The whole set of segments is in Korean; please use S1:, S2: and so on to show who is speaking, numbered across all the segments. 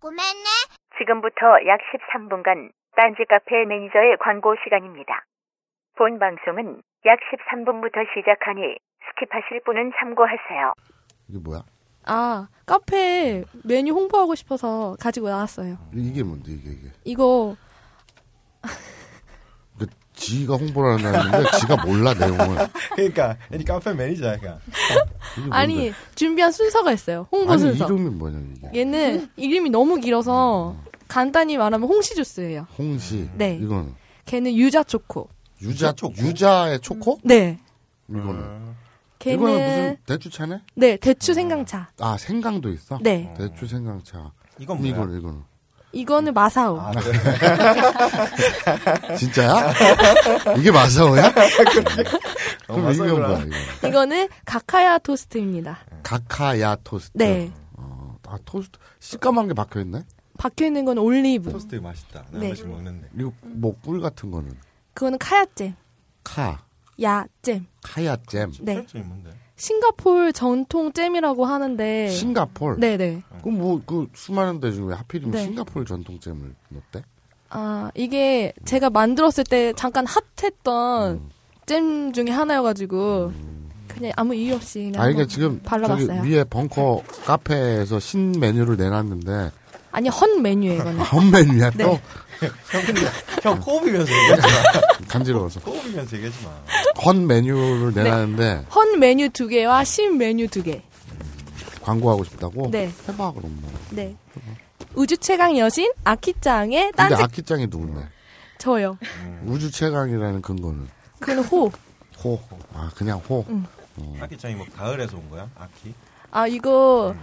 S1: ごめんね。
S2: 지금부터 약 13분간 딴지 카페 매니저의 광고 시간입니다. 본 방송은 약 13분부터 시작하니 스킵하실 분은 참고하세요.
S3: 이게 뭐야?
S4: 아, 카페 메뉴 홍보하고 싶어서 가지고 나왔어요.
S3: 이게 뭔데 이게 이게?
S4: 이거
S3: 그 지가 홍보를 한다는데 지가 몰라 내용을.
S5: 그러니까 이 카페 매니저야. 그냥.
S3: 이게
S4: 아니
S3: 뭔데?
S4: 준비한 순서가 있어요. 홍보
S3: 아니
S4: 순서. 예.
S3: 이름이 아. 뭐냐 이게?
S4: 얘는 이름이 너무 길어서 간단히 말하면 홍시 주스예요.
S3: 홍시.
S4: 네.
S3: 이건
S4: 걔는 유자 초코.
S3: 유자
S5: 유자 초코? 음.
S3: 유자의 초코?
S4: 네.
S3: 이거는
S4: 걔는
S3: 이거는 무슨 대추차네?
S4: 네 대추 생강차.
S3: 아 생강도 있어.
S4: 네.
S3: 대추 생강차.
S5: 이건 뭐야?
S3: 이거는 이거는
S4: 이거는 마사오.
S5: 아, 그래.
S3: 진짜야? 이게 마사오야?
S5: 어,
S3: 그럼 이건
S5: 마사오구나.
S3: 뭐야 이거?
S4: 이거는 가카야 토스트입니다.
S3: 가카야 토스트.
S4: 네.
S3: 어, 아 토스트 시까만 게 박혀 있네.
S4: 박혀 있는 건 올리브.
S5: 토스트 맛있다. 나
S4: 네.
S5: 네. 씩 먹는데.
S3: 그리고 뭐 꿀 같은 거는
S4: 그거는 카야잼,
S3: 카
S4: 야잼.
S3: 카야 잼.
S4: 네.
S5: 설정이 뭔데?
S4: 싱가폴 전통 잼이라고 하는데.
S3: 싱가폴.
S4: 네. 네네.
S3: 그럼 뭐 그 수많은 데 중에 하필이면
S4: 네.
S3: 싱가포르 전통잼을 넣대?
S4: 아, 이게 제가 만들었을 때 잠깐 핫했던
S3: 음.
S4: 잼 중에 하나여가지고, 그냥 아무 이유 없이 그냥.
S3: 아 이게
S4: 네, 한번
S3: 지금 저기
S4: 발라봤어요.
S3: 위에 벙커 카페에서 신 메뉴를 내놨는데
S4: 아니, 헌 메뉴예요, 이거는.
S3: 전 메뉴야 또
S4: 네.
S5: 형 근데 형 코비면서 얘기하지 마.
S3: 간지러워서
S5: 코비면서 얘기하지 마.
S3: 헌 메뉴를
S4: 네.
S3: 내놨는데
S4: 헌 메뉴 두 개와 신 메뉴 두 개.
S3: 광고하고 싶다고
S4: 네.
S3: 해봐 그럼 뭐
S4: 네. 우주 최강 여신, 아키짱의
S3: 근데
S4: 딴지,
S3: 아키짱이 누군데
S4: 저요.
S3: 우주 최강이라는 근거는
S4: 그는 호.
S3: 호 아 그냥 호
S4: 음.
S5: 아키짱이 뭐 가을에서 온 거야? 아키?
S4: 아, 이거,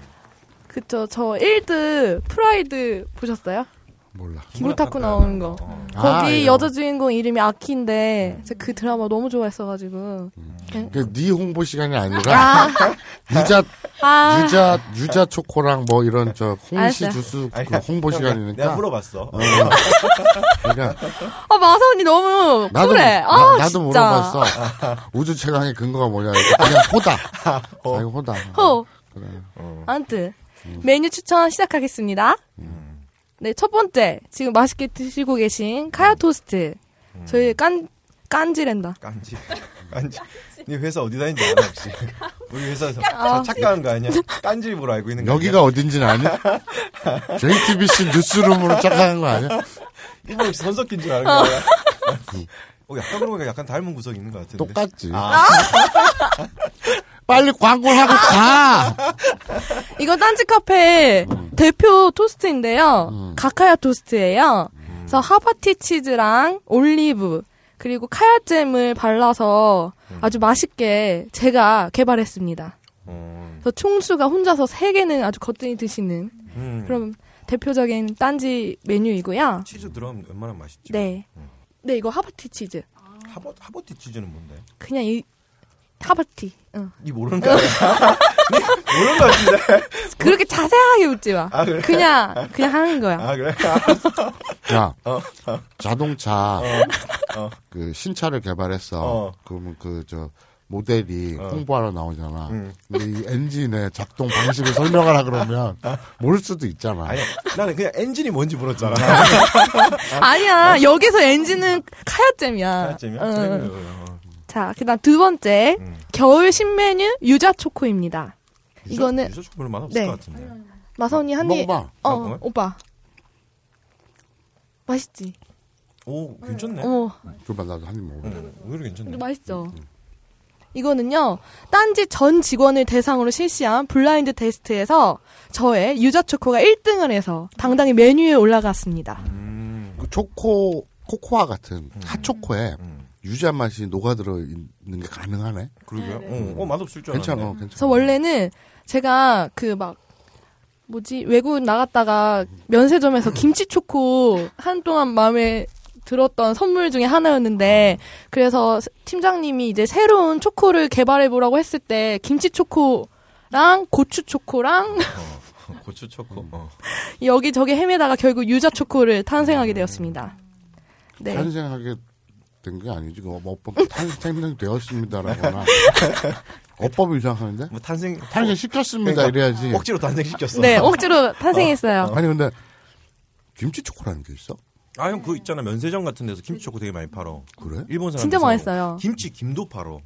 S4: 그쵸, 저 1드 프라이드 보셨어요?
S3: 몰라
S4: 기무타쿠 나오는 거.
S5: 어.
S3: 아,
S4: 거기
S3: 이거.
S4: 여자 주인공 이름이 아키인데, 제가 그 드라마 너무 좋아했어가지고.
S3: 그네 홍보 시간이 아니라 네
S4: 아,
S3: 유자
S4: 아.
S3: 유자 유자 초코랑 뭐 이런 저 홍시
S4: 알았어요.
S3: 주스 그
S5: 아니,
S3: 홍보
S5: 형,
S3: 시간이니까
S5: 내가 물어봤어. 어.
S3: 그러니까
S4: 아 마사 언니 너무
S3: 나도
S4: 쿨해.
S3: 나,
S4: 아
S3: 나도
S4: 진짜.
S3: 물어봤어. 우주 최강의 근거가 뭐냐? 이거 그냥 호다. 아, 이거 호다.
S4: 호.
S3: 그래.
S4: 아무튼 메뉴 추천 시작하겠습니다.
S3: 음.
S4: 네 첫 번째 지금 맛있게 드시고 계신 카야 토스트. 저희 깐 깐지랜다.
S5: 깐지. 깐지. 네 회사 어디 다니는지 알아 혹시? 우리 회사 자, 자, 착각한 거 아니야? 깐지부로 알고 있는 거 아니야?
S3: 여기가 어딘지는 아니? JTBC 뉴스룸으로 착각한 거 아니야?
S5: 이거 혹시 선석기인 줄 아는 거야? 어, 약간 그런 거 약간 닮은 구석이 있는 것 같은데.
S3: 똑같지.
S5: 아,
S3: 빨리 광고를 하고 가!
S4: 이건 딴지 카페
S3: 음.
S4: 대표 토스트인데요. 가카야 토스트예요.
S3: 음.
S4: 그래서 하바티 치즈랑 올리브 그리고 카야잼을 발라서 아주 맛있게 제가 개발했습니다.
S5: 어,
S4: 그래서 총수가 혼자서 세 개는 아주 거뜬히 드시는
S5: 음.
S4: 그럼 대표적인 딴지 메뉴이고요.
S5: 치즈 들어가면 웬만하면 맛있죠.
S4: 네. 네, 이거 하바티 치즈.
S5: 하버 하버티 치즈는 뭔데?
S4: 그냥 이 하바티. 응.
S5: 이 모르는 거 아니야? 니 모르는 거 같은데.
S4: 그렇게 자세하게 웃지 마.
S5: 아, 그래?
S4: 냥 그냥 하는 거야.
S5: 아 그래?
S3: 야,
S5: 어,
S3: 자동차,
S5: 어.
S3: 그, 신차를 개발했어.
S5: 어.
S3: 그러면 그, 저, 모델이 홍보하러 나오잖아.
S5: 음.
S3: 근데 이 엔진의 작동 방식을 설명하라 그러면 모를 수도 있잖아.
S5: 아. 아니 나는 그냥 엔진이 뭔지 물었잖아.
S4: 아니야. 여기서 엔진은 카야잼이야.
S5: 짜증이야?
S4: 응.
S5: 짜증이야.
S4: 자, 그다음 두 번째.
S5: 음.
S4: 겨울 신메뉴 유자 초코입니다. 이거는-
S5: 유저 별로 맛 없을
S4: 네.
S5: 것 같은데.
S4: 마선이 한 입.
S3: 먹어봐.
S4: 어,
S5: 먹어봐요?
S4: 오빠. 맛있지?
S5: 오 괜찮네.
S4: 어머.
S3: 그만 나도 한 입 먹어봐.
S5: 응, 오히려 괜찮네.
S4: 근데 맛있죠. 이거는요, 딴지 전 직원을 대상으로 실시한 블라인드 테스트에서 저의 유자초코가 1등을 해서 당당히 메뉴에 올라갔습니다.
S5: 음,
S3: 그 초코 코코아 같은 핫초코에
S5: 음.
S3: 유자 맛이 녹아들어 있는 게 가능하네.
S5: 그러게요. 어, 어, 맛없을 줄 알았네.
S3: 괜찮아, 괜찮아.
S4: 그래서 원래는 제가 그 막, 뭐지, 외국 나갔다가 면세점에서 김치초코 한동안 마음에 들었던 선물 중에 하나였는데, 그래서 팀장님이 이제 새로운 초코를 개발해보라고 했을 때, 김치초코랑 고추초코랑
S5: 어, 고추
S3: 음.
S5: 초코. 어.
S4: 여기저기 헤매다가 결국 유자 초코를 탄생하게 되었습니다. 네.
S3: 탄생하게 된 게 아니지. 그 어법 탄생 되었습니다라거나 어법이 이상하는데
S5: 뭐 탄생
S3: 탄생 시켰습니다
S5: 그러니까
S3: 이래야지.
S5: 억지로 탄생시켰어.
S4: 네, 억지로 네, 탄생했어요.
S3: 아니 근데 김치 초코라는 게 있어?
S5: 아 형 그거 있잖아 면세점 같은 데서 김치 초코 되게 많이 팔어.
S3: 그래?
S5: 일본 사람
S4: 진짜 맛있어요.
S5: 김치 김도 팔어.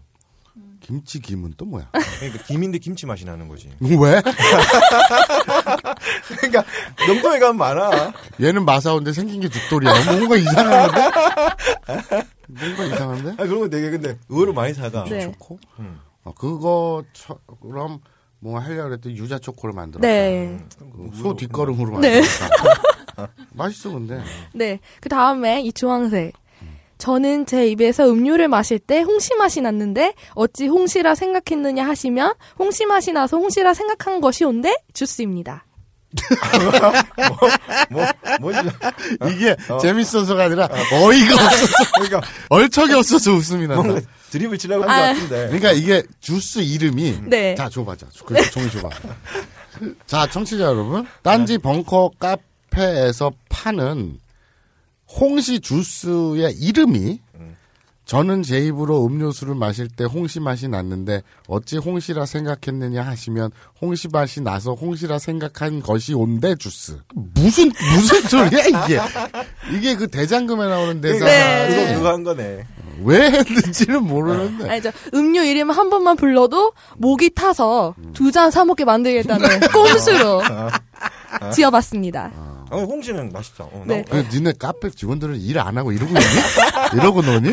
S3: 김치 김은 또 뭐야? 뭐,
S5: 그러니까 김인데 김치 맛이 나는 거지.
S3: 왜?
S5: 그러니까 영동에 가면 많아.
S3: 얘는 마사오인데 생긴 게 죽돌이야. 뭐, 뭔가 이상한데? 뭔가 이상한데?
S5: 아 그런 거 되게 근데 의외로 많이 사가.
S4: 네.
S3: 초코? 어, 그거처럼 뭐 하려고 그랬더니 유자 초코를 만들었다.
S4: 네.
S3: 그소 뒷걸음으로
S4: 네.
S3: 만들었다. 맛있어 근데.
S4: 네. 그 다음에 이 주황색. 저는 제 입에서 음료를 마실 때 홍시 맛이 났는데 어찌 홍시라 생각했느냐 하시면 홍시 맛이 나서 홍시라 생각한 것이 온데 주스입니다.
S5: 뭐 뭔지
S3: 이게 어? 재밌어서가 아니라 어이가 없어서
S5: 그러니까
S3: 얼척이 없어서 웃음이 난다.
S5: 뭔가 드립을 치려고 한 것
S4: 아.
S5: 같은데.
S3: 그러니까 이게 주스 이름이
S4: 네.
S3: 자 줘봐 자 그, 종이 줘봐 자 청취자 여러분 딴지 벙커 카페에서 파는 홍시 주스의 이름이 저는 제 입으로 음료수를 마실 때 홍시 맛이 났는데 어찌 홍시라 생각했느냐 하시면 홍시 맛이 나서 홍시라 생각한 것이 온대 주스 무슨 무슨 소리야 이게 이게 그 대장금에 나오는 대사
S4: 네.
S5: 그러니까 그거
S3: 네.
S5: 그거 한 거네.
S3: 왜 했는지는 모르는데
S4: 아니 저 음료 이름 한 번만 불러도 목이 타서 두 잔 사 먹게 만들겠다는 꼼수로 아. 지어봤습니다.
S5: 아 홍시는 맛있어. 어,
S4: 네.
S5: 나-
S3: 그 니네 카페 직원들은 일 안 하고 이러고 있니? 이러고 노니?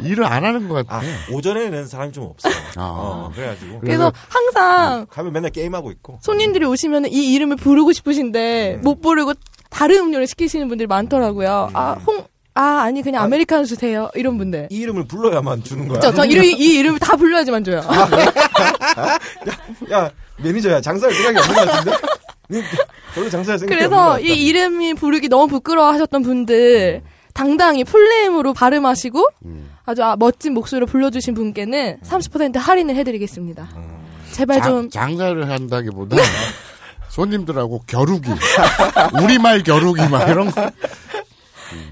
S3: 일을 안 하는 것
S5: 아
S3: 같아.
S5: 오전에는 사람이 좀 없어.
S3: 아.
S5: 어, 그래가지고
S4: 그래서 항상
S5: 가면 맨날 게임하고 있고.
S4: 손님들이 오시면 이 이름을 부르고 싶으신데 못 부르고 다른 음료를 시키시는 분들이 많더라고요. 아, 홍, 아, 아니, 그냥 아메리카노 주세요. 이런 분들.
S5: 이 이름을 불러야만 주는 거야.
S4: 저, 저 이름, 이 이름을 다 불러야지만 줘요.
S5: 야 매니저야 장사할 생각이 없는 것 같은데. 네. 별로 장사할 생각이
S4: 그래서
S5: 없는 것 같다.
S4: 이 이름이 부르기 너무 부끄러워 하셨던 분들, 당당히 풀네임으로 음. 발음하시고 음. 아주 아, 멋진 목소리로 불러주신 분께는 30% 할인을 해드리겠습니다. 제발
S3: 장,
S4: 좀,
S3: 장사를 한다기보다 손님들하고 겨루기. 우리말 겨루기 막 이런 거.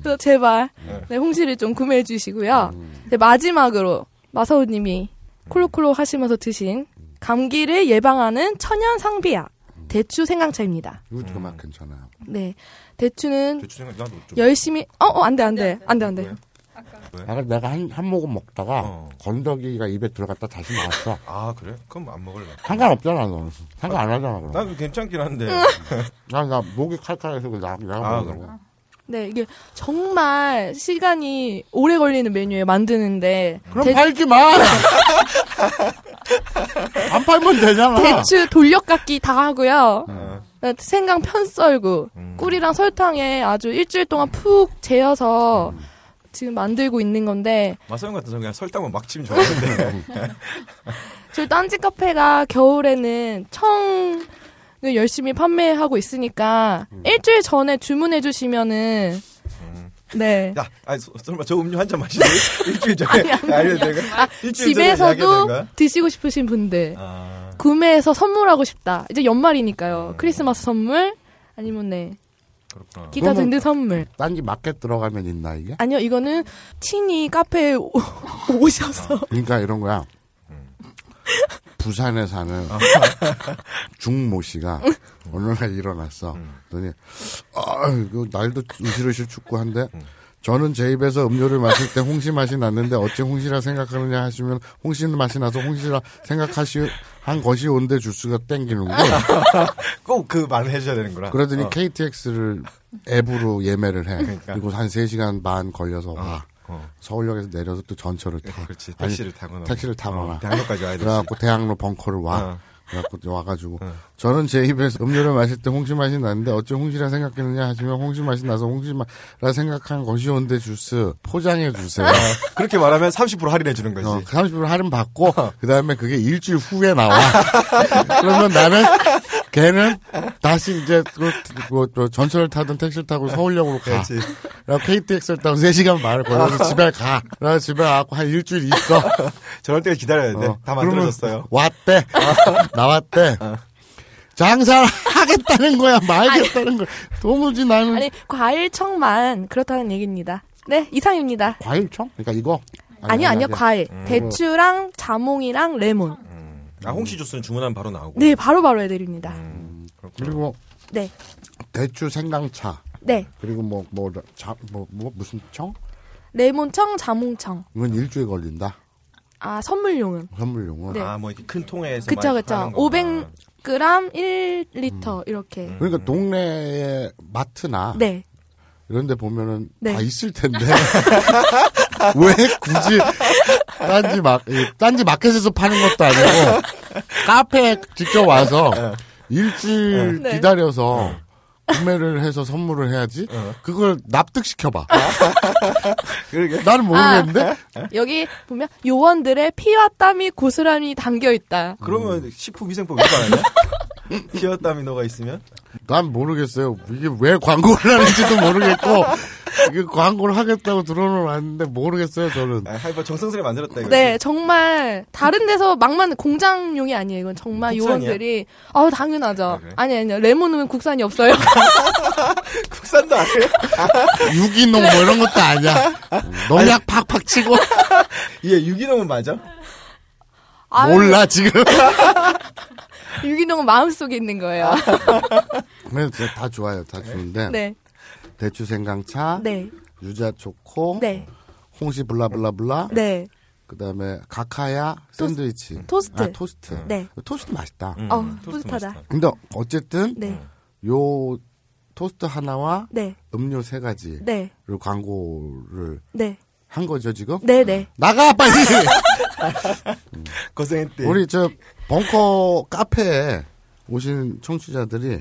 S4: 그래서 제발, 네, 홍시를 좀 구매해 주시고요. 네, 마지막으로, 마사오님이 콜록콜록 하시면서 드신 감기를 예방하는 천연 상비약, 대추 생강차입니다.
S3: 이거 지금 막 괜찮아.
S4: 네. 대추는
S5: 대충 생각 나도 좀.
S4: 열심히, 어, 어, 안 돼, 안 돼, 안 돼, 안 돼.
S3: 아, 내가 한, 한 모금 먹다가
S5: 네. 어.
S3: 건더기가 입에 들어갔다 다시 나왔어.
S5: 아 그래? 그럼 안 먹을래.
S3: 상관없잖아, 너. 상관 안 하잖아, 그럼.
S5: 난 그거 괜찮긴 한데. 어.
S3: 나, 나 목이 칼칼해서 나, 내가
S5: 아,
S3: 먹으려고.
S4: 네, 이게 정말 시간이 오래 걸리는 메뉴에 만드는데,
S3: 그럼
S4: 대,
S3: 팔지 마! 안 팔면 되잖아.
S4: 대추 돌려깎기 다 하고요. 네,
S5: 어.
S4: 생강 편 썰고 꿀이랑 설탕에 아주 일주일 동안 푹 재여서 지금 만들고 있는 건데
S5: 마사형 같은 사람 그냥 설탕만 막 치면 좋아하는데.
S4: 저희 딴지 카페가 겨울에는 청을 열심히 판매하고 있으니까
S5: 음.
S4: 일주일 전에 주문해 주시면은 네.
S5: 야, 아니, 소- 설마 저 음료 한 잔 마시지? 일주일 전에.
S4: 아니,
S5: 아니, 내가. 일주일 전에
S4: 집에서도
S5: 이야기하던가?
S4: 드시고 싶으신 분들
S5: 아,
S4: 구매해서 선물하고 싶다. 이제
S5: 음.
S4: 연말이니까요. 크리스마스 선물 아니면 네
S5: 그렇구나.
S4: 기타
S3: 그러면-
S4: 등등 선물.
S3: 딴지 마켓 들어가면 있나, 이게?
S4: 아니요 이거는 친히 카페에 오- 오셔서
S3: 그러니까 이런 거야. 부산에 사는
S5: 어.
S3: 중모 씨가 어느 날 일어났어.
S5: 음.
S3: 그러니 아, 이거 날도 으실으실 춥고 한데
S5: 음.
S3: 저는 제 입에서 음료를 마실 때 홍시 맛이 났는데 어찌 홍시라 생각하느냐 하시면 홍시 맛이 나서 홍시라 생각하시 한 것이 온데 주스가 땡기는 거.
S5: 꼭 그 말을 해줘야 되는구나.
S3: 그러더니
S5: 어.
S3: KTX를 앱으로 예매를 해.
S5: 그러니까.
S3: 그리고한 3시간 반 걸려서 와.
S5: 어. 예,
S3: 서울역에서 내려서 또 전철을 타.
S5: 네, 그렇지.
S3: 아니,
S5: 택시를 타거나.
S3: 택시를 타거나.
S5: 어, 대학로까지 와야 되지.
S3: 그래갖고 대학로 벙커를 와.
S5: 어.
S3: 그래갖고 이제 와가지고 저는 제 입에서 음료를 마실 때 홍시 맛이 나는데 어째 홍시라 생각했느냐 하시면 홍시 맛이 나서 홍시 맛라 생각한 것이 온데 주스 포장해
S5: 아,
S3: 주세요.
S5: 그렇게 말하면 30% 할인해주는 거지.
S3: 어, 30분 할인 받고
S5: 어.
S3: 그 다음에 그게 일주일 후에 나와. 그러면 나는 걔는 다시 이제 그, 그, 그 전철을 타든 택시를 타고 서울역으로 가.
S5: 그렇지.
S3: 그리고 KTX를 타고 3시간 반을 걸려서 집에 가. 그래서 집에 와갖고 한 일주일 있어.
S5: 저럴 때까지 기다려야 돼.
S3: 어,
S5: 네, 다
S3: 그러면
S5: 만들어졌어요. 어.
S3: 왔대. 나왔대. 장사를 하겠다는 거야, 말겠다는 거야. 도무지 나는.
S4: 아니 과일청만 그렇다는 얘기입니다. 네 이상입니다.
S3: 과일청? 그러니까 이거?
S4: 아니요 아니요
S3: 아니.
S4: 과일
S5: 음.
S4: 대추랑 자몽이랑 레몬
S5: 아, 홍시 주스는 주문하면 바로 나오고.
S4: 네 바로바로 해드립니다.
S5: 음, 그렇구나.
S3: 그리고
S4: 네
S3: 대추 생강차.
S4: 네.
S3: 그리고 뭐, 뭐, 자, 뭐, 뭐, 무슨 청?
S4: 레몬청, 자몽청.
S3: 이건 일주일 걸린다.
S4: 아, 선물용은.
S3: 선물용은.
S4: 네.
S5: 아, 뭐, 이렇게 큰 통에서.
S4: 그쵸,
S5: 많이
S4: 그쵸.
S5: 파는 거구나. 음.
S4: 500g 1리터 이렇게.
S3: 그러니까 동네에 마트나
S4: 네.
S3: 이런 데 보면은
S4: 네.
S3: 다 있을 텐데. 왜 굳이 딴지 막, 이 딴지 마켓에서 파는 것도 아니고 카페에 직접 와서 일주일
S4: 네.
S3: 기다려서 구매를 해서 선물을 해야지. 그걸 납득시켜봐.
S5: 그러게.
S3: 나는 모르겠는데?
S4: 아. 여기 보면 요원들의 피와 땀이 고스란히 담겨 있다.
S5: 그러면 식품위생법 위반 아니야? 피와 땀이 녹아 있으면?
S3: 난 모르겠어요. 이게 왜 광고를 하는지도 모르겠고, 이게 광고를 하겠다고 들어는 왔는데 모르겠어요, 저는.
S5: 아, 하이버 정성스레 만들었다, 이거.
S4: 네, 정말 다른 데서 막만 공장용이 아니에요. 이건 정말
S5: 국산이야?
S4: 요원들이 아 당연하죠.
S5: 아, 그래?
S4: 아니 아니요. 레몬은 국산이 없어요.
S5: 국산도 아니에요?
S3: 유기농 뭐 이런 것도 아니야. 농약 팍팍 치고.
S5: 얘 유기농은 맞아?
S4: 아유,
S3: 몰라, 지금.
S4: 유기농은 마음속에 있는 거예요.
S5: 아.
S3: 네, 진짜 다 좋아요. 다 좋은데.
S4: 네.
S3: 대추 생강차,
S4: 네.
S3: 유자 초코,
S4: 네.
S3: 홍시 블라블라블라,
S4: 네.
S3: 그다음에 카카야
S4: 토스-
S3: 샌드위치.
S4: 토스트.
S3: 아, 토스트.
S4: 네.
S3: 토스트 맛있다.
S5: 음,
S4: 어우,
S5: 토스트
S4: 뿌듯하다.
S5: 맛있다. 음.
S3: 근데 어쨌든
S4: 네.
S3: 요 토스트 하나와
S4: 네.
S3: 음료 세 가지를
S4: 네.
S3: 광고를
S4: 네.
S3: 한 거죠, 지금?
S4: 네, 네.
S3: 나가 빨리.
S5: 고생했대.
S3: 우리 저 벙커 카페에 오신 청취자들이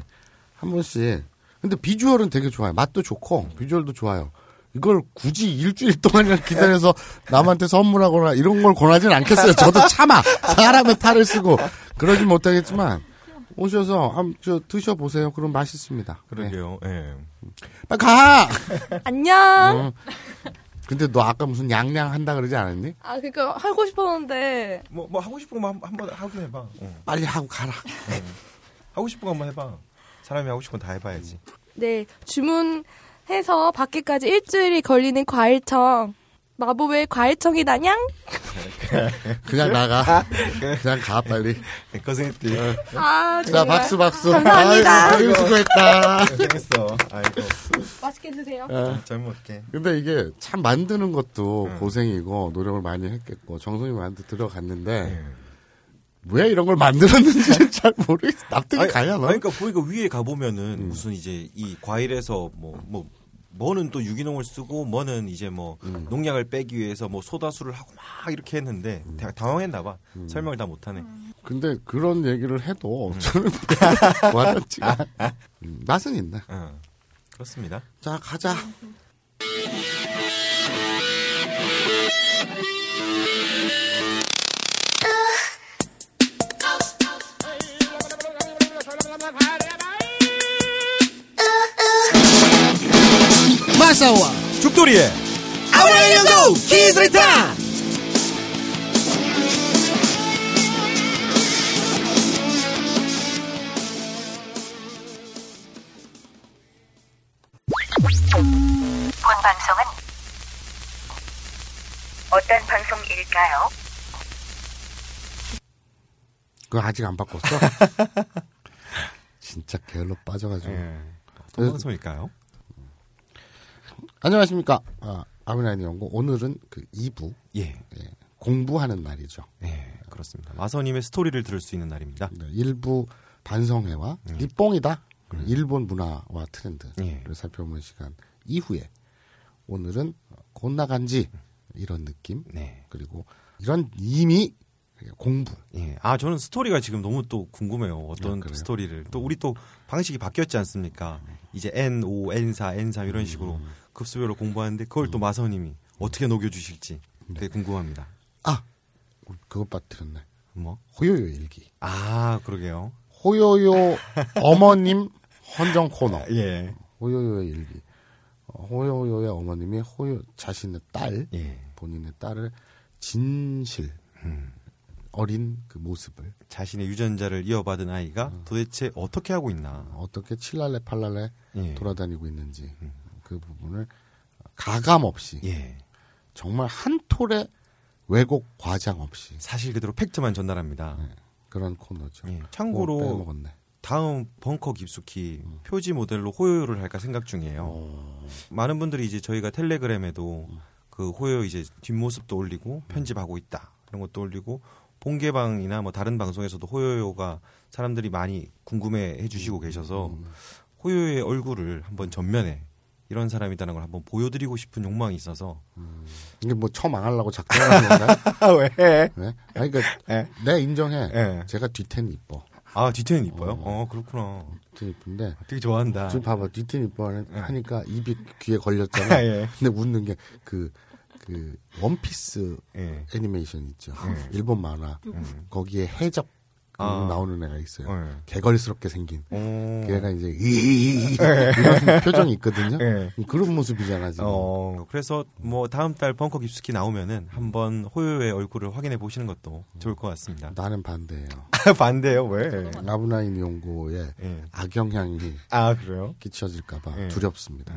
S3: 한 번씩 근데 비주얼은 되게 좋아요. 맛도 좋고 비주얼도 좋아요. 이걸 굳이 일주일 동안이나 기다려서 남한테 선물하거나 이런 걸 권하진 않겠어요. 저도 참아 사람의 탈을 쓰고 그러진 못하겠지만 오셔서 한번 저 드셔보세요. 그럼 맛있습니다. 네.
S5: 그러게요, 예.
S3: 빨리 가.
S4: 안녕.
S3: 어. 근데 너 아까 무슨 양양 한다 그러지 않았니?
S4: 아, 그니까 하고 싶었는데
S5: 뭐, 뭐 하고 싶은 거만 한번 하긴 해봐. 어.
S3: 빨리 하고 가라.
S5: 하고 싶은 거 한번 해봐. 사람이 하고 싶은 건 다 해봐야지.
S4: 네. 주문해서 받기까지 일주일이 걸리는 과일청. 마법의 과일청이다냥?
S3: 그냥
S5: 아,
S3: 나가. 그냥 가 빨리.
S5: 네, 고생했대.
S4: 아,
S3: 자,
S4: 정말.
S3: 박수, 박수.
S4: 감사합니다.
S3: 아이고, 수고했다.
S5: 고생했어. 아이고,
S4: 맛있게 드세요.
S3: 네.
S5: 잘 먹을게.
S3: 근데 이게 참 만드는 것도
S5: 네.
S3: 고생이고 노력을 많이 했겠고 정성이 많이 들어갔는데
S5: 네.
S3: 왜 이런 걸 만들었는지 잘 모르겠어. 납득이 가냐, 너?
S5: 그러니까 보니까 위에 가보면은
S3: 음.
S5: 무슨 이제 이 과일에서 뭐, 뭐, 뭐는 또 유기농을 쓰고 뭐는 이제 뭐
S3: 음.
S5: 농약을 빼기 위해서 뭐 소다수를 하고 막 이렇게 했는데
S3: 음.
S5: 다- 당황했나 봐. 설명을 다 못하네.
S3: 근데 그런 얘기를
S5: 네.
S3: 해도 저는 와닿지가 않아. 음, 맛은 있네.
S5: 어. 그렇습니다.
S3: 자, 가자. 마사와
S5: 죽돌이의 아우라이언고 키스리타
S2: 본 방송은 어떤 방송일까요?
S3: 그거 아직 안 바꿨어? 진짜 게을러 빠져가지고.
S5: 예. 네. 어떤
S3: 네.
S5: 방송일까요?
S3: 안녕하십니까. 아, 아브라인 연구. 오늘은 그 2부.
S5: 예.
S3: 공부하는 날이죠.
S5: 예, 그렇습니다. 마서님의 스토리를 들을 수 있는 날입니다.
S3: 네, 일부 반성회와 니뽕이다 그리고 일본 문화와 트렌드를
S5: 네. 음. 예.
S3: 살펴보는 시간 이후에 오늘은 곧 나간지 이런 느낌
S5: 네.
S3: 그리고 이런 이미 공부
S5: 예. 아, 저는 스토리가 지금 너무 또 궁금해요. 어떤 스토리를. 또 우리 또 방식이 바뀌었지 않습니까? 이제 N5, N4, N3 이런 식으로 급수별로 공부하는데 그걸 또 마서님이 어떻게 녹여주실지 되게 궁금합니다.
S3: 아 우리 그것 빠뜨렸네
S5: 뭐?
S3: 호요요 일기
S5: 아, 그러게요.
S3: 호요요 어머님 헌정 코너
S5: 예.
S3: 호요요의 일기 어, 호요요의 어머님이 호요 자신의 딸
S5: 예.
S3: 본인의 딸을 진실
S5: 음.
S3: 어린 그 모습을
S5: 자신의 유전자를 이어받은 아이가 도대체 어떻게 하고 있나.
S3: 어떻게 칠랄레 팔랄레
S5: 예. 음.
S3: 돌아다니고 있는지 그 부분을 가감 없이
S5: 예.
S3: 정말 한 톨의 왜곡 과장 없이
S5: 사실 그대로 팩트만 전달합니다.
S3: 그런 코너죠.
S5: 예.
S3: 어,
S5: 참고로
S3: 빼먹었네.
S5: 다음 벙커 깊숙이 표지 모델로 호요를 할까 생각 중이에요. 어. 많은 분들이 이제 저희가 텔레그램에도 그 호요 이제 뒷모습도 올리고 편집하고 있다 이런 것도 올리고 본개방이나 뭐 다른 방송에서도 호요요가 사람들이 많이 궁금해 해주시고 계셔서 호요의 얼굴을 한번 전면에 이런 사람이라는 걸 한번 보여드리고 싶은 욕망이 있어서
S3: 이게 뭐 처망하려고 작정하는 건가요?
S5: 왜?
S3: 네? 아니, 그니까,
S5: 예.
S3: 내가 인정해.
S5: 예.
S3: 제가 뒤태는 이뻐.
S5: 아 뒤태는 이뻐요? 어 그렇구나.
S3: 뒤태는 이쁜데,
S5: 되게 좋아한다.
S3: 지금 봐봐, 뒤태는 이뻐 하니까 입이 귀에
S5: 아,
S3: 걸렸잖아.
S5: 예.
S3: 근데 웃는 게, 그, 그, 원피스
S5: 예.
S3: 애니메이션 있죠. 일본 만화. 거기에 해적
S5: 음. 아.
S3: 나오는 애가 있어요.
S5: 예.
S3: 개걸스럽게 생긴.
S5: 어.
S3: 그 애가 이제, 이이이이 이런 표정이 있거든요.
S5: 예.
S3: 그런 모습이잖아, 지금.
S5: 네. 어, 그래서 뭐 다음 달 벙커 깊숙이 나오면은 한번 호요의 얼굴을 확인해 보시는 것도 좋을 것 같습니다.
S3: 나는 반대예요.
S5: 반대요, 왜?
S3: 라브나인 연고에
S5: 예.
S3: 악영향이
S5: 아 그래요?
S3: 끼쳐질까봐
S5: 예.
S3: 두렵습니다.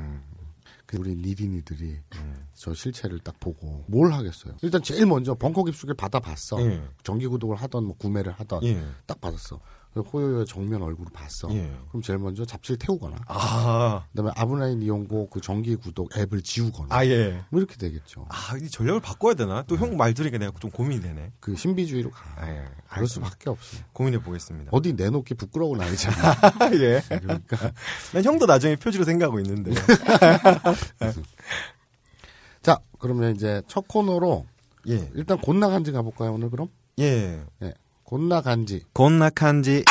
S3: 그 우리 니린이들이
S5: 음.
S3: 저 실체를 딱 보고 뭘 하겠어요? 일단 제일 먼저 벙커 깊숙이 받아봤어.
S5: 예.
S3: 정기 구독을 하던 뭐 구매를 하던
S5: 예.
S3: 딱 받았어. 그리고 호요의 정면 얼굴을 봤어.
S5: 예.
S3: 그럼 제일 먼저 잡지를 태우거나
S5: 아,
S3: 그다음에 아브나인 이용고 그 정기 구독 앱을 지우거나
S5: 아 예.
S3: 뭐 이렇게 되겠죠.
S5: 아, 이 전략을 바꿔야 되나? 또 형 말 들으니까 내가 좀 고민이 되네.
S3: 그 신비주의로 가.
S5: 아, 예.
S3: 그럴 수밖에 없어.
S5: 고민해 보겠습니다.
S3: 네. 어디 내놓기 부끄러운 아이잖아.
S5: 예.
S3: 그러니까
S5: 난 형도 나중에 표지로 생각하고 있는데.
S3: 자 그러면 이제 첫 코너로
S5: 예.
S3: 일단 곤나간지 가볼까요 오늘 그럼?
S5: 예.
S3: 예. 곤나간지.
S5: 곤낙한지.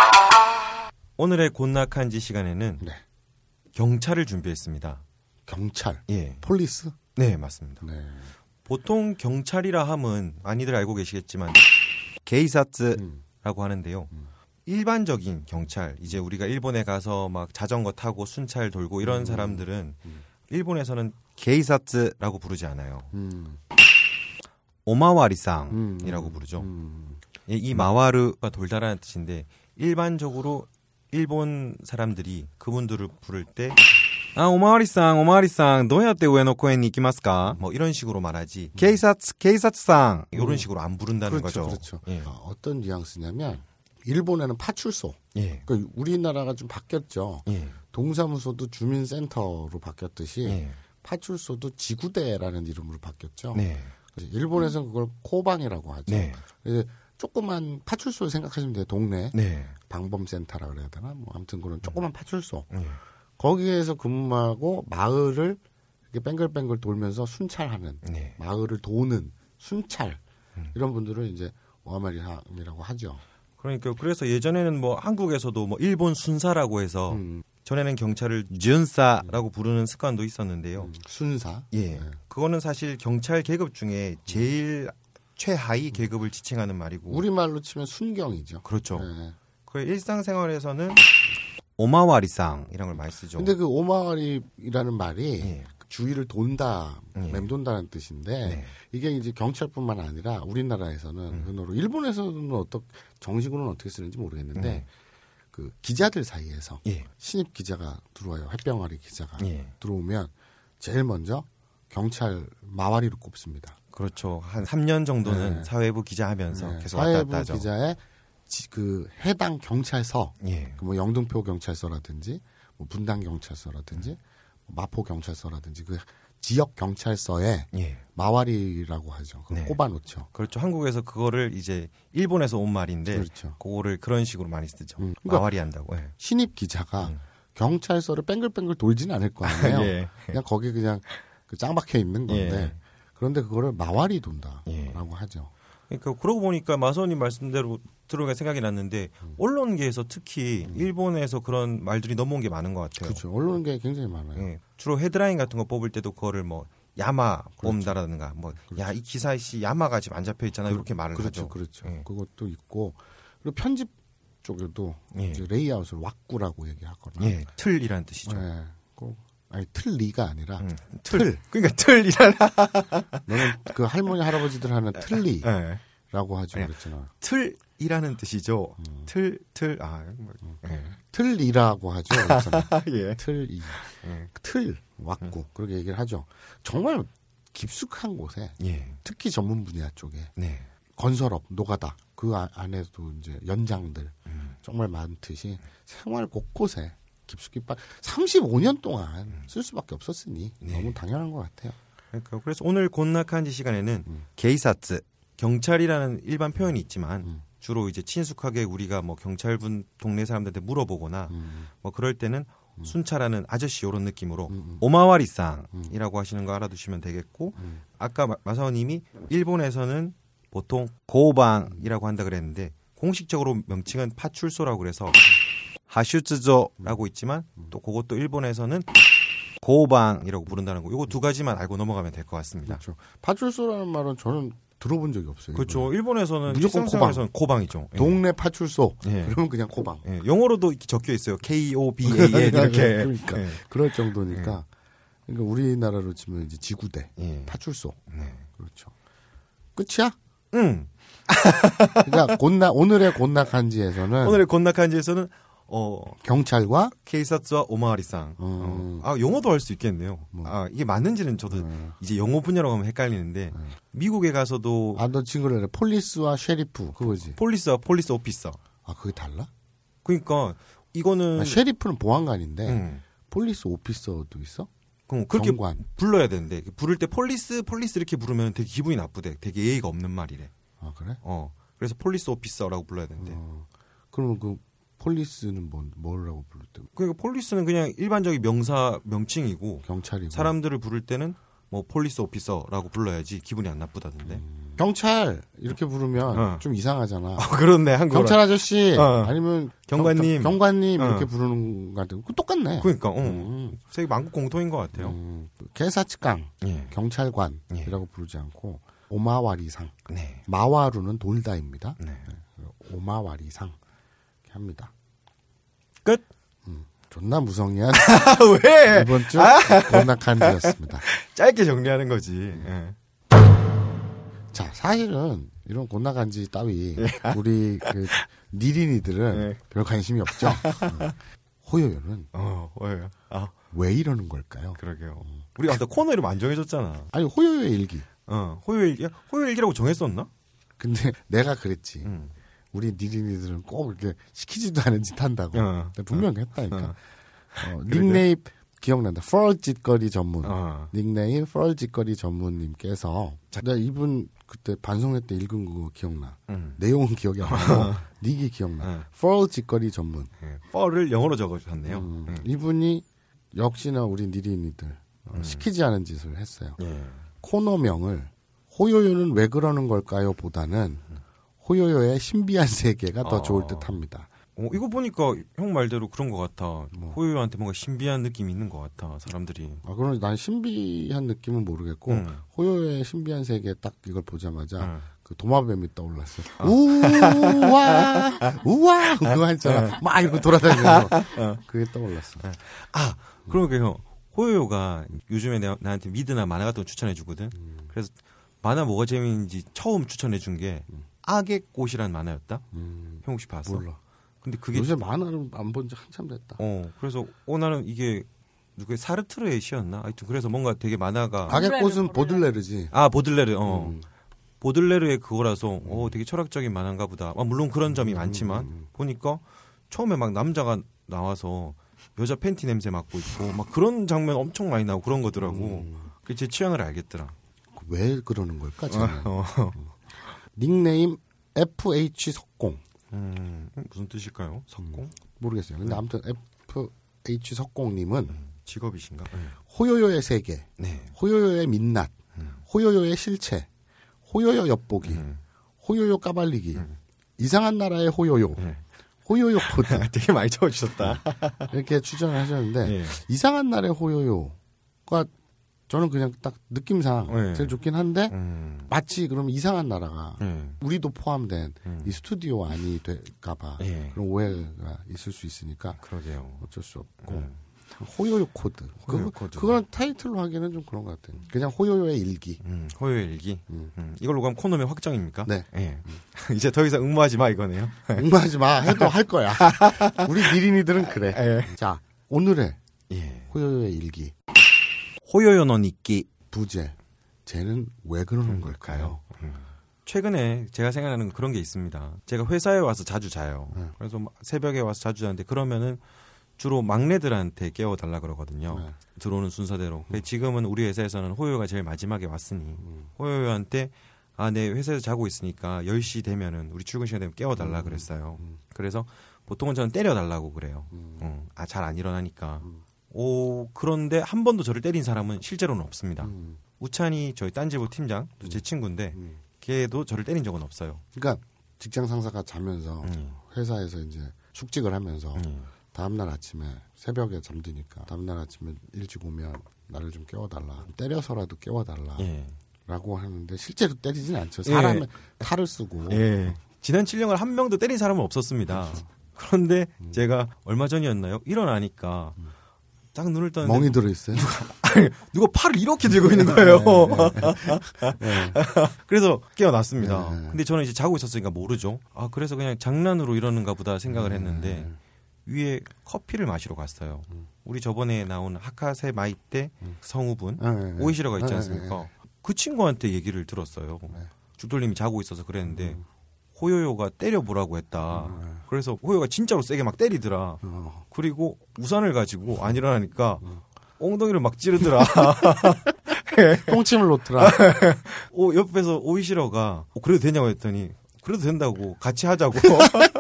S5: 오늘의 곤낙한지 시간에는
S3: 네.
S5: 경찰을 준비했습니다.
S3: 경찰.
S5: 예.
S3: 폴리스.
S5: 네, 맞습니다.
S3: 네.
S5: 보통 경찰이라 함은 많이들 알고 계시겠지만 게이사츠라고 하는데요. 일반적인 경찰, 이제 우리가 일본에 가서 막 자전거 타고 순찰 돌고 이런 사람들은 일본에서는 게이사츠라고 부르지 않아요.
S3: 음.
S5: 오마와리상이라고 부르죠.
S3: 음.
S5: 예, 이 마와르가 돌다라는 뜻인데 일반적으로 일본 사람들이 그분들을 부를 때 아, 오마와리상, 오마와리상, 노야떼 우에노코엔 이키마스까? 뭐 이런 식으로 말하지. 케이사츠, 케이사츠상. 이런 식으로 안 부른다는
S3: 음. 그렇죠. 그렇죠.
S5: 거죠. 예.
S3: 아, 어떤 뉘앙스냐면 일본에는 파출소.
S5: 예.
S3: 그러니까 우리나라가 좀 바뀌었죠.
S5: 예.
S3: 동사무소도 주민센터로 바뀌었듯이
S5: 예.
S3: 파출소도 지구대라는 이름으로 바뀌었죠.
S5: 네.
S3: 그래서 일본에서는 그걸 코방이라고 하죠.
S5: 네.
S3: 이제 조그만 파출소 생각하시면 돼요. 동네
S5: 네.
S3: 방범센터라 그래야 되나? 뭐 아무튼 그런 조그만 파출소.
S5: 예.
S3: 거기에서 근무하고 마을을 이렇게 뱅글뱅글 돌면서 순찰하는
S5: 네. 음.
S3: 마을을 도는 순찰 이런 분들을 이제 오마리상이라고 하죠.
S5: 그러니까 그래서 예전에는 뭐 한국에서도 뭐 일본 순사라고 해서
S3: 음.
S5: 전에는 경찰을 준사라고 부르는 습관도 있었는데요.
S3: 음. 순사.
S5: 예. 그거는 사실 경찰 계급 중에 제일 최하위 계급을 지칭하는 말이고
S3: 우리 말로 치면 순경이죠.
S5: 그렇죠.
S3: 예.
S5: 그 일상생활에서는 오마와리상 이런 걸 많이 쓰죠.
S3: 근데 그 오마리라는 말이
S5: 예.
S3: 주위를 돈다,
S5: 예.
S3: 맴돈다는 뜻인데
S5: 네. 음.
S3: 이게 이제 경찰뿐만 아니라 우리나라에서는 흔어로 일본에서는 어떻 정식으로는 어떻게 쓰는지 모르겠는데
S5: 네.
S3: 그 기자들 사이에서
S5: 예.
S3: 신입 기자가 들어와요. 햇병아리 기자가
S5: 예.
S3: 들어오면 제일 먼저 경찰 마와리를 꼽습니다.
S5: 그렇죠. 한 3년 정도는
S3: 네.
S5: 사회부 기자 하면서
S3: 네,
S5: 계속 왔다 갔다
S3: 사회부
S5: 하죠.
S3: 기자의 지- 그 해당 경찰서,
S5: 예.
S3: 그뭐 영등포 경찰서라든지 뭐 분당 경찰서라든지
S5: 네.
S3: 마포 경찰서라든지 그 지역 경찰서에
S5: 예.
S3: 마와리라고 하죠. 그걸
S5: 네.
S3: 꼽아놓죠.
S5: 그렇죠. 한국에서 그거를 이제 일본에서 온 말인데
S3: 그렇죠.
S5: 그거를 그런 식으로 많이 쓰죠.
S3: 음. 그러니까-
S5: 마와리 한다고. 예.
S3: 신입 기자가 경찰서를 뺑글뺑글 돌진 않을 거 아니에요.
S5: 예.
S3: 그냥 거기 그냥 그 짱박혀 있는 건데
S5: 예.
S3: 그런데 그거를 마와리 돈다라고
S5: 예.
S3: 하죠.
S5: 그러니까 그러고 보니까 마선님 말씀대로 들어가 생각이 났는데
S3: 음.
S5: 언론계에서 특히 일본에서 그런 말들이 넘어온 게 많은 것 같아요.
S3: 그렇죠. 언론계 굉장히 많아요.
S5: 예, 주로 헤드라인 같은 거 뽑을 때도 그거를 뭐 야마
S3: 그렇죠.
S5: 뽑는다라든가 뭐 야 이 기사에 씨 야마가 지금 안 잡혀 있잖아 이렇게 말을
S3: 그렇죠,
S5: 하죠.
S3: 그렇죠.
S5: 예.
S3: 그것도 있고 그리고 편집 쪽에도
S5: 예.
S3: 이제 레이아웃을 왁구라고 얘기하거나,
S5: 예, 틀이라는 뜻이죠.
S3: 예, 꼭 아니 틀리가 아니라
S5: 음, 틀. 그러니까 틀이라는
S3: 너는 그 할머니 할아버지들 하는 틀리라고
S5: 예.
S3: 하죠,
S5: 예.
S3: 그랬잖아.
S5: 틀이라는 뜻이죠.
S3: 음.
S5: 틀, 틀, 아, 뭐, 예.
S3: 틀리라고 하죠, 그랬잖아.
S5: 아, 예.
S3: 틀이,
S5: 예. 음.
S3: 틀 왁구 그렇게 얘기를 하죠. 정말 깊숙한 곳에
S5: 예.
S3: 특히 전문 분야 쪽에
S5: 네. 음.
S3: 건설업 노가다 그 아- 안에도 이제 연장들 정말 많듯이 생활 곳곳에 깊숙이 빠 35년
S5: 음.
S3: 동안 쓸 수밖에 없었으니
S5: 네.
S3: 너무 당연한 것 같아요.
S5: 그러니까 그래서 오늘 곤낙한지 시간에는 게이사츠 경찰이라는 일반 표현이 있지만 주로 이제 친숙하게 우리가 뭐 경찰분 동네 사람들한테 물어보거나 뭐 그럴 때는 순찰하는 아저씨 요런 느낌으로 오마와리상이라고 하시는 거 알아두시면 되겠고 아까 마- 마사오님이 일본에서는 보통 고방이라고 한다 그랬는데 공식적으로 명칭은 파출소라고 그래서 하슈츠조라고 있지만 또 그것도 일본에서는 고방이라고 부른다는 거 요거 두 가지만 알고 넘어가면 될 것 같습니다.
S3: 그렇죠. 파출소라는 말은 저는 들어본 적이 없어요.
S5: 네. 그렇죠. 일본에서는
S3: 음. 무조건
S5: 일상생활에서는 고방이죠. 예.
S3: 동네 파출소
S5: 예.
S3: 그러면 그냥 코방.
S5: 예, 영어로도 이렇게 적혀 있어요. K O B A N 이렇게.
S3: 그러니까
S5: 예.
S3: 그럴
S5: 네.
S3: 정도니까. 그러니까 우리나라로 치면 이제 지구대
S5: 예.
S3: 파출소
S5: 네.
S3: 그렇죠. 끝이야?
S5: 응.
S3: 그러니까 곤나 오늘의 곤낙한지에서는
S5: 오늘의 곤낙한지에서는 어
S3: 경찰과
S5: 케이사츠와
S3: 음.
S5: 오마하리상. 어, 아 영어도 할 수 있겠네요.
S3: 뭐.
S5: 아 이게 맞는지는 저도
S3: 네.
S5: 이제 영어 분야로 가면 헷갈리는데 미국에 가서도
S3: 아너 네. 친구를 폴리스와 쉐리프 그거지.
S5: 폴리스와 폴리스 오피서.
S3: 아 그게 달라?
S5: 그러니까 이거는
S3: 아, 쉐리프는 보안관인데
S5: 음.
S3: 폴리스 오피서도 있어?
S5: 그럼 그렇게
S3: 경관.
S5: 불러야 되는데 부를 때 폴리스 폴리스 이렇게 부르면 되게 기분이 나쁘대. 되게 예의가 없는 말이래.
S3: 아 그래?
S5: 어. 그래서 폴리스 오피서라고 불러야 되는데.
S3: 어. 그러면 그 폴리스는 뭔 뭐라고 부를 때?
S5: 그러니까 폴리스는 그냥 일반적인 명사 명칭이고
S3: 경찰이고.
S5: 사람들을 부를 때는 뭐 폴리스 오피서라고 불러야지 기분이 안 나쁘다던데.
S3: 음. 경찰 이렇게 부르면
S5: 어.
S3: 좀 이상하잖아.
S5: 아 그렇네 한국어.
S3: 경찰 아저씨
S5: 어.
S3: 아니면
S5: 경관님.
S3: 경, 관님
S5: 어.
S3: 이렇게 부르는 것 같은 거 똑같네.
S5: 그러니까 어.
S3: 음.
S5: 세계 만국 공통인 것 같아요.
S3: 음, 개사치강
S5: 예.
S3: 경찰관이라고 부르지 않고 오마와리상
S5: 네.
S3: 마와루는 돌다입니다.
S5: 네.
S3: 오마와리상 이렇게 합니다.
S5: 끝.
S3: 존나 무성의한
S5: 아, 왜?
S3: 이번 주 곤낙한지였습니다.
S5: 짧게 정리하는 거지.
S3: 음.
S5: 예.
S3: 자, 사실은 이런 곤나간지 따위 우리 그 니린이들은
S5: 예.
S3: 별 관심이 없죠. 음. 호요요는
S5: 어, 왜? 아,
S3: 왜 이러는 걸까요?
S5: 그러게요.
S3: 음.
S5: 우리가 아까 코너 이름 안 정해줬잖아.
S3: 아니 호요요의 일기.
S5: 어, 호요일기, 호요일기라고 정했었나?
S3: 근데 내가 그랬지.
S5: 음.
S3: 우리 니린이들은 꼭 이렇게 시키지도 않은 짓 한다고.
S5: 어.
S3: 근데 분명히 했다니까.
S5: 어.
S3: 어, 닉네임 기억난다. 펄 짓거리 전문.
S5: 어.
S3: 닉네임 펄 짓거리 전문님께서 내가 이분 그때 반성회 때 읽은 거 기억나.
S5: 음.
S3: 내용은 기억이 안
S5: 어.
S3: 나고 닉이 기억나. 펄 짓거리 전문.
S5: 예. 뻘을 영어로 적어주셨네요.
S3: 음,
S5: 음.
S3: 이분이 역시나 우리 니린이들 어, 시키지 않은 짓을 했어요.
S5: 예.
S3: 코너명을 호요요는 왜 그러는 걸까요? 보다는 호요요의 신비한 세계가 더
S5: 어.
S3: 좋을 듯합니다.
S5: 어, 이거 보니까 형 말대로 그런 것 같아.
S3: 뭐.
S5: 호요한테 뭔가 신비한 느낌이 있는 것 같아. 사람들이.
S3: 아, 그럼 난 신비한 느낌은 모르겠고
S5: 음.
S3: 호요의 신비한 세계 딱 이걸 보자마자
S5: 음. 아.
S3: 그 도마뱀이 떠올랐어. 우와
S5: 음.
S3: 우와 그거 했잖아. 막 이러고 돌아다니면서 그게 떠올랐어.
S5: 아, 그러니까 형 호요가 요즘에 내, 나한테 미드나 만화 같은 거 추천해 주거든.
S3: 음.
S5: 그래서 만화 뭐가 재밌는지 처음 추천해 준 게 악의 꽃이라는 만화였다. 형 혹시 봤어?
S3: 음. 몰라.
S5: 근데 그게
S3: 요새 만화를 안 본 지 한참 됐다.
S5: 어 그래서 어 나는 이게 누구 사르트르의 시였나? 하여튼 그래서 뭔가 되게 만화가
S3: 악의 꽃은 보들레르지.
S5: 아 보들레르 어 보들레르의 그거라서 어 되게 철학적인 만화인가 보다. 아, 물론 그런 점이 많지만 보니까 처음에 막 남자가 나와서 여자 팬티 냄새 맡고 있고 막 그런 장면 엄청 많이 나오고 그런 거더라고. 그게 제 취향을 알겠더라.
S3: 왜 그러는 걸까? 쟤는. 음.
S5: 어.
S3: 닉네임 FH 석공
S5: 음, 무슨 뜻일까요? 석공?
S3: 모르겠어요.
S5: 음.
S3: 근데 아무튼 FH 석공님은
S5: 직업이신가?
S3: 호요요의 세계,
S5: 네.
S3: 호요요의 민낯, 호요요의 실체, 호요요 엿보기,
S5: 음.
S3: 호요요 까발리기, 이상한 나라의 호요요,
S5: 예.
S3: 호요요 코드
S5: 되게 많이 적어주셨다.
S3: 이렇게 추천을 하셨는데
S5: 예.
S3: 이상한 나라의 호요요가 저는 그냥 딱 느낌상
S5: 예.
S3: 제일 좋긴 한데
S5: 음.
S3: 마치 그럼 이상한 나라가
S5: 예.
S3: 우리도 포함된
S5: 음.
S3: 이 스튜디오 안이 될까봐
S5: 예.
S3: 그런 오해가 있을 수 있으니까
S5: 그러게요.
S3: 어쩔 수 없고
S5: 음.
S3: 호요요 코드
S5: 호요요
S3: 그거,
S5: 코드.
S3: 그거는 타이틀로 하기는 좀 그런 것 같아요 그냥 호요요의 일기
S5: 음, 호요의 일기. 음, 이걸로 가면 코너명 확정입니까?
S3: 네.
S5: 예. 이제 더 이상 응모하지 마 이거네요.
S3: 응모하지 마 해도 할 거야 우리 미린이들은 그래 자 오늘의
S5: 예.
S3: 호요요의 일기
S5: 호요요는 있기. 음,
S3: 부제 쟤는 왜 그러는 걸까요
S5: 최근에 제가 생각하는 그런 게 있습니다. 제가 회사에 와서 자주 자요. 그래서 막 새벽에 와서 자주 자는데 그러면은 주로 막내들한테 깨워달라 그러거든요. 들어오는 순서대로. 근데 지금은 우리 회사에서는 호요가 제일 마지막에 왔으니 호요한테 아, 내 회사에서 자고 있으니까 10시 되면은 우리 출근 시간 되면 깨워달라 그랬어요. 그래서 보통은 저는 때려달라고 그래요. 어, 아, 잘 안 일어나니까. 오, 그런데 한 번도 저를 때린 사람은 실제로는 없습니다. 우찬이 저희 딴지부 팀장, 또제 친구인데 걔도 저를 때린 적은 없어요.
S3: 그러니까 직장 상사가 자면서
S5: 음.
S3: 회사에서 이제 숙직을 하면서 다음날 아침에 새벽에 잠드니까 다음날 아침에 일찍 오면 나를 좀 깨워달라 때려서라도 깨워달라라고
S5: 예.
S3: 하는데 실제로 때리진 않죠
S5: 예.
S3: 사람의 탈을 쓰고
S5: 예. 지난 7년간 한 명도 때린 사람은 없었습니다.
S3: 음.
S5: 그런데 제가 얼마 전이었나요? 일어나니까 딱 눈을 떴는데
S3: 음. 멍이 들어 있어요
S5: 누가 팔을 이렇게 들고 있는 거예요. 그래서 깨어났습니다.
S3: 네.
S5: 근데 저는 이제 자고 있었으니까 모르죠. 아, 그래서 그냥 장난으로 이러는가 보다 생각을
S3: 네.
S5: 했는데 위에 커피를 마시러 갔어요. 우리 저번에 나온 하카세 마이 때 성우분
S3: 네, 네, 네.
S5: 오이시러가 있지
S3: 네,
S5: 않습니까? 그 친구한테 얘기를 들었어요. 죽돌님이 자고 있어서 그랬는데
S3: 음.
S5: 호요요가 때려보라고 했다. 그래서 호요가 진짜로 세게 막 때리더라.
S3: 네. 어. 음.
S5: 그리고 우산을 가지고 안 일어나니까 엉덩이를 막 찌르더라.
S3: 똥침을 놓더라
S5: 오, 어, 옆에서 오이시러가 어, 그래도 되냐고 했더니 그래도 된다고 같이 하자고.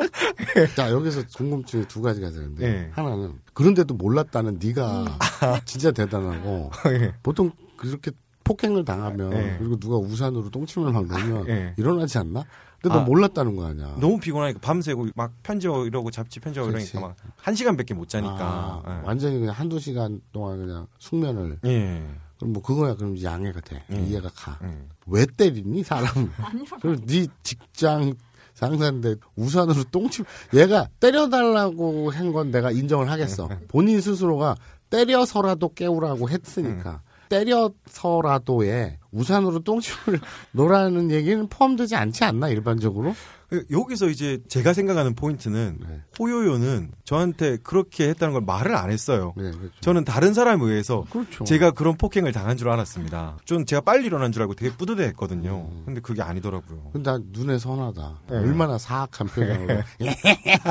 S3: 자 여기서 궁금증이 두 가지가 되는데
S5: 예. 음.
S3: 하나는 그런데도 몰랐다는 네가 진짜 대단하고
S5: 예.
S3: 보통 그렇게 폭행을 당하면
S5: 예.
S3: 그리고 누가 우산으로 똥침을 막 놓으면
S5: 예.
S3: 일어나지 않나? 근데
S5: 아.
S3: 너 몰랐다는 거 아니야?
S5: 너무 피곤하니까 밤새고 막 편지하고 이러고 잡지 편지하고
S3: 그렇지.
S5: 이러니까 막 한 시간밖에 못 자니까.
S3: 아, 완전히 그냥 한두 시간 동안 그냥 숙면을
S5: 예. 예.
S3: 그럼 뭐 그거야 그럼 양해가 돼 이해가 가.
S5: 예.
S3: 왜 때리니 사람? 그리고 네 직장 상사인데 우산으로 똥침 얘가 때려달라고 한 건 내가 인정을 하겠어. 본인 스스로가 때려서라도 깨우라고 했으니까 때려서라도에 우산으로 똥침을 놓라는 얘기는 포함되지 않지 않나 일반적으로?
S5: 그 여기서 이제 제가 생각하는 포인트는
S3: 네.
S5: 호요요는 저한테 그렇게 했다는 걸 말을 안 했어요.
S3: 네, 그렇죠.
S5: 저는 다른 사람에 의해서
S3: 그렇죠.
S5: 제가 그런 폭행을 당한 줄 알았습니다. 저는 제가 빨리 일어난 줄 알고 되게 뿌듯해했거든요. 근데 그게 아니더라고요.
S3: 음. 근데 난 눈에 선하다.
S5: 네.
S3: 얼마나 사악한 표정으로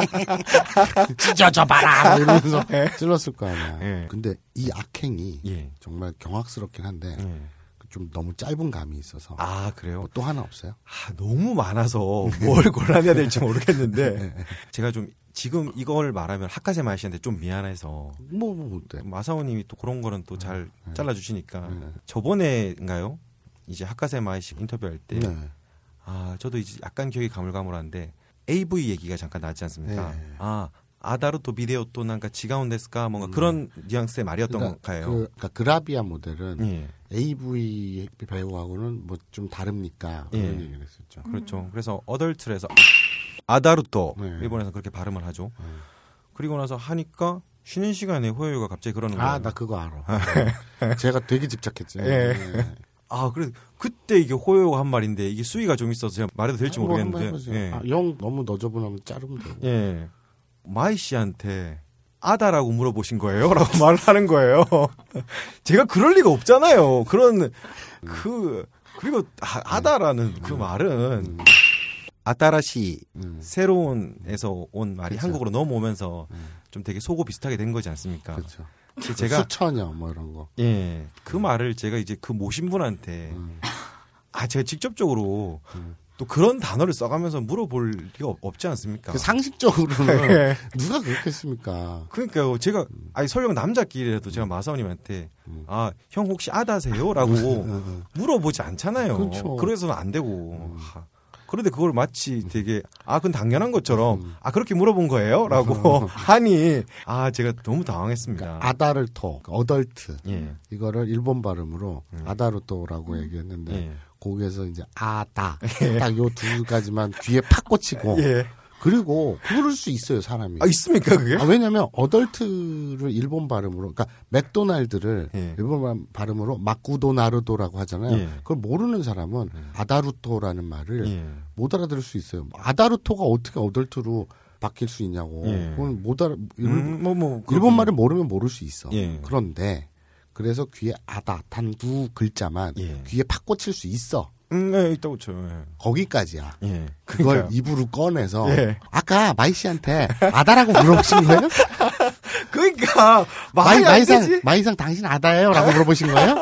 S3: 찢어져 봐라 이러면서 찔렀을 거 아니야.
S5: 예.
S3: 근데 이 악행이
S5: 예.
S3: 정말 경악스럽긴 한데
S5: 예.
S3: 좀 너무 짧은 감이 있어서
S5: 아 그래요?
S3: 뭐또 하나 없어요?
S5: 아, 너무 많아서 뭘 골라내야 될지 모르겠는데 네. 제가 좀 지금 이걸 말하면 하카세 마이씨한테 좀 미안해서
S3: 뭐, 뭐 어때?
S5: 네. 마사오님이 또 그런 거는 또 잘 잘라주시니까 저번에인가요? 이제 하카세 마이씨 인터뷰할 때
S3: 네.
S5: 아, 저도 이제 약간 기억이 가물가물한데 AV 얘기가 잠깐 나왔지 않습니까?
S3: 네.
S5: 아, 아다르 또 미데오 또 난가 지가온 데스까 뭔가 음. 그런 뉘앙스의 말이었던 것 같아요.
S3: 그, 그러니까 그라비아 모델은
S5: 예.
S3: AV 배우하고는 뭐 좀 다릅니까? 그런
S5: 예.
S3: 얘기를 했었죠.
S5: 그렇죠. 그래서 어덜트에서 아다루토
S3: 음. 네.
S5: 일본에서 그렇게 발음을 하죠. 그리고 나서 하니까 쉬는 시간에 호요가 갑자기 그러는 거예요.
S3: 아, 나 그거 알아. 제가 되게 집착했지. 예.
S5: 아, 그래 그때 이게 호요가 한 말인데 이게 수위가 좀 있어서 제가 말해도 될지
S3: 뭐 한번
S5: 모르겠는데.
S3: 해보세요. 아, 영 너무 너저분하면 자르면 되고.
S5: 예. 마이 씨한테 아다라고 물어보신 거예요? 라고 말을 하는 거예요. 제가 그럴 리가 없잖아요. 그런, 그, 그리고 아, 다라는
S3: 음.
S5: 그 말은 아따라시, 새로운에서 온 말이 한국으로 넘어오면서 좀 되게 속고 비슷하게 된 거지 않습니까?
S3: 음. 그렇죠.
S5: 근데
S3: 제가
S5: 제가,
S3: 수천여 뭐 이런 거.
S5: 예, 그 말을 제가 이제 그 모신 분한테
S3: 음.
S5: 아, 제가 직접적으로 또 그런 단어를 써가면서 물어볼 리가 없- 없지 않습니까?
S3: 그 상식적으로는
S5: 예.
S3: 누가 그렇게 했습니까?
S5: 그러니까요. 제가 아니 설령 남자끼리라도 제가 마사오님한테 아 형 혹시 아다세요라고 물어보지 않잖아요.
S3: 네, 그렇죠. 음.
S5: 래서는안 되고. 하. 그런데 그걸 마치 되게 아 그건 당연한
S3: 음.
S5: 것처럼 아 그렇게 물어본 거예요라고 하니 아 제가 너무 당황했습니다.
S3: 아다를 토, 그러니까 어덜트
S5: 예.
S3: 이거를 일본 발음으로 아다루토라고 얘기했는데
S5: 예.
S3: 거기에서 이제 아다 딱 요 두 가지만 귀에 팍 꽂히고
S5: 예.
S3: 그리고 그럴 수 있어요 사람이.
S5: 아 있습니까 그게?
S3: 아, 왜냐면 어덜트를 일본 발음으로 그러니까 맥도날드를
S5: 예.
S3: 일본 발- 발음으로 마쿠도나르도라고 하잖아요.
S5: 예.
S3: 그걸 모르는 사람은 아다루토라는 말을
S5: 예.
S3: 못 알아들을 수 있어요. 뭐 아다루토가 어떻게 어덜트로 바뀔 수 있냐고.
S5: 예.
S3: 그건 못 알아. 일본,
S5: 음, 뭐, 뭐,
S3: 일본
S5: 그렇군요.
S3: 말을 모르면 모를 수 있어.
S5: 예.
S3: 그런데 그래서 귀에 아다 단 두 글자만
S5: 예.
S3: 귀에 팍 꽂힐 수 있어.
S5: 음, 네, 있다고 쳐요.
S3: 거기까지야.
S5: 예. 예.
S3: 그걸
S5: 그러니까요.
S3: 입으로 꺼내서
S5: 예.
S3: 아까 마이 씨한테 아다라고 물어보신 거예요?
S5: 그러니까
S3: 마이
S5: 말이 안
S3: 마이상
S5: 되지.
S3: 마이상 당신 아다예요라고 물어보신 거예요?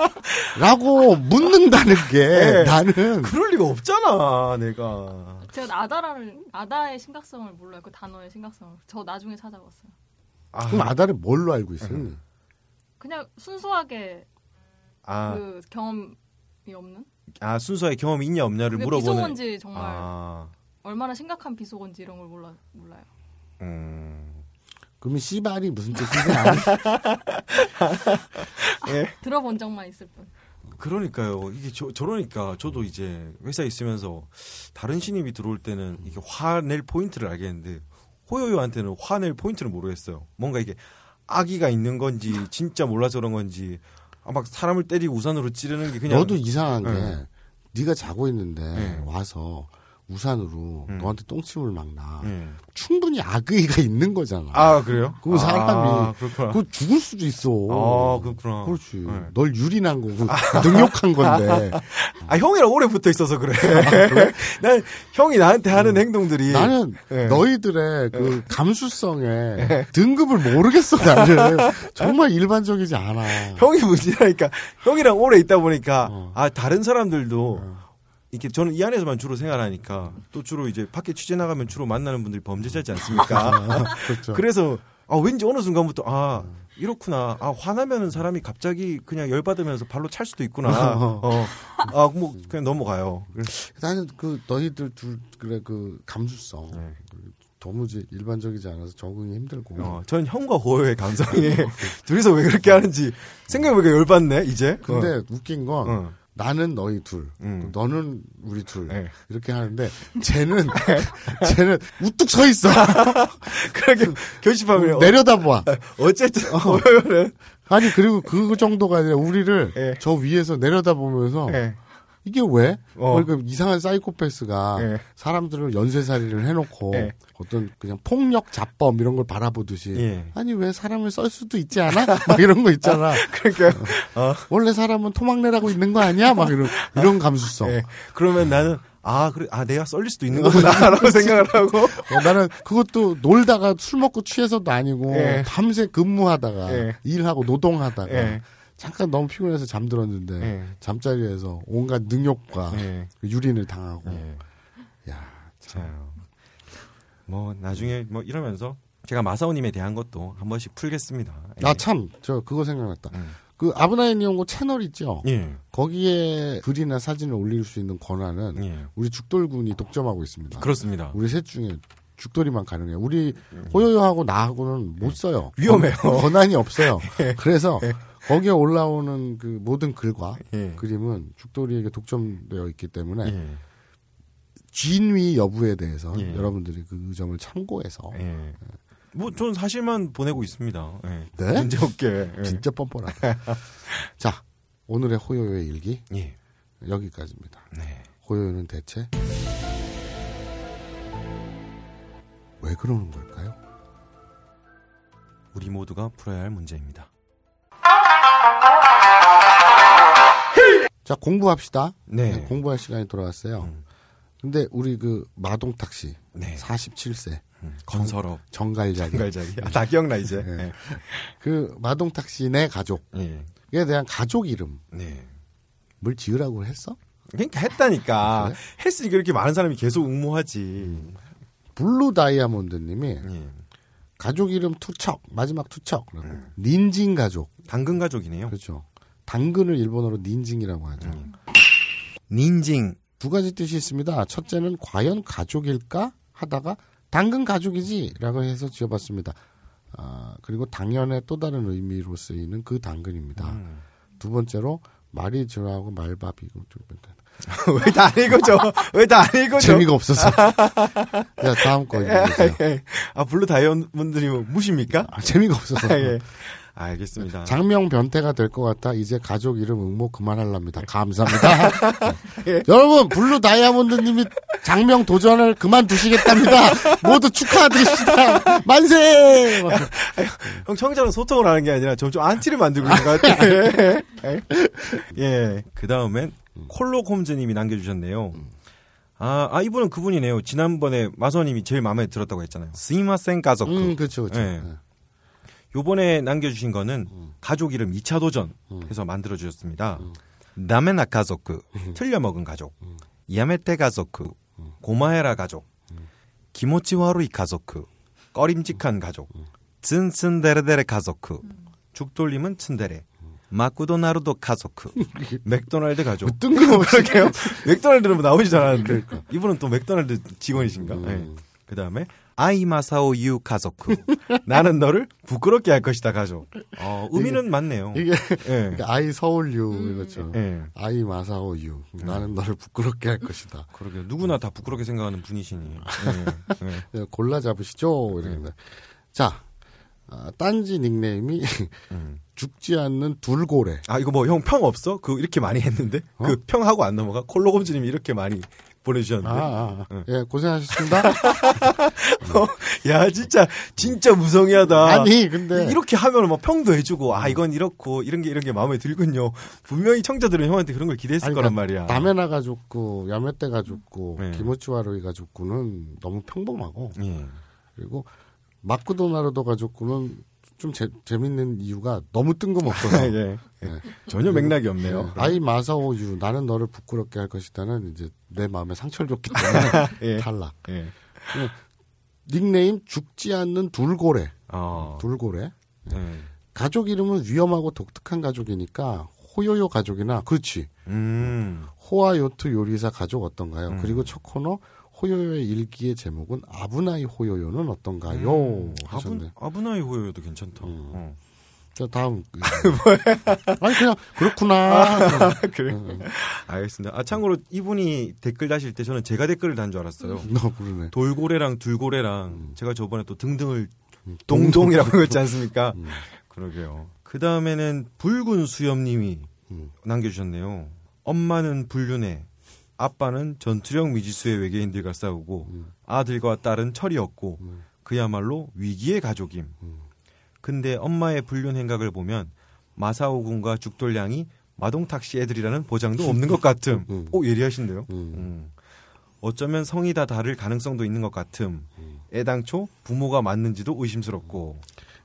S3: 라고 묻는다는 게
S5: 예.
S3: 나는
S5: 그럴 리가 없잖아, 내가.
S1: 제가 아다라는 아다의 심각성을 몰라요. 그 단어의 심각성을. 저 나중에 찾아봤어요.
S5: 아, 음.
S3: 그럼 아다를 뭘로 알고 있어요?
S1: 그냥 순수하게
S5: 아,
S1: 그 경험이 없는.
S5: 아 순서에 경험이 있냐 없냐를
S1: 그게
S5: 물어보는.
S1: 비속어인지 정말
S5: 아,
S1: 얼마나 심각한 비속어인지 이런 걸 몰라 몰라요.
S5: 음.
S3: 그러면 씨발이 무슨 뜻인지 아니?
S1: 들어본 적만 있을 뿐.
S5: 그러니까요. 이게 저, 저러니까 저도 이제 회사에 있으면서 다른 신입이 들어올 때는 이게 화낼 포인트를 알겠는데 호요요한테는 화낼 포인트를 모르겠어요. 뭔가 이게 악의가 있는 건지 진짜 몰라서 그런 건지 아, 막 사람을 때리고 우산으로 찌르는 게 그냥
S3: 너도 이상한 게
S5: 네.
S3: 네가 자고 있는데
S5: 네.
S3: 와서 우산으로
S5: 음.
S3: 너한테 똥침을 막 나.
S5: 예.
S3: 충분히 악의가 있는 거잖아.
S5: 아 그래요?
S3: 그거 사람이-
S5: 아, 그렇구나.
S3: 그거 죽을 수도 있어.
S5: 아 그렇구나.
S3: 그렇지.
S5: 네.
S3: 널 유린한 거고 능욕한 건데
S5: 아 형이랑 오래 붙어 있어서 그래. 난 형이 나한테 하는 행동들이
S3: 아, 음. 나는
S5: 네.
S3: 너희들의
S5: 예.
S3: 그 감수성에 등급을 모르겠어 나는 정말 일반적이지 않아.
S5: 어. 형이 문제라니까 형이랑 오래 있다 보니까
S3: 어.
S5: 아 다른 사람들도 이렇게 저는 이 안에서만 주로 생활하니까 또 주로 이제 밖에 취재 나가면 주로 만나는 분들이 범죄자지 않습니까?
S3: 그렇죠.
S5: 그래서 아 왠지 어느 순간부터 아 이렇구나 아 화나면은 사람이 갑자기 그냥 열받으면서 발로 찰 수도 있구나
S3: 어.
S5: 어. 어아뭐 그냥 넘어가요
S3: 나는 그 너희들 둘 그래 그 감수성 도무지 일반적이지 않아서 적응이 힘들고
S5: 네. 어, 전 형과 호요의
S3: 예.
S5: 감성이 둘이서 왜 그렇게 하는지 생각해보니까 열받네 이제
S3: 근데 웃긴 건
S5: 어.
S3: 나는 너희 둘,
S5: 음.
S3: 너는 우리 둘
S5: 네.
S3: 이렇게 하는데 쟤는 쟤는 우뚝 서 있어
S5: 아, 그렇게 결심하면 어,
S3: 내려다봐.
S5: 어쨌든 호요는
S3: 아니 그리고 그 정도가 아니라 우리를
S5: 예.
S3: 저 위에서 내려다보면서
S5: 예.
S3: 이게 왜?
S5: 어.
S3: 그러니까 이상한 사이코패스가
S5: 예.
S3: 사람들을 연쇄살이를 해놓고
S5: 예.
S3: 어떤 그냥 폭력 잡범 이런 걸 바라보듯이
S5: 예.
S3: 아니 왜 사람을 썰 수도 있지 않아? 막 이런 거 있잖아.
S5: 그러니까 어.
S3: 원래 사람은 토막내라고 있는 거 아니야? 막 이런 이런 감수성.
S5: 예. 그러면 나는 아 그래 아 내가 썰릴 수도 있는 거구나라고 생각을 하고
S3: 어, 나는 그것도 놀다가 술 먹고 취해서도 아니고
S5: 예.
S3: 밤새 근무하다가
S5: 예.
S3: 일하고 노동하다가
S5: 예.
S3: 잠깐 너무 피곤해서 잠들었는데
S5: 예.
S3: 잠자리에서 온갖 능욕과
S5: 예.
S3: 그 유린을 당하고
S5: 아. 야, 참. 뭐 나중에 뭐 이러면서 제가 마사오님에 대한 것도 한 번씩 풀겠습니다. 예.
S3: 아 참 저 그거 생각났다.
S5: 음.
S3: 그 아브나인 이용고 채널 있죠.
S5: 예.
S3: 거기에 글이나 사진을 올릴 수 있는 권한은
S5: 예.
S3: 우리 죽돌군이 독점하고 있습니다.
S5: 그렇습니다.
S3: 우리 셋 중에 죽돌이만 가능해요. 우리 호요요하고 나하고는 못 써요.
S5: 위험해요. 예.
S3: 권- 권한이 없어요. 그래서 거기에 올라오는 그 모든 글과
S5: 예.
S3: 그림은 죽돌이에게 독점되어 있기 때문에
S5: 예.
S3: 진위 여부에 대해서
S5: 예.
S3: 여러분들이 그 점을 참고해서
S5: 예. 뭐 저는 사실만 보내고 있습니다. 예.
S3: 네?
S5: 문제 없게. 예.
S3: 진짜 뻔뻔하다. 자, 오늘의 호요요의 일기
S5: 예.
S3: 여기까지입니다.
S5: 네.
S3: 호요요는 대체 왜 그러는 걸까요?
S5: 우리 모두가 풀어야 할 문제입니다.
S3: 자, 공부합시다.
S5: 네.
S3: 네, 공부할 시간이 돌아왔어요.
S5: 음.
S3: 근데 우리 그 마동탁 씨
S5: 네.
S3: 47세
S5: 음, 건설업
S3: 정갈자기
S5: 생갈자기. 아, 다 기억나 이제.
S3: 예.
S5: 예.
S3: 그 마동탁 씨네 가족에
S5: 예.
S3: 대한 가족 이름을
S5: 네.
S3: 지으라고 했어?
S5: 그러니까
S3: 아,
S5: 했다니까. 했으니까 이렇게 많은 사람이 계속
S3: 음.
S5: 응모하지.
S3: 블루 다이아몬드님이
S5: 예.
S3: 가족 이름 투척 마지막 투척 그러고
S5: 음.
S3: 닌징 가족
S5: 당근 가족이네요.
S3: 그렇죠. 당근을 일본어로 닌징이라고 하죠.
S5: 음. 닌징.
S3: 두 가지 뜻이 있습니다. 첫째는 과연 가족일까 하다가 당근 가족이지라고 해서 지어봤습니다. 아, 그리고 당연의 또 다른 의미로 쓰이는 그 당근입니다.
S5: 음.
S3: 두 번째로 말이 지나고 말밥이고 좀 약간
S5: 왜 다 안 읽어줘? 왜 다 안 읽어줘?
S3: 재미가 없어서. 자 다음 거 읽어주세요.
S5: 예. 아, 블루 다이아몬드님 무십니까?
S3: 그렇죠. 아, 재미가 없어서.
S5: 아, 예. 알겠습니다.
S3: 아. 장명 변태가 될 것 같아 이제 가족 이름 응모 그만할랍니다. 감사합니다. 여러분 블루 다이아몬드님이 장명 도전을 그만두시겠답니다. 모두 축하드립니다. 만세.
S5: 형 청자랑 소통을
S3: 아,
S5: 하는 게 아니라 점점 안티를 만들고 있는 것 같아. 예. 예. 그 다음엔 콜로콤즈님이 남겨주셨네요.
S3: 음.
S5: 아, 아, 이분은 그분이네요. 지난번에 마서님이 제일 마음에 들었다고 했잖아요. 스이마센 가서크.
S3: 음, 그렇죠, 그렇죠.
S5: 예. 요번에 남겨주신 거는 가족 이름 2차 도전 해서 만들어주셨습니다.
S3: 음.
S5: 나메나 가족, 그, 틀려먹은 가족, 야메테 가족, 그, 음. 고마헤라 가족, 기모치와루이 가족, 그, 꺼림직한 가족, 츤츤데레데레 가족, 그, 죽돌림은 츤데레, 마쿠도나르도 가족, 그, 맥도날드 가족.
S3: 뜬금없게요.
S5: 뭐 맥도날드는 뭐 나오지 않았는데 이분은 또 맥도날드 직원이신가? 예. 그 다음에 아이마사오 유 가족 그. 나는 너를 부끄럽게 할 것이다 가족. 어, 의미는 맞네요.
S3: 이게
S5: 예.
S3: 아이 서울유 이거죠.
S5: 예.
S3: 아이 마사오유. 나는 너를 부끄럽게 할 것이다.
S5: 그러게 누구나 다 부끄럽게 생각하는 분이시니.
S3: 아.
S5: 예. 예.
S3: 그냥 골라 잡으시죠. 이러는데 자, 아, 딴지 닉네임이 음. 죽지 않는 둘고래.
S5: 아 이거 뭐 형 평 없어? 그 이렇게 많이 했는데
S3: 어?
S5: 그 평하고 안 넘어가? 콜로검지님이 이렇게 많이
S3: 아,
S5: 보내주셨는데.
S3: 아, 아. 예, 고생하셨습니다.
S5: 어? 야 진짜 진짜 무성의하다.
S3: 아니, 네. 음. 근데
S5: 이렇게 하면 막 평도 해주고 아 이건 이렇고 이런 게 이런 게 마음에 들군요. 분명히 청자들은 형한테 그런 걸 기대했을
S3: 아니,
S5: 거란
S3: 그러니까
S5: 말이야.
S3: 다메나 가족구, 야메떼 가족구,
S5: 네.
S3: 기모치와루이 가족구는 너무 평범하고
S5: 예.
S3: 그리고 마쿠도나르도 가족구는 좀 재, 재밌는 이유가 너무 뜬금없어서
S5: 예. 전혀 맥락이 없네요.
S3: 네, 아이 마사오유 나는 너를 부끄럽게 할 것이다는 이제 내 마음에 상처를 줬기 때문에
S5: 예.
S3: 탈락.
S5: 예.
S3: 닉네임 죽지 않는 둘고래.
S5: 어.
S3: 둘고래.
S5: 예.
S3: 가족 이름은 위험하고 독특한 가족이니까 호요요 가족이나 그렇지
S5: 음.
S3: 호아요트 요리사 가족 어떤가요?
S5: 음.
S3: 그리고 첫 코너 호요요의 일기의 제목은 아부나이 호요요는 아, 어떤가요? 하셨네.
S5: 음.
S3: 음.
S5: 아분 아분아이 호요도 괜찮다. 어.
S3: 자 다음 아니 그냥
S5: 아.
S3: 그렇구나.
S5: 그래. 알겠습니다. 아 참고로 이분이 댓글 다실 때 저는 제가 댓글을 단 줄 알았어요.
S3: 너 그러네.
S5: 돌고래랑 둘고래랑 제가 저번에 또 등등을 음. 동동이라고 했지 않습니까? 그러게요. 그 다음에는 붉은 수염님이
S3: 음.
S5: 남겨주셨네요. 엄마는 불륜해, 아빠는 전투력 미지수의 외계인들과 싸우고 아들과 딸은 철이었고 그야말로 위기의 가족임. 근데 엄마의 불륜 행각을 보면 마사오 군과 죽돌량이 마동탁 씨 애들이라는 보장도 없는 것 같음.
S3: 음.
S5: 오 예리하신데요.
S3: 음.
S5: 음. 어쩌면 성이 다 다를 가능성도 있는 것 같음. 애당초 부모가 맞는지도 의심스럽고.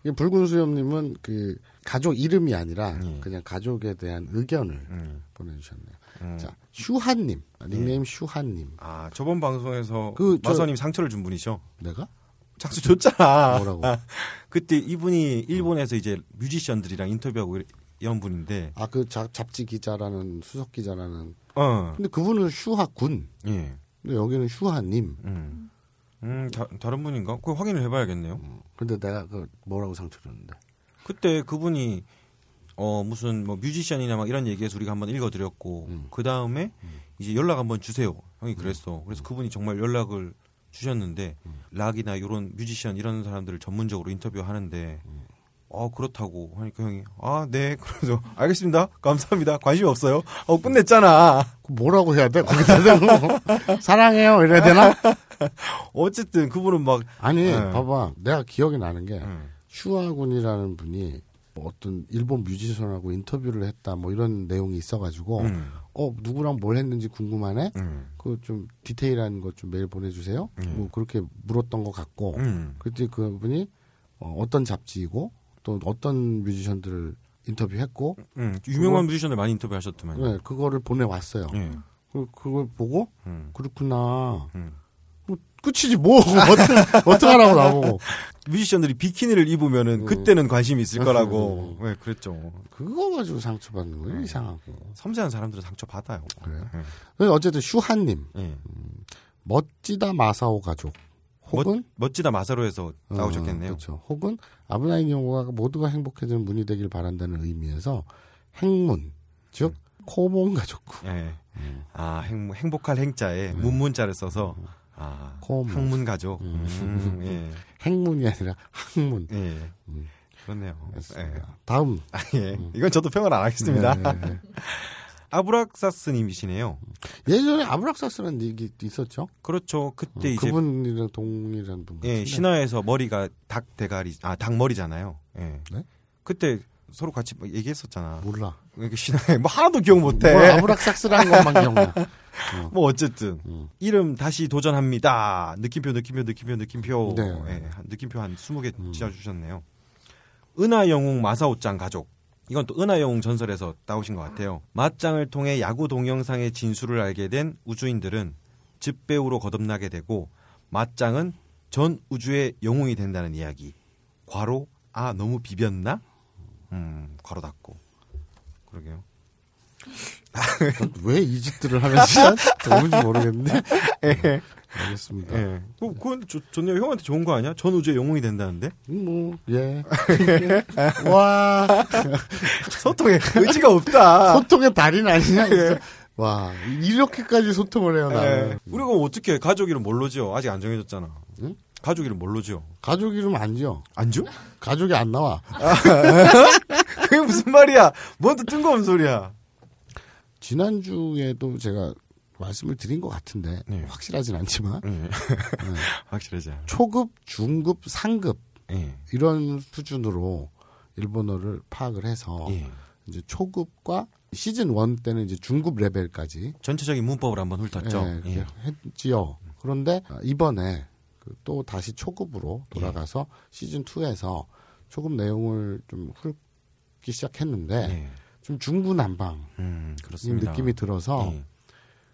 S3: 이 붉은 수염님은 그 가족 이름이 아니라
S5: 예.
S3: 그냥 가족에 대한 의견을
S5: 음.
S3: 보내주셨네요.
S5: 음.
S3: 자 슈한님 닉네임 슈한님
S5: 아 저번 방송에서
S3: 그, 저-
S5: 마선님 상처를 준 분이죠.
S3: 내가
S5: 장수 줬잖아.
S3: 뭐라고?
S5: 그때 이분이 일본에서 이제 뮤지션들이랑 인터뷰하고 이래- 이런 분인데,
S3: 아 그 잡지 기자라는 수석 기자라는
S5: 어,
S3: 근데 그분은 슈하군
S5: 예,
S3: 근데 여기는 슈하님
S5: 음, 음 다, 다른 분인가? 그 확인을 해봐야겠네요.
S3: 근데 내가 그 뭐라고 상처줬는데
S5: 그때 그분이 어 무슨 뭐 뮤지션이나 막 이런 얘기해서 우리가 한번 읽어드렸고 그 다음에 음. 이제 연락 한번 주세요 형이 그랬어 그래서 그분이 정말 연락을 주셨는데 락이나 이런 뮤지션 이런 사람들을 전문적으로 인터뷰하는데 어 그렇다고 하니까 형이 아 네 그래서 알겠습니다 감사합니다 관심 없어요 어 끝냈잖아
S3: 그 뭐라고 해야 돼 거기다 대고 사랑해요 이래야 되나
S5: 어쨌든 그분은 막
S3: 아니
S5: 네.
S3: 봐봐 내가 기억이 나는 게
S5: 음.
S3: 슈하군이라는 분이 뭐 어떤 일본 뮤지션하고 인터뷰를 했다 뭐 이런 내용이 있어가지고
S5: 음,
S3: 어 누구랑 뭘 했는지 궁금하네
S5: 음,
S3: 그 좀 디테일한 것 좀 메일 보내주세요 뭐 그렇게 물었던 것 같고
S5: 음.
S3: 그때 그분이 어, 어떤 잡지이고 또 어떤 뮤지션들을 인터뷰했고
S5: 음, 유명한 뮤지션을 많이 인터뷰하셨더만 요
S3: 네, 그거를 보내왔어요.
S5: 예
S3: 그, 그걸 보고
S5: 음.
S3: 그렇구나.
S5: 음.
S3: 뭐, 끝이지 뭐 어떻게 어떻게 하라고 나보고
S5: 뮤지션들이 비키니를 입으면은
S3: 어.
S5: 그때는 관심이 있을 거라고. 네, 그랬죠.
S3: 그거 가지고 상처받는
S5: 음.
S3: 거예요 이상하고.
S5: 섬세한 사람들은 상처 받아요.
S3: 그래요? 그래서 어쨌든 슈하님
S5: 예.
S3: 멋지다 마사오 가족 혹은
S5: 멋, 지다 마사로에서 나오셨겠네요.
S3: 그렇죠. 혹은 아브나인 영화가 모두가 행복해지는 문이 되길 바란다는 의미에서 행문 즉
S5: 음.
S3: 코몬 가족구
S5: 예.
S3: 음.
S5: 아, 행, 행복할
S3: 네.
S5: 행자에 문문자를 써서 아,
S3: 고문.
S5: 학문 가족. 음, 예.
S3: 행문이 아니라 학문.
S5: 예. 그렇네요. 예.
S3: 음. 알겠습니다. 다음 네.
S5: 아, 예. 이건 저도 평을 안 하겠습니다. 아브락사스님이시네요.
S3: 예전에 아브락사스라는 얘기 있었죠.
S5: 그렇죠. 그때 이제
S3: 음, 그분이랑 동일한 분.
S5: 예,
S3: 같은데.
S5: 신화에서 머리가 닭 대가리, 아, 닭 머리잖아요. 예.
S3: 네?
S5: 그때 서로 같이 막 얘기했었잖아.
S3: 몰라.
S5: 이렇게 신화에 뭐 하나도 기억 못해.
S3: 뭘 아브락삭스라는 것만 기억나.
S5: 뭐 어쨌든
S3: 음.
S5: 이름 다시 도전합니다. 느낌표 느낌표 느낌표 느낌표
S3: 네. 음.
S5: 예, 한 느낌표 한 20개 지어주셨네요. 은하 영웅 마사오짱 가족 이건 또 은하 영웅 전설에서 따오신 것 같아요. 맞짱을 통해 야구 동영상의 진수를 알게 된 우주인들은 집배우로 거듭나게 되고 맞짱은 전 우주의 영웅이 된다는 이야기. 과로 아 너무 비볐나? 음 과로 닫고 그러게요.
S3: 왜 이 짓들을 하는지 도무지 모르겠는데. 음, 알겠습니다.
S5: 예. 그, 그건 좋, 좋네요. 형한테 좋은 거 아니야? 전 우주의 영웅이 된다는데?
S3: 뭐, 예. 와,
S5: 소통에 의지가 없다.
S3: 소통의 달인 아니냐, 진짜. 와, 이렇게까지 소통을 해요, 나는.
S5: 예. 우리가 어떻게 해? 가족 이름 뭘로 지어? 아직 안 정해졌잖아. 가족 이름 뭘로 지어?
S3: 가족 이름 안 지어.
S5: 안 줘?
S3: 가족이 안 나와.
S5: 그게 무슨 말이야? 뭔또 뜬금없는 소리야.
S3: 지난주에도 제가 말씀을 드린 것 같은데,
S5: 네.
S3: 확실하진 않지만,
S5: 예. 확실하지 않아.
S3: 초급, 중급, 상급,
S5: 예.
S3: 이런 수준으로 일본어를 파악을 해서,
S5: 예.
S3: 이제 초급과 시즌 원 때는 이제 중급 레벨까지
S5: 전체적인 문법을 한번 훑었죠.
S3: 예,
S5: 예.
S3: 그게 했지요. 그런데 이번에 그또 다시
S5: 예.
S3: 초급으로 돌아가서 시즌 2에서 초급 내용을 좀 훑기 시작했는데
S5: 예.
S3: 좀 중구난방
S5: 음,
S3: 이
S5: 그렇습니다.
S3: 느낌이 들어서
S5: 예.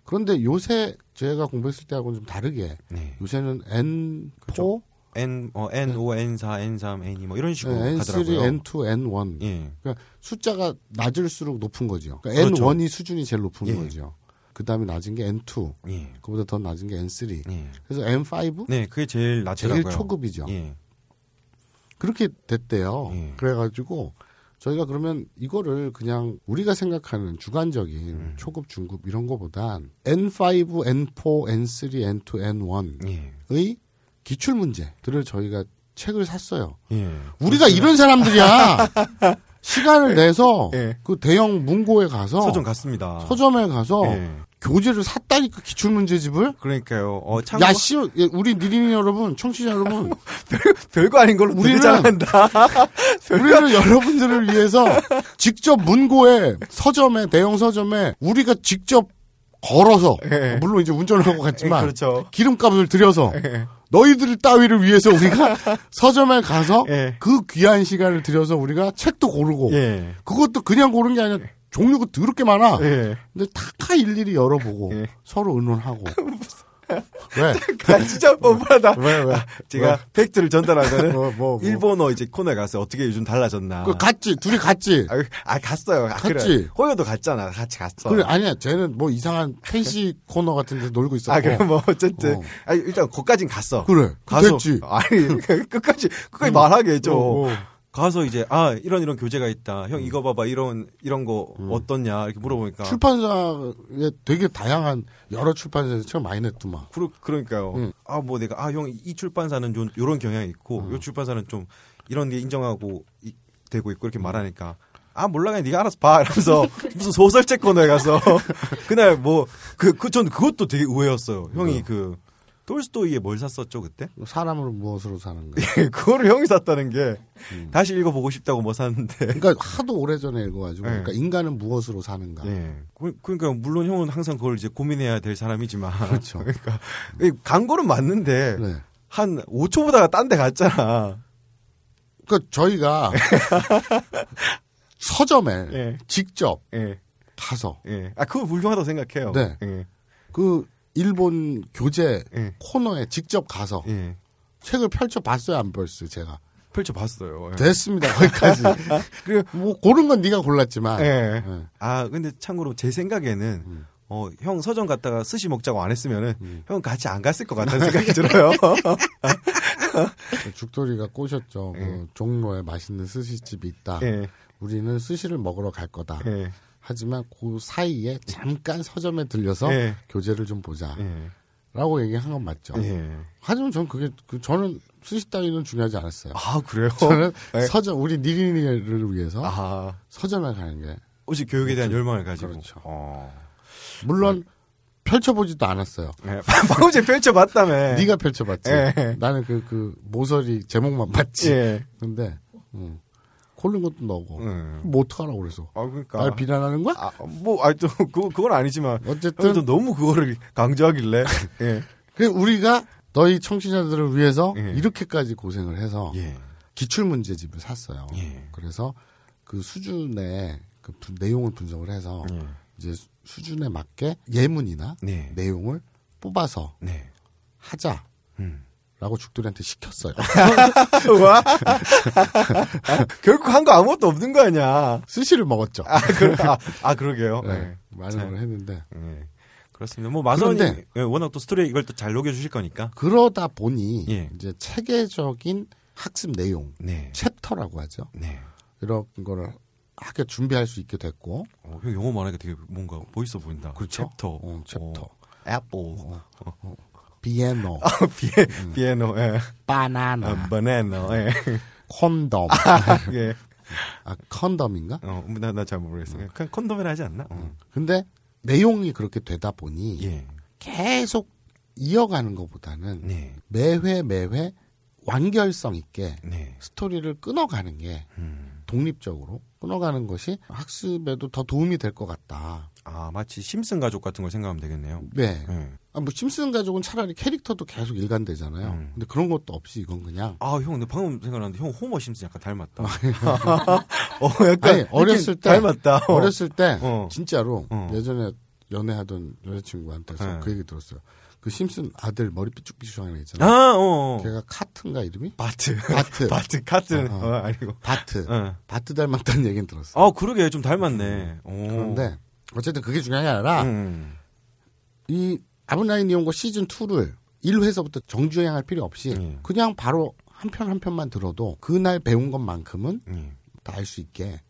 S3: 그런데 요새 제가 공부했을 때하고는 좀 다르게
S5: 네.
S3: 요새는 N4,
S5: 그렇죠. N, 어, N5, N4, N3, N2 뭐 이런 식으로
S3: 네,
S5: 가더라고요.
S3: N3, N2, N1
S5: 예.
S3: 그러니까 숫자가 낮을수록 높은 거죠. 그
S5: 그렇죠.
S3: N1이 수준이 제일 높은
S5: 예.
S3: 거죠. 그 다음에 낮은 게 N2,
S5: 예.
S3: 그보다 더 낮은 게 N3.
S5: 예.
S3: 그래서 N5
S5: 네, 그게 제일
S3: 제일
S5: 낮더라고요.
S3: 초급이죠.
S5: 예.
S3: 그렇게 됐대요.
S5: 예.
S3: 그래가지고 저희가 그러면 이거를 그냥 우리가 생각하는 주관적인
S5: 음.
S3: 초급, 중급 이런 거보단 N5, N4, N3, N2,
S5: 예.
S3: N1의 기출 문제들을 저희가 책을 샀어요.
S5: 예.
S3: 우리가 이런 사람들이야. 시간을 내서
S5: 예.
S3: 그 대형 문고에 가서
S5: 서점 갔습니다.
S3: 에 가서
S5: 예.
S3: 교재를 샀다니까 기출 문제집을.
S5: 그러니까요. 어, 참
S3: 야, 씨, 예, 우리 니린이 여러분, 청취자 여러분,
S5: 별거 아닌 걸로
S3: 우리는-
S5: 대장한다.
S3: 우리는 여러분들을 위해서 직접 문고에 서점에 대형 서점에 우리가 직접 걸어서
S5: 예.
S3: 물론 이제 운전을 하고 갔지만
S5: 그렇죠. 예.
S3: 기름값을 들여서 너희들 따위를 위해서 우리가 서점에 가서
S5: 예.
S3: 그 귀한 시간을 들여서 우리가 책도 고르고
S5: 예.
S3: 그것도 그냥 고른 게 아니라 종류가 더럽게 많아.
S5: 예.
S3: 근데 다 일일이 열어보고
S5: 예.
S3: 서로 의논하고 왜?
S5: 아, 진짜 뻔뻔하다. 아,
S3: 왜 왜?
S5: 제가 팩트를 전달하면은
S3: 뭐, 뭐, 뭐.
S5: 일본어 이제 코너에 가서 어떻게 요즘 달라졌나.
S3: 그 갔지 둘이 갔지.
S5: 아, 아, 갔어요. 아,
S3: 갔지.
S5: 그래. 호요도 갔잖아. 같이 갔어.
S3: 그래 아니야 쟤는 뭐 이상한 펜시 코너 같은 데서 놀고 있었고
S5: 아, 그럼 뭐 어쨌든
S3: 어.
S5: 아니, 일단 거기까진 갔어.
S3: 그래,
S5: 가서
S3: 됐지.
S5: 아니 그- 끝까지 끝까지 말하게 해줘.
S3: 어, 음. 어.
S5: 가서 이제 아 이런 이런 교재가 있다. 형 이거 봐봐 이런 이런 거
S3: 음.
S5: 어떻냐 이렇게 물어보니까
S3: 출판사에 되게 다양한 여러 출판사에서 책 많이 냈더만.
S5: 그러, 그러니까요.
S3: 음.
S5: 아 뭐 내가 아 형 이 출판사는 좀 요런 경향이 있고 요 출판사는 좀 이런 게 인정하고 이- 되고 있고 이렇게
S3: 음.
S5: 말하니까 아 몰라 그냥 네가 알아서 봐 이러면서 무슨 소설책 코너에 가서 그날 뭐 그 그 전 그것도 되게 의외였어요.
S3: 네.
S5: 형이 그 톨스토이에 뭘 샀었죠 그때?
S3: 뭐 사람으로 무엇으로 사는가.
S5: 그거를 형이 샀다는 게 다시 읽어보고 싶다고 뭐 샀는데.
S3: 그러니까 하도 오래전에 읽어가지고
S5: 네.
S3: 그러니까 인간은 무엇으로 사는가.
S5: 예. 그- 그러니까 물론 형은 항상 그걸 이제 고민해야 될 사람이지만
S3: 그렇죠.
S5: 그러니까 이 광고는 맞는데
S3: 네.
S5: 한 5초 보다가 딴 데 갔잖아.
S3: 그러니까 저희가 서점에
S5: 네.
S3: 직접
S5: 예,
S3: 가서
S5: 예. 아, 그거 훌륭하다고 생각해요.
S3: 네.
S5: 예,
S3: 그 일본 교재
S5: 예,
S3: 코너에 직접 가서
S5: 예.
S3: 책을 펼쳐봤어요 안 벌써 제가
S5: 펼쳐봤어요. 예.
S3: 됐습니다 거기까지
S5: 그리고-
S3: 뭐 고른 건 네가 골랐지만
S5: 예.
S3: 네.
S5: 아, 근데 참고로 제 생각에는 어, 형 서점 갔다가 스시 먹자고 안 했으면은 형 같이 안 갔을 것 같다는 생각이 들어요.
S3: 죽돌이가 꼬셨죠.
S5: 네.
S3: 그 종로에 맛있는 스시집이 있다.
S5: 예,
S3: 우리는 스시를 먹으러 갈 거다.
S5: 예,
S3: 하지만 그 사이에 잠깐 서점에 들려서
S5: 예.
S3: 교재를 좀 보자.
S5: 예,
S3: 라고 얘기한 건 맞죠.
S5: 예.
S3: 하지만 전 그게, 그 저는 스시 따위는 중요하지 않았어요.
S5: 아, 그래요?
S3: 저는
S5: 예.
S3: 서점, 우리 니린이를 위해서
S5: 아,
S3: 서점에 가는 게.
S5: 혹시 교육에 대한 열망을 가지고.
S3: 그렇죠.
S5: 어.
S3: 물론 펼쳐보지도 않았어요.
S5: 예. 방금 펼쳐봤다며.
S3: 네가 펼쳐봤지.
S5: 예.
S3: 예. 나는 그, 그 모서리 제목만 봤지.
S5: 예.
S3: 근데 음, 고른 것도 너고.
S5: 네.
S3: 뭐 어떡하라고 그래서.
S5: 아 그러니까
S3: 날 비난하는 거야?
S5: 아, 뭐, 아니, 또, 그, 그건 아니지만.
S3: 어쨌든
S5: 아무튼 너무 그거를 강조하길래. 예.
S3: 그 우리가 너희 청취자들을 위해서
S5: 예.
S3: 이렇게까지 고생을 해서
S5: 예.
S3: 기출문제집을 샀어요.
S5: 예.
S3: 그래서 그 수준의 그 분- 내용을 분석을 해서
S5: 예.
S3: 이제 수- 수준에 맞게 예문이나
S5: 네. 네.
S3: 내용을 뽑아서
S5: 네.
S3: 하자라고
S5: 음.
S3: 죽돌이한테 시켰어요.
S5: 와. 결국 한 거 아무것도 없는 거 아니야.
S3: 스시를 먹었죠.
S5: 아, 그러, 아, 아, 그러게요.
S3: 네,
S5: 예.
S3: 많은 걸 했는데
S5: 예. 그렇습니다. 뭐, 마선이
S3: 그런데-
S5: 예, 워낙 또 스토리에 이걸 또 잘 녹여주실 거니까.
S3: 그러다 보니
S5: 예.
S3: 이제 체계적인 학습 내용
S5: 네.
S3: 챕터라고 하죠.
S5: 네.
S3: 이런 거를 학교 준비할 수 있게 됐고
S5: 어, 형 영어 말하니까 되게 뭔가 멋있어 보인다.
S3: 그렇죠?
S5: 챕터.
S3: 어, 챕터.
S5: 어, 애플. 어.
S3: 비에노,
S5: 비에, 비에노, 예.
S3: 바나나,
S5: 아, 바나나, 예.
S3: 콘돔,
S5: 예.
S3: 아 컨덤인가?
S5: 어, 나, 나 잘 모르겠어. 그냥 콘돔이라 하지 않나? 어.
S3: 근데 내용이 그렇게 되다 보니
S5: 예.
S3: 계속 이어가는 것보다는
S5: 네.
S3: 매회 매회 완결성 있게
S5: 네.
S3: 스토리를 끊어가는 게
S5: 음.
S3: 독립적으로 끊어가는 것이 학습에도 더 도움이 될 것 같다.
S5: 아, 마치 심슨 가족 같은 걸 생각하면 되겠네요.
S3: 네.
S5: 예.
S3: 아, 뭐 심슨 가족은 차라리 캐릭터도 계속 일관되잖아요.
S5: 음.
S3: 근데 그런 것도 없이 이건 그냥
S5: 아, 형, 근데 방금 생각났는데, 형 호머 심슨 약간 닮았다. 어, 약간.
S3: 아니, 어렸을
S5: 느낌
S3: 때
S5: 닮았다. 어.
S3: 어렸을 때
S5: 어.
S3: 진짜로
S5: 어.
S3: 예전에 연애하던 여자친구한테서
S5: 네.
S3: 그 얘기 들었어요. 그 심슨 아들 머리 삐죽삐죽한 애 있잖아요.
S5: 아, 어. 어.
S3: 걔가 카트인가 이름이?
S5: 바트.
S3: 바트.
S5: 바트, 카트는,
S3: 어,
S5: 어,
S3: 어.
S5: 아니고.
S3: 바트.
S5: 예.
S3: 바트 닮았다는 얘기는 들었어요.
S5: 아, 그러게. 좀 닮았네. 오.
S3: 그런데 어쨌든 그게 중요한 게 아니라
S5: 음.
S3: 이 아브나인 이용고 시즌 2를 1회서부터 정주행할 필요 없이
S5: 음.
S3: 그냥 바로 한 편 한 편만 들어도 그날 배운 것만큼은
S5: 예.
S3: 다 알 수 있게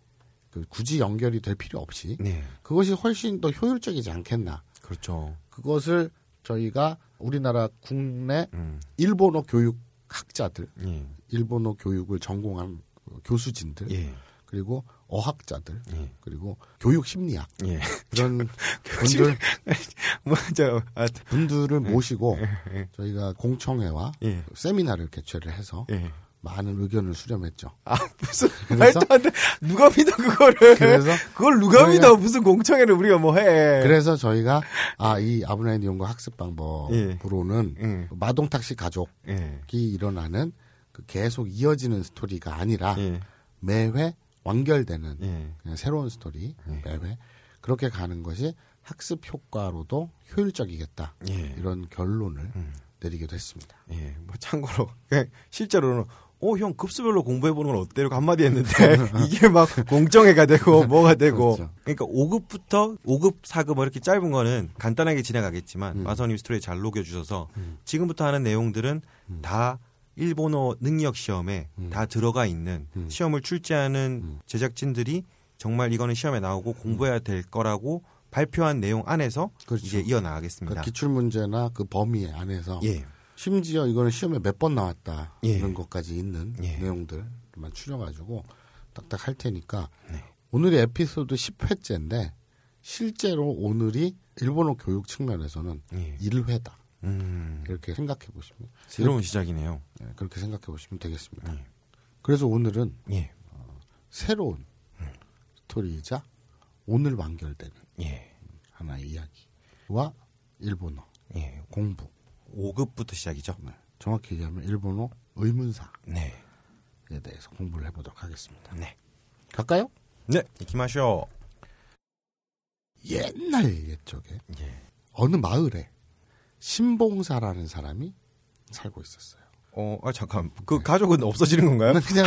S3: 그 굳이 연결이 될 필요 없이
S5: 네.
S3: 그것이 훨씬 더 효율적이지 않겠나.
S5: 그렇죠.
S3: 그것을 저희가 우리나라 국내
S5: 음.
S3: 일본어 교육 학자들,
S5: 예.
S3: 일본어 교육을 전공한 교수진들,
S5: 예.
S3: 그리고 어학자들,
S5: 예.
S3: 그리고 교육 심리학
S5: 예.
S3: 이런 분들
S5: 심리학. 뭐, 저, 아,
S3: 분들을 모시고 저희가 공청회와
S5: 예.
S3: 세미나를 개최를 해서
S5: 예.
S3: 많은 의견을 수렴했죠.
S5: 아, 무슨,
S3: 그래서?
S5: 말도 안 돼. 누가 믿어, 그거를.
S3: 그래서
S5: 그걸 누가
S3: 그냥-
S5: 믿어. 무슨 공청회를 우리가 뭐 해.
S3: 그래서 저희가 아 이 아브나인 이용과 학습 방법으로는
S5: 예.
S3: 마동탁 씨 가족이
S5: 예.
S3: 일어나는 그 계속 이어지는 스토리가 아니라
S5: 예.
S3: 매회 완결되는
S5: 예.
S3: 그냥 새로운 스토리 매회 그렇게 가는 것이 학습 효과로도 효율적이겠다
S5: 예. 음.
S3: 이런 결론을 내리게 됐습니다.
S5: 예. 뭐, 참고로. 그냥 실제로는 어, 형, 급수별로 공부해보는 건 어때? 이렇게 한마디 했는데, 이게 막 공정회가 되고, 뭐가 되고.
S3: 그렇죠.
S5: 그러니까 5급부터 5급, 4급 뭐 이렇게 짧은 거는 간단하게 지나가겠지만,
S3: 음.
S5: 마선님 스토리에 잘 녹여주셔서, 지금부터 하는 내용들은
S3: 음.
S5: 다 일본어 능력 시험에 다 들어가 있는
S3: 음.
S5: 시험을 출제하는 제작진들이 정말 이거는 시험에 나오고 공부해야 될 거라고 발표한 내용 안에서
S3: 음. 그렇죠.
S5: 이제 이어나가겠습니다.
S3: 그러니까 기출 문제나 그 범위 안에서
S5: 예.
S3: 심지어 이거는 시험에 몇 번 나왔다
S5: 예.
S3: 이런 것까지 있는
S5: 예.
S3: 내용들만 추려가지고 딱딱 할 테니까
S5: 네.
S3: 오늘이 에피소드 10회째인데 실제로 오늘이 일본어 교육 측면에서는
S5: 예.
S3: 1회다
S5: 음,
S3: 이렇게 생각해 보시면
S5: 새로운 시작이네요.
S3: 네, 그렇게 생각해 보시면 되겠습니다. 그래서 오늘은
S5: 예.
S3: 새로운
S5: 음.
S3: 스토리이자 오늘 완결되는
S5: 예.
S3: 하나의 이야기와 일본어
S5: 예.
S3: 공부
S5: 5급부터 시작이죠.
S3: 네, 정확히 얘기하면 일본어 의문사에
S5: 네.
S3: 대해서 공부를 해보도록 하겠습니다.
S5: 네.
S3: 갈까요?
S5: 네. 이키마쇼.
S3: 옛날 옛적에
S5: 예.
S3: 어느 마을에 신봉사라는 사람이 살고 있었어요.
S5: 어, 아 잠깐. 그
S3: 네.
S5: 가족은 없어지는 건가요?
S3: 나는 그냥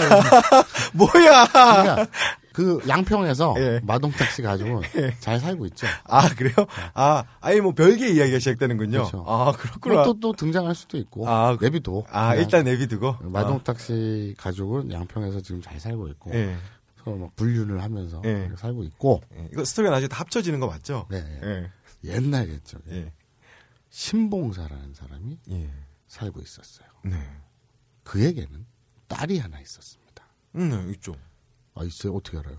S5: 뭐야?
S3: 그러니까 그 양평에서
S5: 예.
S3: 마동탁 씨 가족은 잘 살고 있죠.
S5: 아, 그래요? 아, 아예 뭐 별개 이야기가 시작되는군요.
S3: 네. 그렇죠.
S5: 아, 그렇구나.
S3: 또, 또 등장할 수도 있고
S5: 아, 그-
S3: 내비도
S5: 아,
S3: 그냥
S5: 일단 내비두고.
S3: 네, 마동탁 씨 가족은 양평에서 지금 잘 살고 있고
S5: 아, 예.
S3: 서로 막 불륜을 하면서
S5: 예.
S3: 그렇게 살고 있고
S5: 예. 이거 스토리가 나중에 다 합쳐지는 거 맞죠?
S3: 네,
S5: 예.
S3: 옛날 옛적에
S5: 예.
S3: 신봉사라는 사람이
S5: 예.
S3: 살고 있었어요.
S5: 네.
S3: 그에게는 딸이 하나 있었습니다.
S5: 음, 네, 있죠.
S3: 아 있어요? 어떻게 알아요?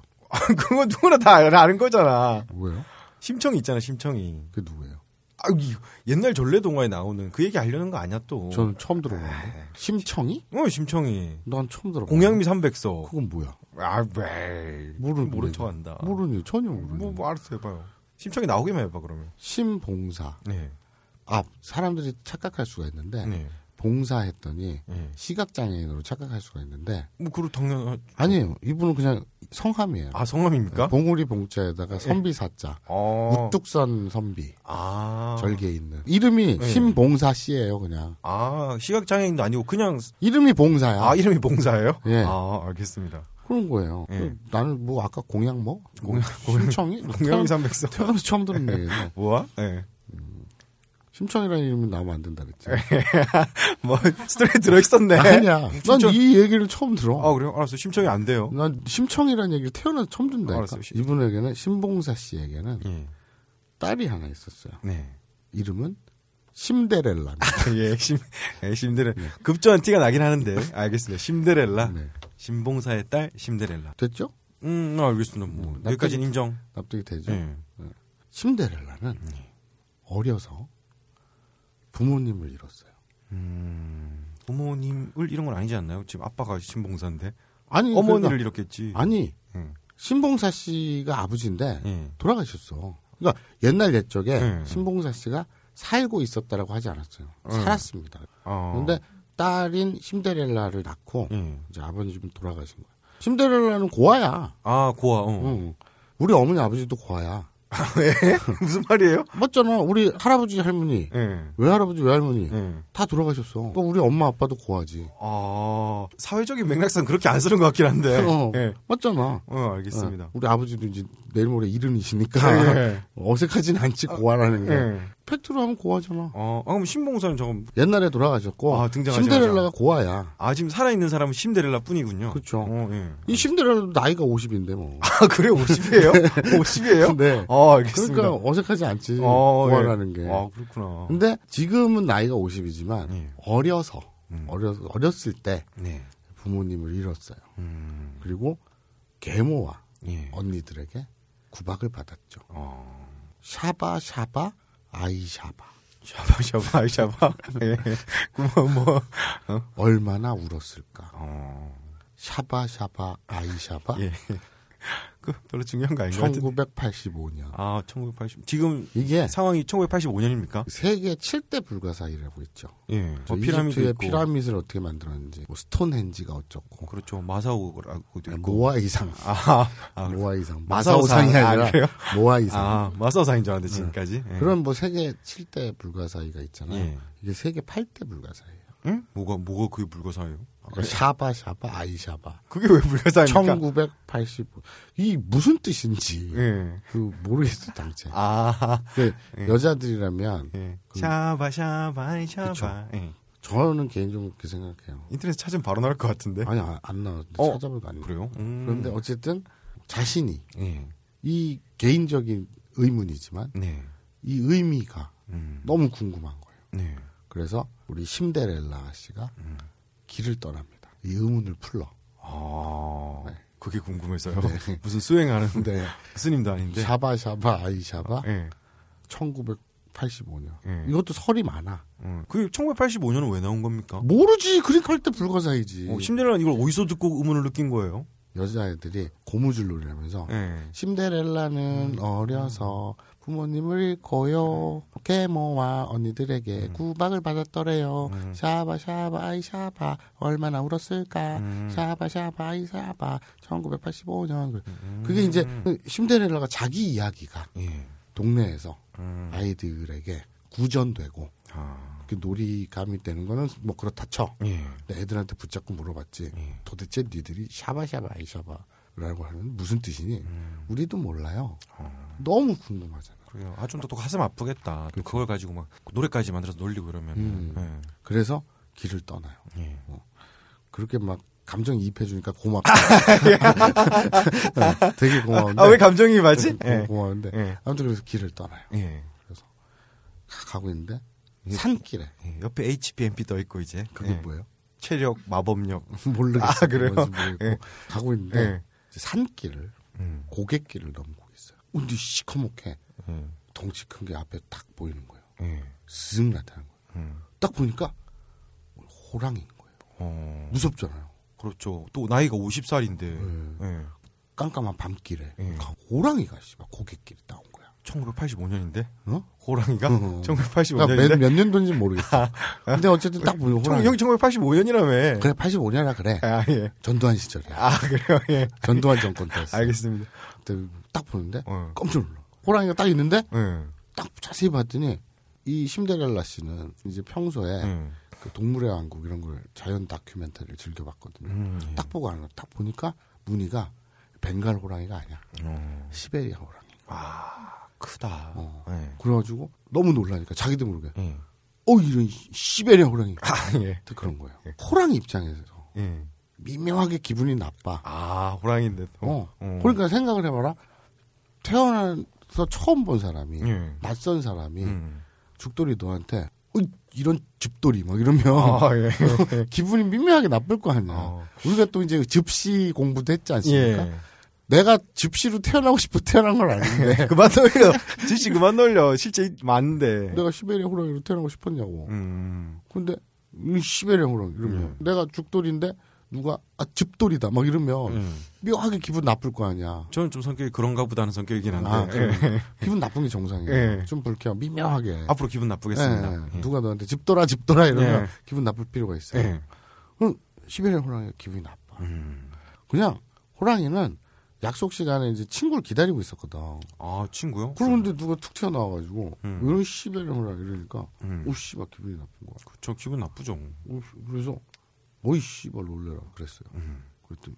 S5: 그건 누구나 다 아는 거잖아.
S3: 왜요?
S5: 심청이 있잖아, 심청이.
S3: 그게 누구예요?
S5: 아, 이- 옛날 전래 동화에 나오는 그 얘기 하려는 거 아니야 또.
S3: 저는 처음 들어봤는데. 심청이?
S5: 어 심청이
S3: 난 처음 들어봤
S5: 아, 공양미 삼백석.
S3: 그건 뭐야?
S5: 아 왜?
S3: 모르는
S5: 모른
S3: 분이네.
S5: 척한다.
S3: 모르니 전혀 모르니.
S5: 뭐, 뭐 알아서 해봐요. 심청이 나오기만 해봐 그러면.
S3: 심봉사.
S5: 네.
S3: 아 사람들이 착각할 수가 있는데
S5: 네.
S3: 봉사했더니
S5: 네.
S3: 시각장애인으로 착각할 수가 있는데
S5: 뭐 그럼 당연.
S3: 아니에요. 이분은 그냥 성함이에요.
S5: 아 성함입니까? 네.
S3: 봉우리 봉자에다가 선비사자.
S5: 어.
S3: 우뚝선 선비.
S5: 아.
S3: 절개 있는. 이름이
S5: 네.
S3: 심봉사 씨예요 그냥.
S5: 아 시각 장애인도 아니고 그냥
S3: 이름이 봉사야.
S5: 아 이름이 봉사예요?
S3: 예.
S5: 아 알겠습니다.
S3: 그런 거예요.
S5: 예.
S3: 그럼 나는 뭐 아까 공양 뭐?
S5: 공양-
S3: 심청이? 뭐
S5: 공양미 삼백석.
S3: 태어나서 처음 들은 얘기네.
S5: 뭐야? 예.
S3: 심청이라는 이름이 나오면 안 된다 그랬지.
S5: 뭐 스토리 들어 있었네.
S3: 아니야. 난
S5: 심청-
S3: 이 얘기를 처음 들어.
S5: 아 그래요? 알았어. 심청이 안 돼요.
S3: 난 심청이라는 얘기를 태어나서 처음 듣는다니까.
S5: 알았어요. 심-
S3: 이분에게는 심봉사 씨에게는
S5: 예.
S3: 딸이 하나 있었어요.
S5: 네.
S3: 이름은 심데렐라.
S5: 예, 심, 예, 심데렐. 급조한 티가 나긴 하는데. 알겠습니다. 심데렐라.
S3: 네.
S5: 심봉사의 딸 심데렐라.
S3: 됐죠?
S5: 음, 알겠습니다. 뭐
S3: 납득이-
S5: 여기까지는 인정.
S3: 납득이 되죠?
S5: 예.
S3: 심데렐라는
S5: 네.
S3: 어려서 부모님을 잃었어요.
S5: 부모님을 이런 건 아니지 않나요? 지금 아빠가 심봉사인데
S3: 아니
S5: 어머니를
S3: 그러니까-
S5: 잃었겠지.
S3: 아니
S5: 음.
S3: 신봉사 씨가 아버지인데
S5: 예.
S3: 돌아가셨어. 그러니까 옛날 옛적에
S5: 음.
S3: 신봉사 씨가 살고 있었다라고 하지 않았어요. 살았습니다.
S5: 네. 어.
S3: 그런데 딸인 심데렐라를 낳고
S5: 예.
S3: 이제 아버님이 돌아가신 거야. 심데렐라는 고아야.
S5: 아 고아. 어.
S3: 응. 우리 어머니 아버지도 고아야.
S5: 무슨 말이에요?
S3: 맞잖아. 우리 할아버지 할머니,
S5: 예.
S3: 외할아버지 외할머니
S5: 예.
S3: 다 돌아가셨어. 그러니까 우리 엄마 아빠도 고아지.
S5: 아 사회적인 맥락상 그렇게 안 쓰는 것 같긴 한데.
S3: 어,
S5: 예.
S3: 맞잖아.
S5: 어 알겠습니다.
S3: 어, 우리 아버지도 이제 내일 모레 이른이시니까
S5: 예.
S3: 어색하진 않지 고아라는 게
S5: 예.
S3: 팩트로 하면 고아잖아.
S5: 어, 아, 그럼 신봉사는 저건
S3: 옛날에 돌아가셨고
S5: 아, 등장하지
S3: 심데렐라가
S5: 마자.
S3: 고아야.
S5: 아 지금 살아 있는 사람은 심데렐라 뿐이군요.
S3: 그렇죠.
S5: 어, 예.
S3: 이 심데렐라도 나이가 50인데 뭐.
S5: 아 그래 50이에요? 50이에요?
S3: 네.
S5: 아 알겠습니다.
S3: 그러니까 어색하지 않지
S5: 어,
S3: 고아라는
S5: 예.
S3: 게.
S5: 아 그렇구나.
S3: 근데 지금은 나이가 50이지만
S5: 예.
S3: 어려서
S5: 음.
S3: 어려 어렸을 때
S5: 네.
S3: 부모님을 잃었어요.
S5: 음.
S3: 그리고 계모와
S5: 예.
S3: 언니들에게 구박을 받았죠.
S5: 어.
S3: 샤바 샤바 아이 샤바
S5: 샤바 샤바 샤바. 예. 그뭐 뭐.
S3: 얼마나 울었을까.
S5: 어.
S3: 샤바 샤바 아이 샤바
S5: 예. 그 별로 중요한 거 아닌 것 같은데.
S3: 1985년
S5: 아 1980. 지금
S3: 이게
S5: 상황이 1985년입니까?
S3: 세계 7대 불가사의라고 있죠.
S5: 예.
S3: 뭐
S5: 뭐 피라미드
S3: 이집트의
S5: 있고.
S3: 피라미드를 어떻게 만들었는지, 뭐 스톤헨지가 어쩌고, 네,
S5: 그렇죠. 마사오라고도 있고.
S3: 모아 뭐- 이상,
S5: 아, 아, 그렇-
S3: 모아 이상,
S5: 마사오상.
S3: 마사오상이
S5: 아,
S3: 아니라
S5: 그래요?
S3: 모아 이상.
S5: 아 마사오상인 줄 알았는데 지금까지. 예.
S3: 그런 뭐 세계 7대 불가사의가 있잖아요.
S5: 예.
S3: 이게 세계 8대 불가사의예요.
S5: 응? 뭐가 뭐가 어, 그게 불가사예요?
S3: 그러니까 샤바 샤바 아이샤바.
S5: 그게 왜 불가사입니까?
S3: 1985. 이 무슨 뜻인지
S5: 그러니까 예.
S3: 그 모르겠어 당체.
S5: 아.
S3: 근데 여자들이라면
S5: 예. 샤바 샤바 샤바. 예.
S3: 저는 개인적으로 그렇게 생각해요.
S5: 인터넷 찾으면 바로 나올 것 같은데.
S3: 아니 안, 안 나왔는데
S5: 네? 어,
S3: 찾아봐도 안
S5: 그래요? 음.
S3: 그런데 어쨌든 자신이
S5: 예.
S3: 이 개인적인 의문이지만
S5: 네.
S3: 이 의미가
S5: 음.
S3: 너무 궁금한 거예요.
S5: 네.
S3: 그래서 우리 심데렐라 씨가 길을 떠납니다. 이 의문을 풀러.
S5: 아. 그게 궁금해서요. 무슨 수행하는
S3: 네.
S5: 스님도 아닌데.
S3: 샤바샤바 아이샤바
S5: 예.
S3: 1985년.
S5: 예.
S3: 이것도 설이 많아.
S5: 음. 그게 1985년은 왜 나온 겁니까?
S3: 모르지. 그러니까 할때 불가사이지.
S5: 어, 심지어는 이걸 어디서 듣고 의문을 느낀 거예요?
S3: 여자애들이 고무줄 놀이라면서
S5: 예.
S3: 심데렐라는 어려서 부모님을 잃고요. 계모와 언니들에게 구박을 받았더래요. 샤바 샤바 아이 샤바 얼마나 울었을까. 샤바 샤바 아이 샤바 1985년. 그게 이제 심데렐라가 자기 이야기가
S5: 예.
S3: 동네에서
S5: 음.
S3: 아이들에게 구전되고
S5: 아.
S3: 그 놀이감이 되는 거는 뭐 그렇다 쳐.
S5: 예.
S3: 근데 애들한테 붙잡고 물어봤지. 도대체 니들이 샤바샤바 아이샤바라고 하는 무슨 뜻이니?
S5: 음.
S3: 우리도 몰라요.
S5: 어.
S3: 너무 궁금하잖아.
S5: 그래요. 아, 좀 더 또 가슴 아프겠다. 또 그걸 가지고 막 노래까지 만들어서 놀리고 이러면.
S3: 음.
S5: 은
S3: 그래서 길을 떠나요.
S5: 예. 예.
S3: 그렇게 막 감정 이입해주니까 고맙다. 네, 되게 고마운데.
S5: 예.
S3: 어,
S5: 아, 왜 감정이 맞지?
S3: 고-
S5: 예.
S3: 고마운데.
S5: 예.
S3: 아무튼 그래서 길을 떠나요.
S5: 예.
S3: 그래서 가- 가고 있는데 산길에
S5: 예. 옆에 HPMP 떠 있고 이제.
S3: 그게
S5: 예.
S3: 뭐예요?
S5: 체력, 마법력.
S3: 모르겠어요.
S5: 아, 그래요?
S3: 뭔지 모르겠고.
S5: 예.
S3: 가고 있는데
S5: 예.
S3: 이제 산길을
S5: 음.
S3: 고갯길을 넘고 있어요. 근데 시커멓게
S5: 음.
S3: 덩치 큰 게 앞에 딱 보이는 거예요.
S5: 예.
S3: 스승 나타난 거예요.
S5: 음.
S3: 딱 보니까 호랑이인 거예요.
S5: 어.
S3: 무섭잖아요.
S5: 그렇죠. 또 나이가 50살인데 예.
S3: 깜깜한 밤길에
S5: 예.
S3: 호랑이가 씨발 고갯길에 나온 거야.
S5: 1985년인데
S3: 어?
S5: 호랑이가
S3: 어. 그러니까
S5: 1985년인데
S3: 몇, 몇 년도인지 모르겠어. 근데 어쨌든 딱 보면
S5: 청,
S3: 호랑이.
S5: 형이 1985년이라며.
S3: 그래 85년이라 그래.
S5: 아 예.
S3: 전두환 시절이야.
S5: 아 그래요. 예.
S3: 전두환 정권 때였어.
S5: 알겠습니다.
S3: 그때 딱 보는데
S5: 어.
S3: 깜짝 놀라. 호랑이가 딱 있는데
S5: 응.
S3: 딱 자세히 봤더니 이 심데렐라 씨는 이제 평소에
S5: 응.
S3: 그 동물의 왕국 이런 걸 자연 다큐멘터리를 즐겨봤거든요.
S5: 음, 예.
S3: 딱 보고 알아. 딱 보니까 무늬가 벵갈 호랑이가 아니야.
S5: 어.
S3: 시베리아 호랑이.
S5: 크다.
S3: 어.
S5: 예.
S3: 그래가지고 너무 놀라니까 자기도 모르게
S5: 예.
S3: 어 이런 시베리아 호랑이.
S5: 아 예.
S3: 또 그런 거예요. 호랑이 입장에서
S5: 예.
S3: 미묘하게 기분이 나빠.
S5: 아 호랑이인데. 또.
S3: 어.
S5: 어.
S3: 그러니까 생각을 해봐라. 태어나서 처음 본 사람이
S5: 예.
S3: 낯선 사람이
S5: 음.
S3: 죽돌이 너한테 어, 이런 집돌이 막 이러면
S5: 아 예.
S3: 기분이 미묘하게 나쁠 거 아니야.
S5: 어.
S3: 우리가 또 이제 즙시 공부도 했지 않습니까?
S5: 예.
S3: 내가 즙시로 태어나고 싶어 태어난 건 아닌데
S5: 네. 그만 놀려. 지씨 그만 놀려. 실제 많은데.
S3: 내가 시베리아 호랑이로 태어나고 싶었냐고.
S5: 음.
S3: 근데 이 시베리아 호랑이 이러면
S5: 예.
S3: 내가 죽돌인데 누가 아 즙돌이다 막 이러면
S5: 음.
S3: 묘하게 기분 나쁠 거 아니야.
S5: 저는 좀 성격이 그런가 보다는 성격이긴 한데.
S3: 아,
S5: 예.
S3: 그럼 기분 나쁜 게 정상이에요.
S5: 예.
S3: 좀 불쾌하고 미묘하게.
S5: 앞으로 기분 나쁘겠습니다.
S3: 예,
S5: 예.
S3: 누가 너한테 집돌아 집돌아 이러면
S5: 예.
S3: 기분 나쁠 필요가 있어요.
S5: 예.
S3: 그럼 시베리아 호랑이 기분이 나빠.
S5: 음.
S3: 그냥 호랑이는 약속 시간에 이제 친구를 기다리고 있었거든.
S5: 아 친구요?
S3: 그런데 누가 툭 튀어나와가지고
S5: 음.
S3: 이런 시베리아 호랑이 이러니까
S5: 음.
S3: 오씨 막 기분이 나쁜 거야.
S5: 저 기분 나쁘죠.
S3: 오, 씨, 그래서 어이 씨발 놀래라 그랬어요.
S5: 음.
S3: 그랬더니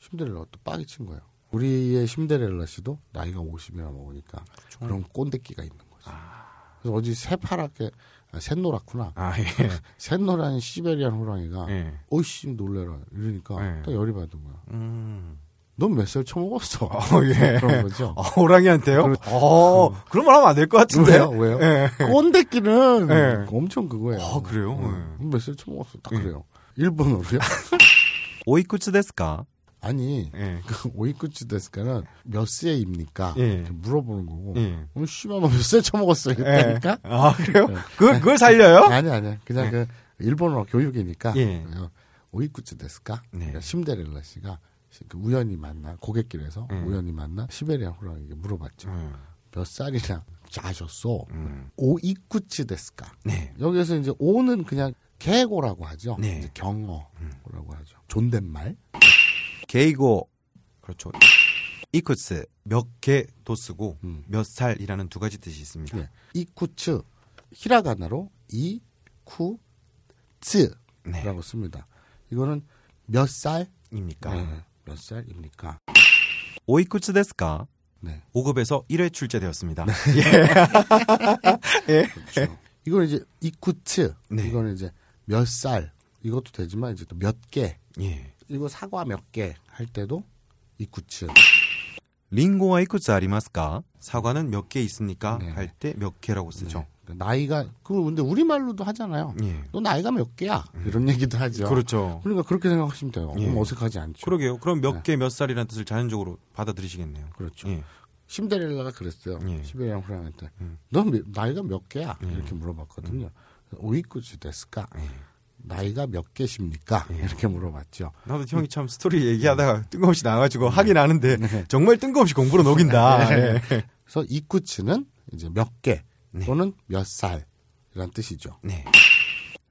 S3: 심데렐라가 또 빡이 친 거예요. 우리의 심데렐라 씨도 나이가 50이나 먹으니까 그런 꼰대끼가 있는 거지. 그래서 어디 새파랗게 아, 샛노랗구나.
S5: 아 예.
S3: 샛노란 시베리안 호랑이가
S5: 예.
S3: 어이씨 놀래라 이러니까
S5: 네.
S3: 또 열이 받은 거야.
S5: 음.
S3: 넌 몇 살 처먹었어?
S5: 어, 예.
S3: 그런 거죠.
S5: 아, 호랑이한테요? 어, 그런 말 하면 안 될 것 같은데.
S3: 왜요? 왜요?
S5: 예.
S3: 꼰대끼는
S5: 네.
S3: 엄청 그거예요.
S5: 아, 그래요?
S3: 음, 몇 살 처먹었어? 딱
S5: 네.
S3: 그래요. 일본어로요?
S5: 오이쿠츠 데스까?
S3: 아니
S5: 예.
S3: 그 오이쿠치 데스카는 몇 세에 입니까?
S5: 예.
S3: 이렇게 물어보는 거고.
S5: 예.
S3: 오늘 씨발 뭐 몇 세 처먹었어? 이랬다니까?
S5: 아, 그래요? 그, 그걸 살려요?
S3: 아니 아니 그냥 그 일본어 교육이니까
S5: 예.
S3: 그냥 오이쿠츠 데스까
S5: 네.
S3: 그러니까 심데렐라 씨가 그 우연히 만나 고객길에서
S5: 음.
S3: 우연히 만나 시베리아 호랑이에게 물어봤죠
S5: 음.
S3: 몇 살이나 자셨소
S5: 음.
S3: 오이쿠츠 데스까
S5: 네.
S3: 여기에서 이제 오는 그냥 개고라고 하죠
S5: 네.
S3: 이제 경어라고 하죠 존댓말
S5: 게이고. 그렇죠. 이쿠츠. 몇 개도 쓰고,
S3: 음.
S5: 몇 살이라는 두 가지 뜻이 있습니다.
S3: 예. 이쿠츠 히라가나로 이쿠츠라고
S5: 네.
S3: 씁니다 이거는 몇 살?
S5: 입니까?
S3: 몇 살입니까?
S5: 오이쿠츠 데스까?
S3: 네.
S5: 5급에서 1회 출제되었습니다.
S3: 그렇죠. 이건 이제 이쿠츠.
S5: 네.
S3: 이거는 이제 몇 살. 이것도 되지만 이제 또 몇 개.
S5: 예.
S3: 이거 사과 몇 개 할 때도 이쿠츠.
S5: 링고와 이쿠츠 아리마스까? 사과는 몇 개 있습니까?
S3: 네.
S5: 할 때 몇 개라고 쓰죠.
S3: 나이가 그 근데 우리 말로도 하잖아요.
S5: 예.
S3: 너 나이가 몇 네. 개야? 이런 얘기도 하죠.
S5: 그렇죠.
S3: 러니까 그렇게 생각하시면 돼요.
S5: 예.
S3: 그럼 어색하지 않죠.
S5: 그러게요. 그럼 몇
S3: 네.
S5: 개 몇 살이라는 뜻을 자연적으로 받아들이시겠네요.
S3: 그렇죠.
S5: 예.
S3: 심데렐라가 그랬어요.
S5: 예.
S3: 시베리안 호랑이한테.
S5: 음.
S3: 넌 몇- 나이가 몇 개야? 이렇게 물어봤거든요. 오이쿠츠 데스까?
S5: 예.
S3: 나이가 몇 개십니까? 이렇게 물어봤죠.
S5: 나도 형이 참 스토리 얘기하다가 뜬금없이 나와가지고 하긴 하는데
S3: 네.
S5: 정말 뜬금없이 공부로 녹인다. 예.
S3: 그래서 이쿠츠는 이제 몇 개 또는 몇 살이란 뜻이죠.
S5: 네.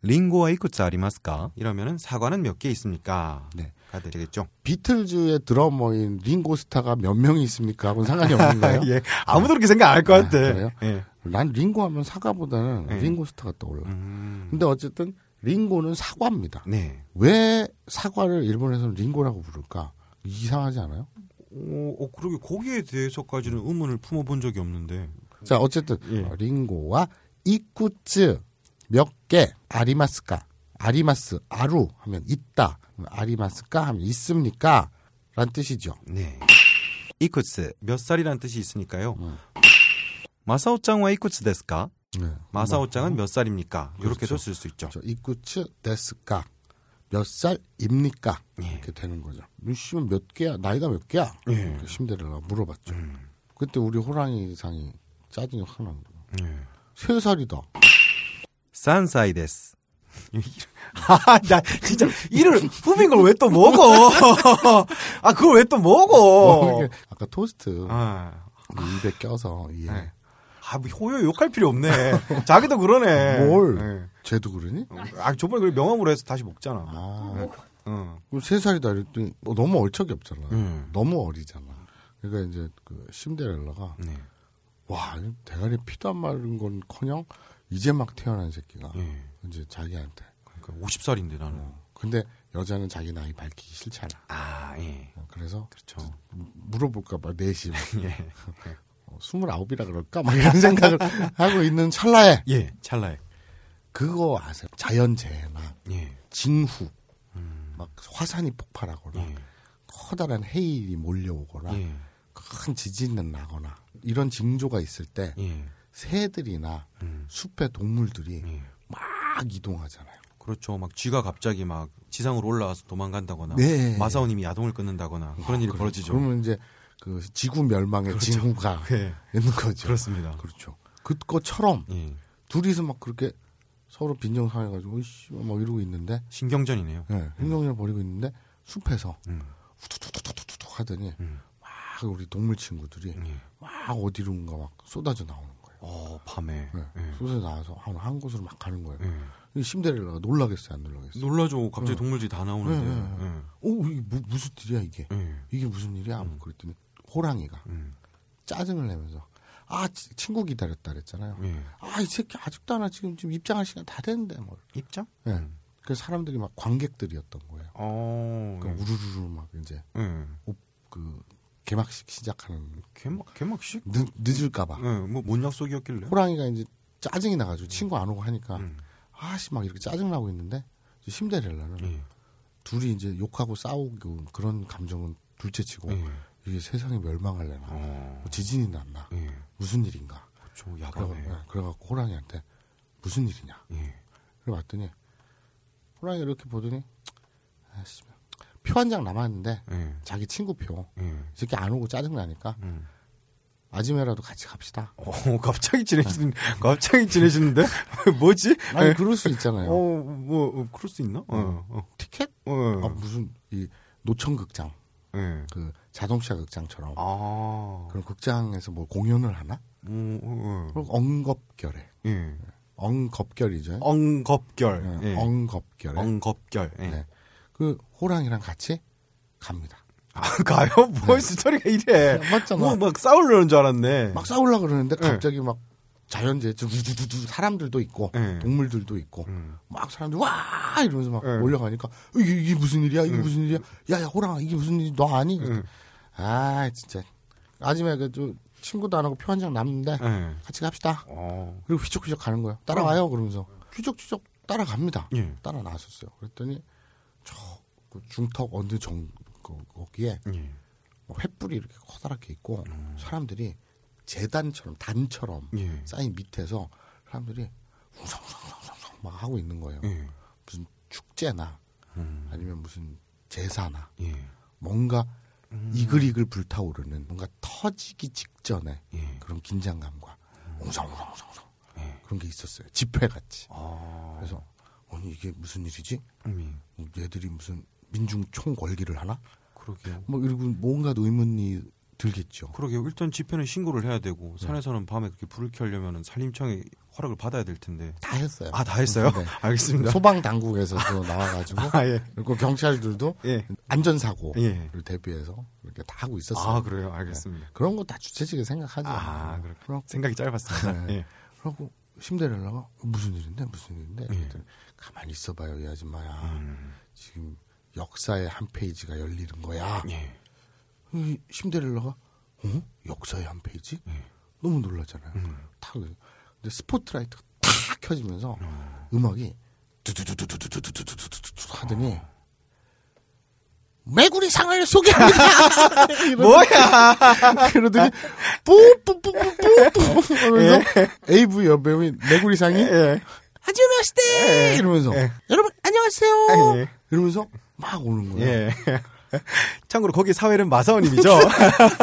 S5: 링고와 이쿠츠 아리마스까? 이러면은 사과는 몇 개 있습니까?
S3: 네.
S5: 가 되겠죠.
S3: 비틀즈의 드러머인 링고스타가 몇 명이 있습니까? 하고는 상관이 없는 거예요.
S5: 예. 아무도 그렇게 생각 안 할 것 같아.
S3: 네. 그래요?
S5: 예.
S3: 난 링고 하면 사과보다는
S5: 네.
S3: 링고스타가 떠올라. 요
S5: 음.
S3: 근데 어쨌든 링고는 사과입니다.
S5: 네.
S3: 왜 사과를 일본에서는 링고라고 부를까? 이상하지 않아요?
S5: 오, 어, 그러게 거기에 대해서까지는 의문을 품어본 적이 없는데.
S3: 자, 어쨌든
S5: 예.
S3: 어, 링고와 이쿠츠 몇 개 아리마스까? 아리마스 아루 하면 있다. 아리마스까 하면 있습니까? 란 뜻이죠.
S5: 네. 이쿠츠 몇 살이라는 뜻이 있으니까요.
S3: 음.
S5: 마사오짱와 이쿠츠 데스까?
S3: 네.
S5: 마사오짱은 몇 살입니까? 이렇게도
S3: 그렇죠.
S5: 쓸 수 있죠.
S3: 저 이쿠츠 데스까 몇 살입니까
S5: 예.
S3: 이렇게 되는 거죠. 루시면 몇 개야? 나이가 몇 개야?
S5: 음.
S3: 심대를 물어봤죠. 그때 우리 호랑이 상이 짜증이 확 나는 거예요.
S5: 예.
S3: 세 살이다.
S5: 산사이데스. 아, 나 진짜 이를 후빈 걸 왜 또 먹어? 아, 그걸 왜 또 먹어?
S3: 뭐 아까 토스트
S5: 아,
S3: 입에 껴서 이게
S5: 네. 아, 뭐 호요 욕할 필요 없네. 자기도 그러네.
S3: 뭘? 쟤도 그러니?
S5: 네. 아, 저번에 그걸 명함으로 해서 다시 먹잖아.
S3: 아,
S5: 응.
S3: 그럼 세 살이다 이랬더니 뭐 너무 얼척이 없잖아.
S5: 음.
S3: 너무 어리잖아. 그러니까 이제 그 신데렐라가
S5: 네.
S3: 와 대가리 피도 안 마른 건커녕 이제 막 태어난 새끼가
S5: 예.
S3: 이제 자기한테.
S5: 그러니까 50살인데 나는.
S3: 근데 여자는 자기 나이 밝히기 싫잖아.
S5: 아, 예.
S3: 그래서
S5: 그렇죠.
S3: 물어볼까 봐 내심.
S5: 예.
S3: 어, 29이라 그럴까? 막 이런 생각을 하고 있는 찰나에
S5: 예, 찰나에.
S3: 그거 아세요? 자연재해나
S5: 예.
S3: 징후 막 화산이 폭발하거나
S5: 음. 예.
S3: 커다란 해일이 몰려오거나
S5: 예.
S3: 큰 지진이 나거나 이런 징조가 있을 때
S5: 예.
S3: 새들이나
S5: 음.
S3: 숲의 동물들이
S5: 예.
S3: 막 이동하잖아요.
S5: 그렇죠. 막 쥐가 갑자기 막 지상으로 올라와서 도망간다거나
S3: 네.
S5: 마사오님이 야동을 끊는다거나 아, 그렇죠. 그런 일이 벌어지죠.
S3: 그러면 이제 그 지구 멸망의 징후가
S5: 예.
S3: 있는 거죠.
S5: 그렇습니다.
S3: 그렇죠. 그것처럼
S5: 예.
S3: 둘이서 막 그렇게 서로 빈정상해가지고 이씨 막 이러고 있는데
S5: 신경전이네요.
S3: 예, 행정을 벌이고 있는데 숲에서
S5: 음.
S3: 후두두두두두두 하더니
S5: 음.
S3: 막 우리 동물 친구들이
S5: 예.
S3: 막 어디론가 막 쏟아져 나오는 거예요.
S5: 어, 밤에.
S3: 예.
S5: 예.
S3: 쏟아져 나와서 한, 한 곳으로 막 가는 거예요.
S5: 예.
S3: 이 심데렐라가 놀라겠어요, 안 놀라겠어요?
S5: 놀라죠. 갑자기 동물들이 다 나오는데.
S3: 어, 이게 무, 무슨 일이야 이게?
S5: 예. 예.
S3: 이게 무슨 일이야? 뭐 그랬더니 호랑이가
S5: 음.
S3: 짜증을 내면서 아 치- 친구 기다렸다 그랬잖아요.
S5: 예.
S3: 아 이 새끼 아직도 안 와. 지금 지금 입장할 시간 다 됐는데 뭐.
S5: 입장?
S3: 예. 그 사람들이 막 관객들이었던 거예요.
S5: 어.
S3: 그 우르르르 막 이제
S5: 예. 예.
S3: 옷- 그 개막식 시작하는
S5: 개막 개막식?
S3: 늦, 늦을까봐
S5: 예. 뭐뭔 약속이었길래?
S3: 호랑이가 이제 짜증이 나가지고 친구 안 오고 하니까
S5: 음.
S3: 아씨 막 이렇게 짜증 나고 있는데 이제 심데렐라는
S5: 예.
S3: 둘이 이제 욕하고 싸우고 그런 감정은 둘째치고
S5: 예.
S3: 이게 세상이 멸망할래나
S5: 어.
S3: 뭐 지진이 났나
S5: 예.
S3: 무슨 일인가
S5: 그렇죠.
S3: 그래,
S5: 야간에.
S3: 그래갖고 호랑이한테 무슨 일이냐
S5: 예.
S3: 그래 봤더니 호랑이 이렇게 보더니 아씨 표 한 장 남았는데
S5: 예.
S3: 자기 친구 표
S5: 예.
S3: 이 새끼 안 오고 짜증 나니까
S5: 음.
S3: 아침에라도 같이 갑시다
S5: 어, 갑자기 친해지는, 갑자기 친해지는데? 뭐지?
S3: 아니
S5: 예.
S3: 그럴 수 있잖아요.
S5: 어, 뭐, 어, 그럴 수 있나? 어, 어,
S3: 티켓?
S5: 어.
S3: 아, 무슨 이 노천 극장,
S5: 예.
S3: 그 자동차 극장처럼
S5: 아,
S3: 그런 극장에서 뭐 공연을 하나?
S5: 음, 어, 어.
S3: 그럼 엉겁결에
S5: 예.
S3: 엉겁결이죠.
S5: 엉겁결.
S3: 예,
S5: 어. 예.
S3: 네. 엉겁결에
S5: 엉겁결. 예.
S3: 네. 그 호랑이랑 같이 갑니다.
S5: 아, 가요? 뭐, 스토리가 이래.
S3: 네. 맞잖아.
S5: 뭐, 막 싸우려는 줄 알았네.
S3: 막 싸우려 그러는데
S5: 예.
S3: 갑자기 막 자연재해, 저 우두두두 사람들도 있고
S5: 예.
S3: 동물들도 있고
S5: 음.
S3: 막 사람들 이와 이러면서 막
S5: 예. 음.
S3: 몰려가니까 이게, 이게 무슨 일이야? 이게 무슨 일이야? 야야 호랑아 이게 무슨 일이 너 아니?
S5: 응.
S3: 아 진짜 아침에 그저 친구도 안 하고 표 한 장 남는데
S5: 예.
S3: 같이 갑시다.
S5: 어,
S3: 그리고 휘적휘적 가는 거야. 따라와요 그러면서 휘적휘적 따라갑니다.
S5: 음. 예.
S3: 따라 나섰어요. 그랬더니 저그 중턱 어느 정 거- 거기에
S5: 예.
S3: 뭐 횃불이 이렇게 커다랗게 있고 사람들이 재단처럼 단처럼
S5: 음. 예.
S3: 쌓인 밑에서 사람들이 웅성웅성웅성 막 하고 있는 거예요.
S5: 예.
S3: 무슨 축제나
S5: 음.
S3: 아니면 무슨 제사나
S5: 예.
S3: 뭔가
S5: 음.
S3: 이글이글 불타오르는 뭔가 터지기 직전에
S5: 예.
S3: 그런 긴장감과 웅성웅성웅성 그런 게 있었어요. 집회같이.
S5: 아,
S3: 그래서 아니 이게 무슨 일이지?
S5: 음,
S3: 뭐 얘들이 무슨 민중 총궐기를 하나?
S5: 그러게요.
S3: 뭐 이러고 뭔가 의문이 들겠죠.
S5: 그러게요. 일단 집회는 신고를 해야 되고, 산에서는 밤에 그렇게 불을 켜려면 산림청에 허락을 받아야 될 텐데.
S3: 다 했어요.
S5: 아, 다 했어요?
S3: 네.
S5: 알겠습니다.
S3: 소방 당국에서도 나와가지고
S5: 아, 예.
S3: 그리고 경찰들도
S5: 예.
S3: 안전사고를
S5: 예.
S3: 대비해서 이렇게 다 하고 있었어요.
S5: 아, 그래요? 알겠습니다.
S3: 그런 거 다 주체적인 생각하지.
S5: 아,
S3: 않아요.
S5: 그렇군요.
S3: 그렇고
S5: 생각이 짧았습니다.
S3: 네.
S5: 예.
S3: 그러고 심대렐라가 무슨 일인데 무슨 일인데
S5: 예.
S3: 그랬더니 가만히 있어봐요 이 아줌마야
S5: 음,
S3: 지금 역사의 한 페이지가 열리는 거야
S5: 예.
S3: 이 심데렐라가 어? 역사의 한 페이지? 너무 놀랐잖아요. 탁 그래서. 근데 스포트라이트가 탁 켜지면서 음악이 두두두두두두두두두두 하더니 메구리상을 소개합니다.
S5: 뭐야!
S3: 그러더니 뿜뿜뿜뿜뿜 하면서
S5: 예.
S3: AV 여배우인 메구리상이 하지메시대 이러면서
S5: 예.
S3: 여러분
S5: 아,
S3: 안녕하세요
S5: 예.
S3: 이러면서 막 오는 거예요.
S5: 예. 참고로 거기 사회는 마사오님이죠.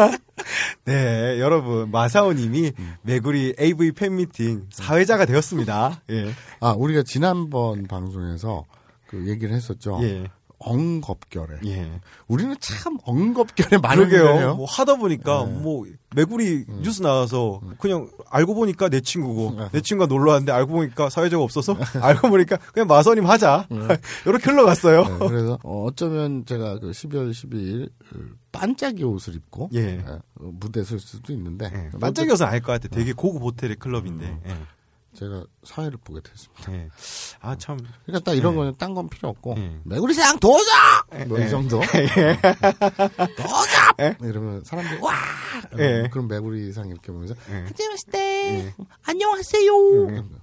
S5: 네, 여러분 마사오님이 메구리 AV 팬미팅 사회자가 되었습니다. 예,
S3: 아, 우리가 지난번 방송에서 그 얘기를 했었죠.
S5: 예,
S3: 엉겁결에.
S5: 예.
S3: 우리는 참 엉겁결에 많은
S5: 그러게요.
S3: 거예요.
S5: 뭐 하다 보니까 뭐 메구리 뉴스 나와서 그냥 알고 보니까 내 친구고 내 친구가 놀러 왔는데 알고 보니까 사회자가 없어서 알고 보니까 그냥 마사오님 하자 이렇게 흘러갔어요.
S3: 네, 그래서 어, 어쩌면 제가 그 12월 12일 그 반짝이 옷을 입고
S5: 예.
S3: 예, 어, 무대 설 수도 있는데
S5: 예, 반짝이어서 알 것 같아. 되게 고급 호텔의 클럽인데. 예.
S3: 제가 사회를 보게 됐습니다.
S5: 예. 아, 참.
S3: 그러니까 딱 이런 거는 딴 건 필요 없고
S5: 예.
S3: 매구리상 도저
S5: 네.
S3: 뭐 이 정도 도저 이러면 사람들이 와
S5: 예.
S3: 그럼 매구리상 이렇게 보면서
S5: 예.
S3: 하지마시대 안녕하세요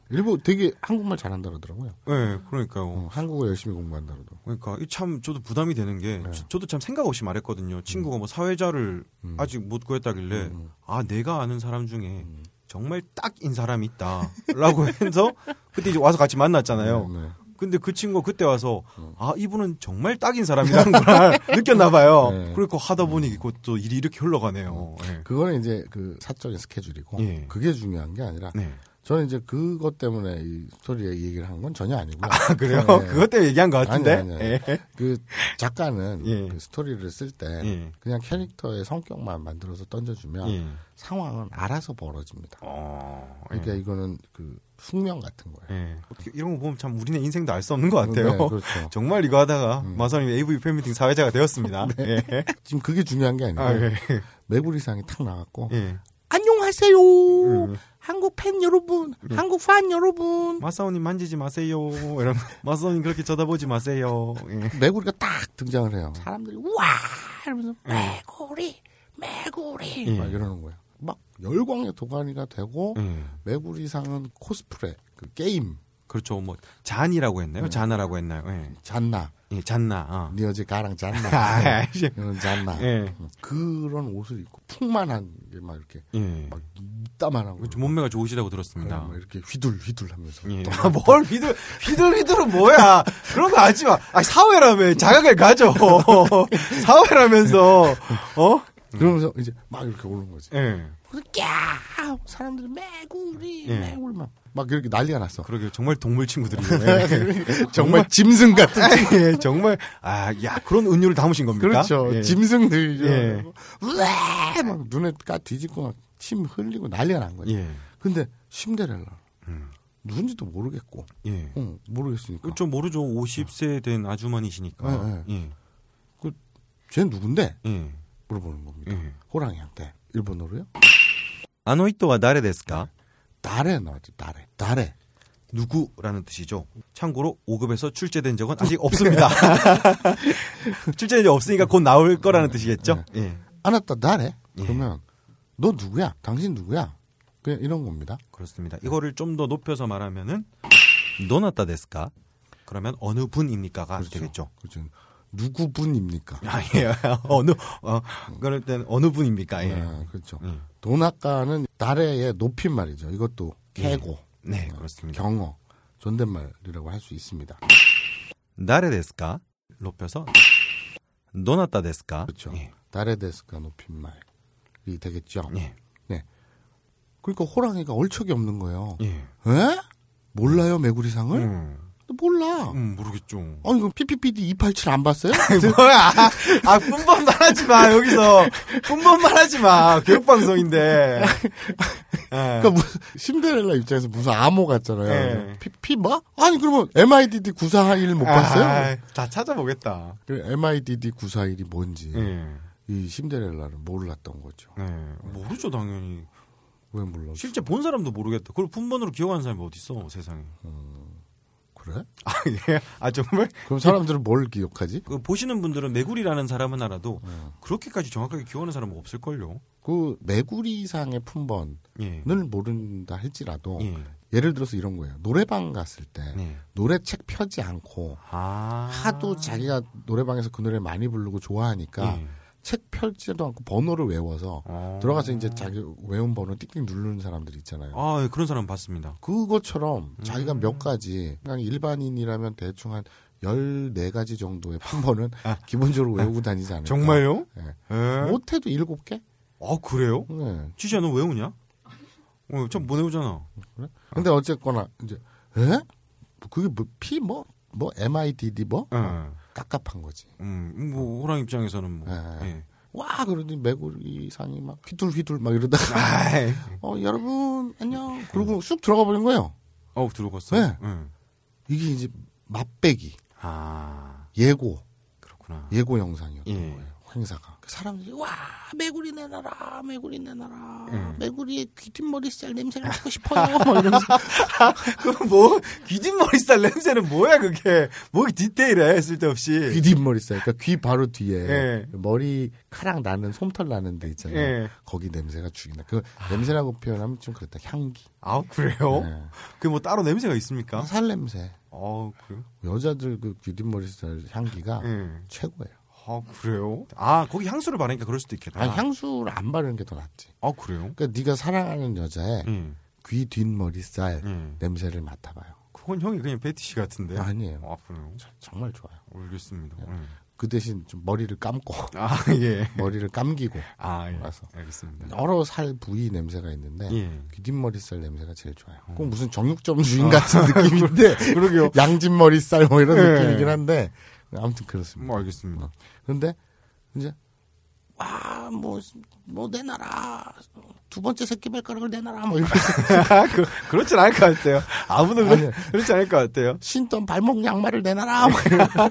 S3: 일부 되게 한국말 잘한다 그러더라고요.
S5: 예, 그러니까요.
S3: 어, 한국어 열심히 공부한다 그러더라고.
S5: 그러니까 이참 저도 부담이 되는 게
S3: 네.
S5: 저, 도참 생각 없이 말했거든요. 친구가 뭐 사회자를
S3: 음.
S5: 아직 못 구했다길래 아 내가 아는 사람 중에
S3: 음.
S5: 정말 딱인 사람이 있다라고 해서 그때 이제 와서 같이 만났잖아요.
S3: 네.
S5: 근데 그 친구 가 그때 와서
S3: 음.
S5: 아 이분은 정말 딱인 사람이라는 걸 느꼈나 봐요.
S3: 네. 음.
S5: 그리고 하다 보니 그것도 일이 이렇게 흘러가네요. 예.
S3: 그거는 이제 그 사적인 스케줄이고
S5: 예.
S3: 그게 중요한 게 아니라
S5: 네.
S3: 저는 이제 그것 때문에 이 스토리에 이 얘기를 한 건 전혀 아니고요.
S5: 아 그래요?
S3: 네.
S5: 그것 때문에 얘기한 것 같은데.
S3: 아니요, 아니요.
S5: 예.
S3: 그 작가는
S5: 예.
S3: 그 스토리를 쓸 때
S5: 예.
S3: 그냥 캐릭터의 성격만 만들어서 던져주면
S5: 예.
S3: 상황은 알아서 벌어집니다.
S5: 어, 예.
S3: 그러니까 이거는 그 숙명 같은 거예요.
S5: 예. 어떻게 이런 거 보면 참 우리네 인생도 알 수 없는 것 같아요.
S3: 네, 그렇죠.
S5: 정말 이거 하다가 마선님 AV 팬미팅 사회자가 되었습니다. 예.
S3: 지금 그게 중요한 게 아니고
S5: 아, 예.
S3: 매부리상이 탁 나갔고
S5: 예. 음.
S3: 안녕하세요 한국 팬 여러분 한국 팬 여러분
S5: 마사오님 만지지 마세요. 이런 마사오님 그렇게 쳐다보지 마세요. 예.
S3: 매구리가 딱 등장을 해요. 사람들이 와 이러면서 매구리 매구리
S5: 예.
S3: 막 이러는 거예요. 막 열광의 도가니가 되고
S5: 예.
S3: 매구리상은 코스프레 그 게임
S5: 그렇죠. 뭐 잔이라고 했나요? 잔나라고 했나요? 예.
S3: 잔나
S5: 예, 잔나. 아.
S3: 니 어제 가랑
S5: 아,
S3: 잔나
S5: 이제.
S3: 이런 잔나
S5: 예.
S3: 그런 옷을 입고 풍만한 게 막 이렇게
S5: 예.
S3: 막 이따만한 거
S5: 좀 그렇죠. 몸매가 좋으시다고 들었습니다.
S3: 막 이렇게 휘둘휘둘 하면서
S5: 예. 뭐 아, 뭘 비둘 비둘 비둘은 뭐야? 그런 거 하지 마. 아, 사회라며 자각을 가져. 사회라면서 어?
S3: 그러면서 이제 막 이렇게 오는 거지.
S5: 예.
S3: 그래서 꺄 사람들이 매구리
S5: 예. 그렇죠.
S3: 매구리 막, 막 이렇게 난리가 났어.
S5: 그러게요. 정말 동물 친구들이네.
S3: 정말 짐승 같은
S5: 예, 정말 아, 야 그런 은유를 담으신 겁니까?
S3: 그렇죠.
S5: 예.
S3: 짐승들이죠.
S5: 예.
S3: 으아! 막 눈에 까 뒤집고 막 침 흘리고 난리가 난 거예요.
S5: 예,
S3: 근데 심데렐라
S5: 음.
S3: 누군지도 모르겠고,
S5: 예.
S3: 응, 모르겠으니까.
S5: 그좀 모르죠. 50세 된 아주머니시니까. 예, 예.
S3: 쟤 누군데?
S5: 예.
S3: 물어보는 겁니다. 호랑이한테 일본어로요?
S5: 아노이토와 나레 데스까?
S3: 나래 나왔지. 나래, 나래.
S5: 누구라는 뜻이죠. 참고로 5급에서 출제된 적은 아직 없습니다. 출제된 적 없으니까 곧 나올 거라는 뜻이겠죠. 예.
S3: 안았다 나래. 그러면 너 누구야? 당신 누구야? 그냥 이런 겁니다.
S5: 그렇습니다. 이거를 좀 더 높여서 말하면은 노나타 데스까? 그러면 어느 분입니까가
S3: 그죠.
S5: 되겠죠.
S3: 그렇죠. 누구 분입니까?
S5: 그렇죠. 아, 예. 어느 어, 그럴 땐 어느 분입니까? 예.
S3: 아, 그렇죠.
S5: 음.
S3: 도나까는 나래의 높임말이죠. 이것도 개고,
S5: 네, 그렇습니다. 예.
S3: 경어, 존댓말이라고 할 수 있습니다.
S5: 나레 데스까? 높여서 노나타 데스까?
S3: 그렇죠.
S5: 예.
S3: 나래데스가 높임말이 되겠죠.
S5: 예.
S3: 네. 그러니까 호랑이가 얼척이 없는 거예요.
S5: 예.
S3: 에? 몰라요 매구리상을?
S5: 음,
S3: 몰라.
S5: 음, 모르겠죠.
S3: 어 이거 PPPD 287 안 봤어요?
S5: 뭐야? 아, 뿐번 말하지 마, 여기서. 뿐번 말하지 마. 교육방송인데.
S3: 그러니까 무슨 심데렐라 입장에서 무슨 암호 같잖아요.
S5: 예.
S3: PP 뭐? 아니 그러면 MIDD 941 못 봤어요?
S5: 다 아, 찾아보겠다.
S3: 그 MIDD 941이 뭔지
S5: 예.
S3: 이 심데렐라를 몰랐던 거죠.
S5: 예. 모르죠, 당연히.
S3: 왜 몰라?
S5: 실제 본 사람도 모르겠다. 그걸 분번으로 기억하는 사람이 어딨어, 세상에.
S3: 그래?
S5: 아, 예. 아, 정말?
S3: 그럼 사람들은 뭘 기억하지?
S5: 그 보시는 분들은 매구리라는 사람은 알아도 그렇게까지 정확하게 기억하는 사람은 없을걸요.
S3: 그 매구리상의 품번을
S5: 예.
S3: 모른다 할지라도
S5: 예.
S3: 예를 들어서 이런 거예요. 노래방 갔을 때
S5: 네.
S3: 노래책 펴지 않고
S5: 아.
S3: 하도 자기가 노래방에서 그 노래 많이 부르고 좋아하니까
S5: 예.
S3: 책 펼지도 않고 번호를 외워서
S5: 아.
S3: 들어가서 이제 자기 외운 번호 띵띵 누르는 사람들이 있잖아요.
S5: 아, 예, 그런 사람 봤습니다.
S3: 그것처럼 자기가 몇 가지 그냥 일반인이라면 대충 한 14가지 정도의 방법은 기본적으로 외우고 다니지 않을까.
S5: 아. 정말요? 네.
S3: 예.
S5: 에?
S3: 못해도 7개?
S5: 아 그래요?
S3: 네.
S5: 지지야 너 외우냐? 어, 참못 외우잖아.
S3: 근데 어쨌거나, 이제, 에? 뭐 그게 뭐, P 뭐? 뭐, MIDD 뭐?
S5: 예.
S3: 깝깝한 거지.
S5: 음, 뭐 호랑 입장에서는 뭐.
S3: 예.
S5: 예.
S3: 와! 그러더니 매구리 상이 막 휘둘휘둘 막 이러다가,
S5: 아이.
S3: 어, 여러분, 안녕. 그러고 쑥 들어가 버린 거예요.
S5: 어 들어갔어.
S3: 네.
S5: 예.
S3: 이게 이제 맛배기,
S5: 아
S3: 예고,
S5: 그렇구나.
S3: 예고 영상이었던
S5: 예.
S3: 거예요. 행사가. 그 사람들이, 와, 매구리 내놔라, 매구리 내놔라, 매구리의 귀뒷머리 살 냄새를 맡고 싶어요. 막 이러면서.
S5: 그뭐 귀뒷머리살 냄새는 뭐야 그게? 뭐 디테일해 쓸데없이.
S3: 귀 뒷머리 살, 그러니까 귀 바로 뒤에
S5: 예.
S3: 머리 카락 나는 솜털 나는 데 있잖아요.
S5: 예.
S3: 거기 냄새가 죽인다. 그 냄새라고 표현하면 좀 그렇다. 향기,
S5: 아 그래요?
S3: 예.
S5: 그 뭐 따로 냄새가 있습니까?
S3: 살 냄새.
S5: 아 그래요?
S3: 여자들 그 귀 뒷머리 살 향기가
S5: 예.
S3: 최고예요.
S5: 아 그래요? 아 거기 향수를 바르니까 그럴 수도 있겠다.
S3: 아니, 향수를 안 바르는 게 더 낫지.
S5: 아 그래요?
S3: 그러니까 네가 사랑하는 여자의
S5: 예.
S3: 귀 뒷머리 살
S5: 예.
S3: 냄새를 맡아봐요.
S5: 그건 형이 그냥 패티시 같은데.
S3: 음. 아니에요.
S5: 아 그래요?
S3: 저- 정말 좋아요.
S5: 알겠습니다. 예.
S3: 그 대신 좀 머리를 감고
S5: 아 예.
S3: 머리를 감기고
S5: 아 예.
S3: 알았어.
S5: 알겠습니다.
S3: 여러 살 부위 냄새가 있는데
S5: 예. 음.
S3: 귀 뒷머리살 냄새가 제일 좋아요. 꼭 무슨 정육점 주인 같은 느낌인데
S5: 아. 그러게요.
S3: 양진 머리살 뭐 이런
S5: 예.
S3: 느낌이긴 한데 아무튼 그렇습니다.
S5: 뭐
S3: 음.
S5: 알겠습니다.
S3: 그런데 이제 와뭐뭐 내놔라 두 번째 새끼 발가락을 내놔라 뭐 이러면서
S5: 그, 그렇진 않을 것 같아요. 아무도
S3: 아니요.
S5: 그렇, 그렇지 않을 것 같아요.
S3: 신던 발목 양말을 내놔라 뭐 이러면서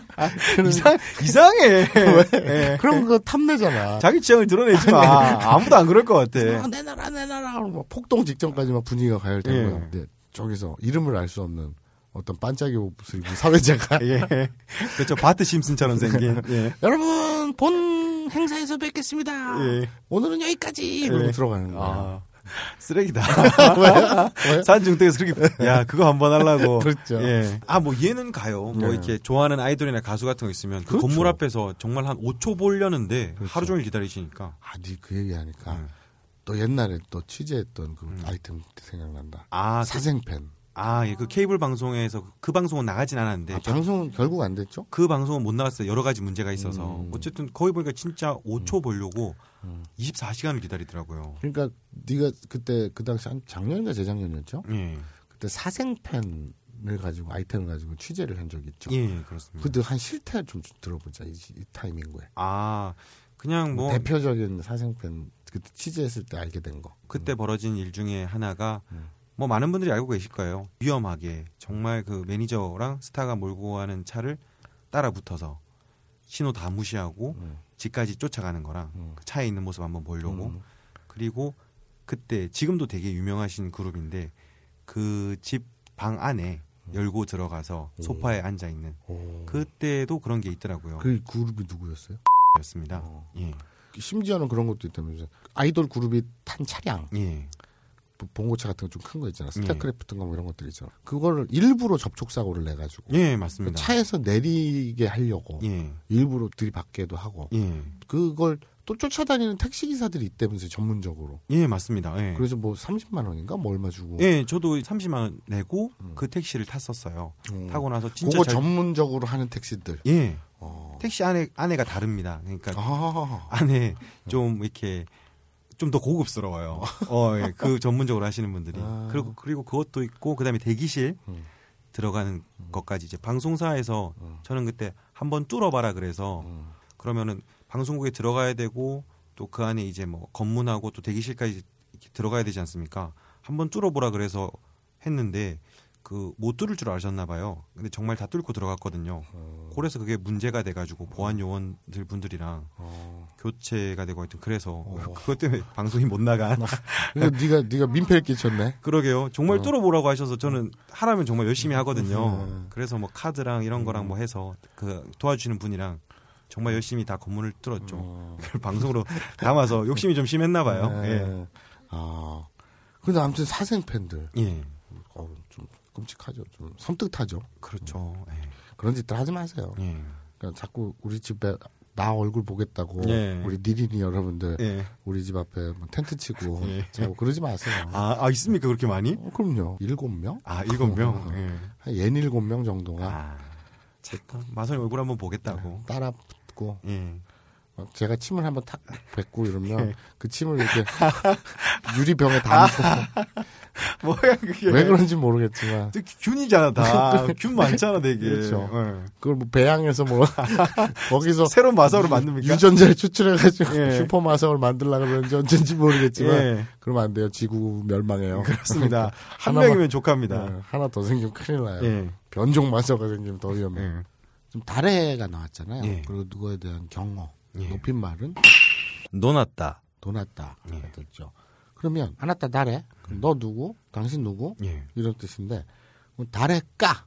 S5: 이상, 이상해. 예.
S3: 그럼 그거 탐내잖아.
S5: 자기 네. 취향을 드러내지 마. 아무도 안 그럴 것 같아.
S3: 아, 내놔라 내놔라 하고 막 폭동 직전까지 막 분위기가 가열된
S5: 예.
S3: 거예요. 근데 저기서 이름을 알 수 없는 어떤 반짝이 옷을 입은 사회자가
S5: 예. 그렇죠. 바트 심슨처럼 생긴.
S3: 네.
S5: 예.
S3: 여러분 본 행사에서 뵙겠습니다.
S5: 예.
S3: 오늘은 여기까지. 그러고
S5: 예.
S3: 들어가는 거야.
S5: 아, 쓰레기다.
S3: 왜요?
S5: 산중턱에서 그렇게, 야, 그거 한번 하려고.
S3: 네? 그렇죠.
S5: 예. 아, 뭐, 얘는 가요. 뭐,
S3: 예.
S5: 이렇게 좋아하는 아이돌이나 가수 같은 거 있으면 그
S3: 그렇죠.
S5: 건물 앞에서 정말 한 5초 보려는데
S3: 그렇죠.
S5: 하루 종일 기다리시니까.
S3: 아니 그 얘기하니까
S5: 음.
S3: 또 옛날에 또 취재했던 그 아이템 생각난다.
S5: 아, 그-
S3: 사생팬.
S5: 아, 예. 그 케이블 방송에서 그- 그 방송은 나가진 않았는데.
S3: 아,
S5: 저-
S3: 방송은 결국 안 됐죠?
S5: 그 방송은 못 나갔어요. 여러 가지 문제가 있어서.
S3: 음.
S5: 어쨌든 거의 보니까 진짜 5초 보려고 24시간을 기다리더라고요.
S3: 그러니까 네가 그때 그 당시 한 작년인가 재작년이었죠?
S5: 예.
S3: 그때 사생팬을 가지고 아이템을 가지고 취재를 한 적이 있죠.
S5: 예, 그렇습니다.
S3: 그때 한 실태 좀 들어보자 이, 시- 이 타이밍에.
S5: 아, 그냥 뭐
S3: 대표적인 사생팬 그때 취재했을 때 알게 된 거.
S5: 그때 벌어진 일 중에 하나가
S3: 음.
S5: 뭐 많은 분들이 알고 계실 거예요. 위험하게 정말 그 매니저랑 스타가 몰고 가는 차를 따라 붙어서 신호 다 무시하고
S3: 음.
S5: 집까지 쫓아가는 거랑
S3: 음.
S5: 그 차에 있는 모습 한번 보려고
S3: 음.
S5: 그리고 그때 지금도 되게 유명하신 그룹인데 그 집 방 안에 열고 들어가서
S3: 음. 오.
S5: 소파에 앉아 있는
S3: 오.
S5: 그때도 그런 게 있더라고요.
S3: 그 그룹이 누구였어요?
S5: 였습니다.
S3: 어.
S5: 예.
S3: 심지어는 그런 것도 있다면서 아이돌 그룹이 탄 차량
S5: 예.
S3: 뭐 봉고차 같은 거 좀 큰 거 있잖아
S5: 네.
S3: 스타크래프트인가 뭐 이런 것들 있잖아 그거를 일부러 접촉 사고를 내 가지고
S5: 예, 맞습니다.
S3: 차에서 내리게 하려고
S5: 예.
S3: 일부러 들이받게도 하고
S5: 예.
S3: 그걸 또 쫓아다니는 택시 기사들이 있다면서 전문적으로
S5: 예, 맞습니다. 예.
S3: 그래서 뭐 30만 원인가 뭐 얼마 주고
S5: 예, 저도 30만 원 내고 그 택시를 탔었어요.
S3: 음.
S5: 타고 나서 진짜
S3: 그거
S5: 잘-
S3: 전문적으로 하는 택시들
S5: 예.
S3: 어.
S5: 택시 안에 안에가 다릅니다. 그러니까
S3: 아.
S5: 안에 좀 이렇게 좀 더 고급스러워요. 어, 예, 그 전문적으로 하시는 분들이.
S3: 아.
S5: 그리고 그리고 그것도 있고 그다음에 대기실
S3: 음.
S5: 들어가는 것까지 이제 방송사에서 저는 그때 한번 뚫어봐라 그래서
S3: 음.
S5: 그러면은 방송국에 들어가야 되고 또 그 안에 이제 뭐 검문하고 또 대기실까지 이렇게 들어가야 되지 않습니까? 한번 뚫어보라 그래서 했는데 그 못 뚫을 줄 아셨나 봐요. 근데 정말 다 뚫고 들어갔거든요. 그래서 그게 문제가 돼가지고 보안 요원들 분들이랑
S3: 어.
S5: 교체가 되고 하여튼 그래서 그것 때문에 방송이 못 나간.
S3: 그러니까 네가 네가 민폐를 끼쳤네.
S5: 그러게요. 정말 어. 뚫어보라고 음. 하셔서 저는 하라면 정말 열심히 하거든요. 그래서 뭐 카드랑 이런 거랑 뭐 해서 그 도와주시는 분이랑 정말 열심히 다 건물을 뚫었죠. 그걸 방송으로 담아서 욕심이 좀 심했나 봐요. 예.
S3: 예. 아. 근데 아무튼 사생 팬들
S5: 예.
S3: 어, 좀 끔찍하죠. 좀 섬뜩하죠.
S5: 그렇죠. 예.
S3: 그런 짓들 하지 마세요.
S5: 예.
S3: 그러니까 자꾸 우리 집에 나 얼굴 보겠다고
S5: 예.
S3: 우리 니린이 여러분들
S5: 예.
S3: 우리 집 앞에 뭐 텐트 치고
S5: 예.
S3: 자고 그러지 마세요.
S5: 아, 아, 있습니까? 그렇게 많이?
S3: 어, 그럼요. 일곱 명?
S5: 아, 일곱 명? 예.
S3: 한 옌일곱 명 정도가
S5: 아, 마선이 얼굴 한번 보겠다고.
S3: 따라 붙고
S5: 예.
S3: 막 제가 침을 한번 탁 뱉고
S5: 네.
S3: 이러면 그 침을 이렇게 유리병에 담고
S5: 아, 뭐야 그게.
S3: 왜 그런지 모르겠지만
S5: 근데 균이잖아 다. 균 많잖아 되게.
S3: 그렇죠.
S5: 예.
S3: 그걸 뭐 배양해서 뭐 거기서
S5: 새로운 마사오로 만듭니까?
S3: 유전자를 추출해가지고
S5: 예.
S3: 슈퍼 마성을 만들라 그러는지 언젠지 모르겠지만
S5: 예.
S3: 그러면 안 돼요. 지구 멸망해요.
S5: 그렇습니다. 한
S3: 하나만-
S5: 명이면 조카입니다.
S3: 예, 하나 더 생기면 큰일 나요.
S5: 예.
S3: 변종 마성가 생기면 더 위험해.
S5: 예.
S3: 좀 달해가 나왔잖아요.
S5: 예.
S3: 그리고 누구에 대한 경어, 높임말은
S5: 논았다.
S3: 도났다
S5: 예.
S3: 가 됐죠. 그러면 안았다 달해. 그럼 너 누구? 당신 누구?
S5: 예.
S3: 이런 뜻인데 그럼 달해 까라는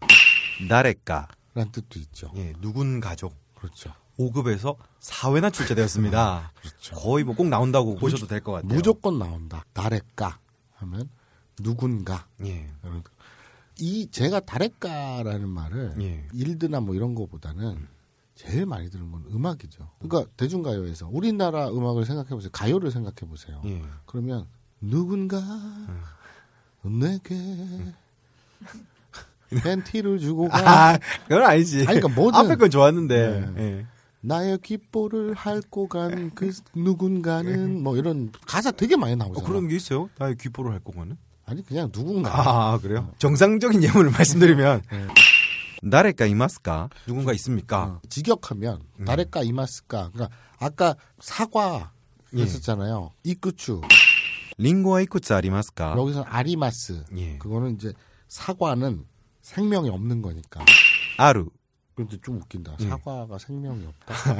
S5: 나래까.
S3: 뜻도 있죠.
S5: 예. 누군 가족.
S3: 그렇죠.
S5: 5급에서 4회나 출제되었습니다. 거의 뭐 꼭 나온다고 보셔도 될 것 같아요.
S3: 무조건 나온다. 달해 까 하면 누군가
S5: 예.
S3: 이런 거. 그러니까 이 제가 다래까라는 말을
S5: 예. 음.
S3: 일드나 뭐 이런 거보다는 제일 많이 들은 건 음악이죠. 그러니까 대중가요에서 우리나라 음악을 생각해 보세요. 가요를 생각해 보세요.
S5: 예. 음.
S3: 그러면 누군가 내게 팬티를 주고 가
S5: 아, 그건 아니지.
S3: 아니, 그러니까 뭐든- 네.
S5: 앞에 건 좋았는데. 예.
S3: 나의 귓볼을 핥고 간 그 누군가는 뭐 이런 가사 되게 많이
S5: 예. 어,
S3: 나오잖아.
S5: 그런 게 있어요? 나의 귀포를 할 거면은?
S3: 아니 그냥 누군가
S5: 아,
S3: 어.
S5: 그래요? 정상적인 예문을 말씀드리면
S3: 네.
S5: 나래까 이마스까 누군가 있습니까?
S3: 아, 직역하면
S5: 음.
S3: 나레까 이마스까 그러니까 아까 사과 했었잖아요 이끄추
S5: 링고와 이쿠츠 예. 아리마스까?
S3: 여기서 아리마스
S5: 예.
S3: 그거는 이제 사과는 생명이 없는 거니까
S5: 아루.
S3: 그런데 좀 웃긴다
S5: 예.
S3: 사과가 생명이 없다
S5: 아,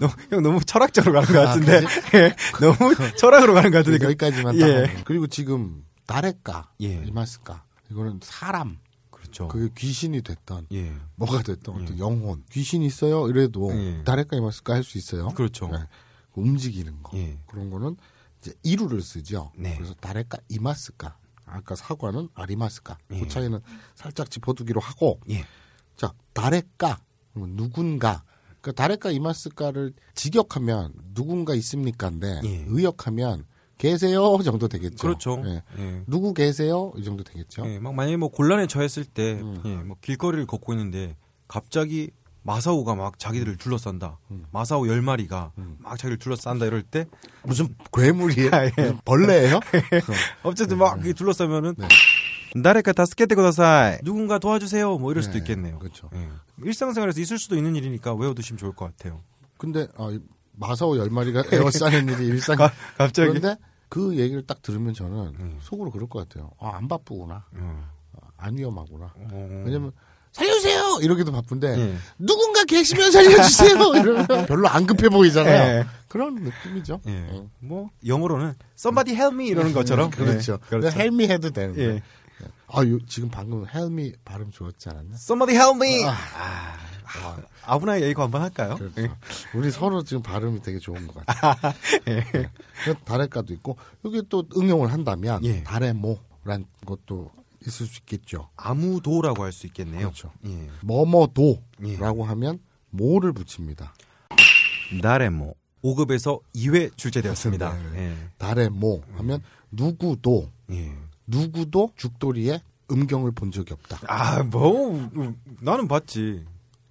S5: 너무, 형 너무 철학적으로 가는 것
S3: 아,
S5: 같은데. 예, 너무 철학으로 가는 것 같은데. 그-
S3: 여기까지만
S5: 예.
S3: 예. 그리고 지금 나레까
S5: 예.
S3: 이마스까 이거는 사람
S5: 그렇죠.
S3: 그게 귀신이 됐던
S5: 예.
S3: 뭐가 됐던 어떤 영혼 귀신 있어요 이래도
S5: 예.
S3: 나레까 이마스까 할 수 있어요
S5: 그렇죠.
S3: 네. 움직이는 거
S5: 예.
S3: 그런 거는 이제 이루를 쓰죠.
S5: 네.
S3: 그래서 다레까 이마스까 아까 사과는 아리마스까
S5: 예.
S3: 그 차이는 살짝 짚어두기로 하고
S5: 예.
S3: 자 다레까 그러면 누군가 그러니까 다레까 이마스까를 직역하면 누군가 있습니까인데
S5: 예.
S3: 의역하면 계세요 정도 되겠죠.
S5: 그렇죠.
S3: 예.
S5: 예.
S3: 누구 계세요 이 정도 되겠죠.
S5: 예, 막 만약에 뭐 곤란에 처했을 때, 예, 뭐 길거리를 걷고 있는데 갑자기 마사오가 막 자기들을 둘러싼다. 마사오 열 마리가 막 자기를 둘러싼다 이럴 때
S3: 무슨 괴물이에요?
S5: 아, 예.
S3: 무슨 벌레예요?
S5: 어쨌든 막
S3: 네.
S5: 그게 둘러싸면은 나래가 다스케테 고다사이 누군가 도와주세요 뭐 이럴 수도 있겠네요.
S3: 그렇죠.
S5: 예. 일상생활에서 있을 수도 있는 일이니까 외워두시면 좋을 것 같아요.
S3: 근데 어, 이 마사오 열 마리가 에어싸는 일이 일상.
S5: 가- 갑자기? 음.
S3: 그런데 그 얘기를 딱 들으면 저는 속으로 그럴 것 같아요. 아, 안 바쁘구나. 아, 안 위험하구나.
S5: 음,
S3: 왜냐면 살려주세요 이러기도 바쁜데
S5: 예.
S3: 누군가 계시면 살려주세요 이러면 별로 안 급해 보이잖아요.
S5: 예.
S3: 그런 느낌이죠.
S5: 예.
S3: 예.
S5: 뭐 영어로는 somebody help me 이러는 것처럼
S3: 그렇죠.
S5: 예,
S3: 그렇죠.
S5: 그렇죠.
S3: 헬미 해도 되는데.
S5: 예.
S3: 아, 요- 지금 방금 헬미 발음 좋았지 않았나?
S5: somebody help me 아, 아, 아브나이 이거 한번 할까요?
S3: 그렇죠.
S5: 예. 예.
S3: 우리 서로 지금 발음이 되게 좋은 것 같아요. 네. 그래서 달래가도 있고 여기 또 응용을 한다면
S5: 예.
S3: 달래모란 것도 있을 수 있겠죠.
S5: 아무도라고 할 수 있겠네요.
S3: 그렇죠.
S5: 예. 예.
S3: 뭐뭐도라고 하면 모를 붙입니다.
S5: 나레모 5급에서 2회 출제되었습니다.
S3: 네. 달래모 하면
S5: 음.
S3: 누구도
S5: 예. 예.
S3: 누구도 죽돌이의 음경을 본 적이 없다.
S5: 아, 뭐 음, 나는 봤지.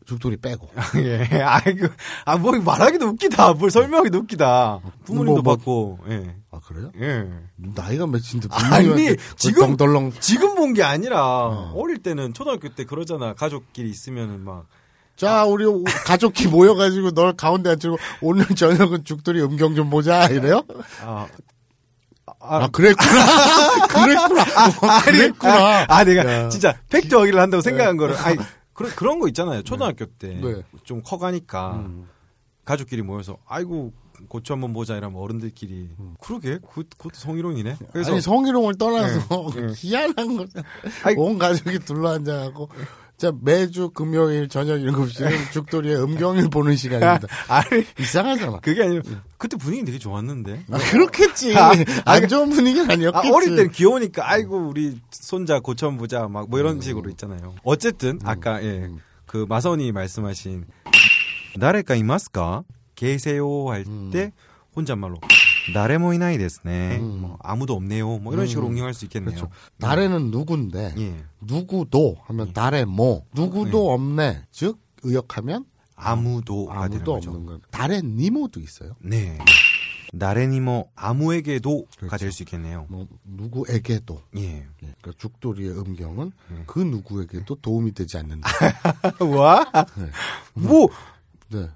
S3: 죽돌이 빼고.
S5: 예. 아이고. 아, 뭐 말하기도 웃기다. 뭘 설명하기도 웃기다. 부모님도
S3: 뭐, 뭐.
S5: 봤고. 예.
S3: 아 그래요?
S5: 예.
S3: 나이가 몇인데 그
S5: 아니, 지금
S3: 덜렁
S5: 지금 본 게 아니라 어릴 때는 초등학교 때 그러잖아. 가족끼리 있으면은 막 아.
S3: 자, 우리 오- 가족이 모여가지고 널 가운데 앉히고 오늘 저녁은 죽돌이 음경 좀 보자 이래요?
S5: 아,
S3: 아, 그랬구나. 그랬구나. 아, 그랬구나.
S5: 아, 아, 내가
S3: 야.
S5: 진짜 팩트 어기를 한다고 생각한 거를. 아니, 그런, 그런 거 있잖아요. 초등학교 때
S3: 네. 음.
S5: 좀 커가니까 가족끼리 모여서 아이고 고추 한번 보자 이러면 어른들끼리 그러게 그, 그것도 성희롱이네. 그래서
S3: 음. 아니 성희롱을 떠나서
S5: 예, 예.
S3: 희한한 거죠.
S5: 아니,
S3: 온 가족이 둘러앉아갖고 자 매주 금요일 저녁 7시는 죽돌이의 음경을 보는 시간입니다.
S5: 아니
S3: 네. 이상하잖아.
S5: 그게 아니라 그때 분위기 되게 좋았는데.
S3: 아, 그렇겠지.
S5: 아,
S3: 안 좋은 분위기는
S5: 아,
S3: 아니었겠지.
S5: 어릴 땐 귀여우니까 아이고 우리 손자 고추 한번 보자 막 뭐 이런 식으로 있잖아요. 어쨌든 아까 예. 그 마선이 말씀하신 나래가 이마스까 계세요 할 때 혼잣말로 나래모 이나이 데스네 뭐 아무도 없네요 뭐 이런 식으로 응용할 수 있겠네요.
S3: 나래는 누군데
S5: 예.
S3: 예. 누구도 하면 달에 뭐 누구도 없네 즉 의역하면
S5: 음. 아무도가 되는
S3: 예. 아무도
S5: 거죠.
S3: 없는 건. 달의 니모도 있어요.
S5: 네. 나레니모 뭐 아무에게도가 될 수 있겠네요.
S3: 뭐 누구에게도.
S5: 예.
S3: 예, 그러니까 죽돌이의 음경은 그 누구에게도 도움이 되지 않는다.
S5: 아. 와? 뭐,
S3: 네.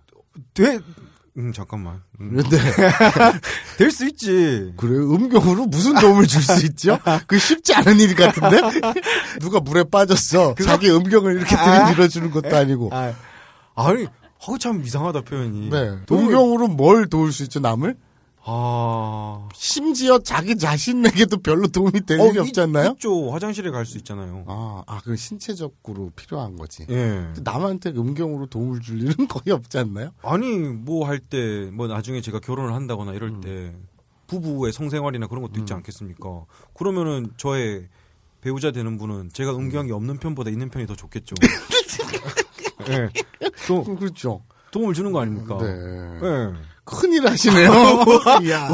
S5: 돼? 음, 잠깐만.
S3: 그런데
S5: 될 수 있지.
S3: 그래 음경으로 무슨 도움을 줄 수 있죠? 그 쉽지 않은 일 같은데 누가 물에 빠졌어 자기 음경을 이렇게 들이밀어 주는 것도 아니고
S5: 아, 아니, 하고 참 이상하다 표현이.
S3: 네
S5: 도움을-
S3: 음경으로 뭘 도울 수 있죠 남을
S5: 아.
S3: 심지어 자기 자신에게도 별로 도움이 될 일이
S5: 어, 이-
S3: 어, 없지 않나요?
S5: 있죠. 화장실에 갈 수 있잖아요.
S3: 아, 아 그건 신체적으로 필요한 거지.
S5: 예.
S3: 근데 남한테 음경으로 도움을 줄 일은 거의 없지 않나요?
S5: 아니, 뭐 할 때, 뭐 나중에 제가 결혼을 한다거나
S3: 음.
S5: 이럴 때, 부부의 성생활이나 그런 것도 있지 않겠습니까? 그러면은 저의 배우자 되는 분은 제가 음경이 없는 편보다 있는 편이 더 좋겠죠. 예. 또
S3: 음, 그렇죠.
S5: 도움을 주는 거 아닙니까?
S3: 네.
S5: 예.
S3: 큰일 하시네요. 이야.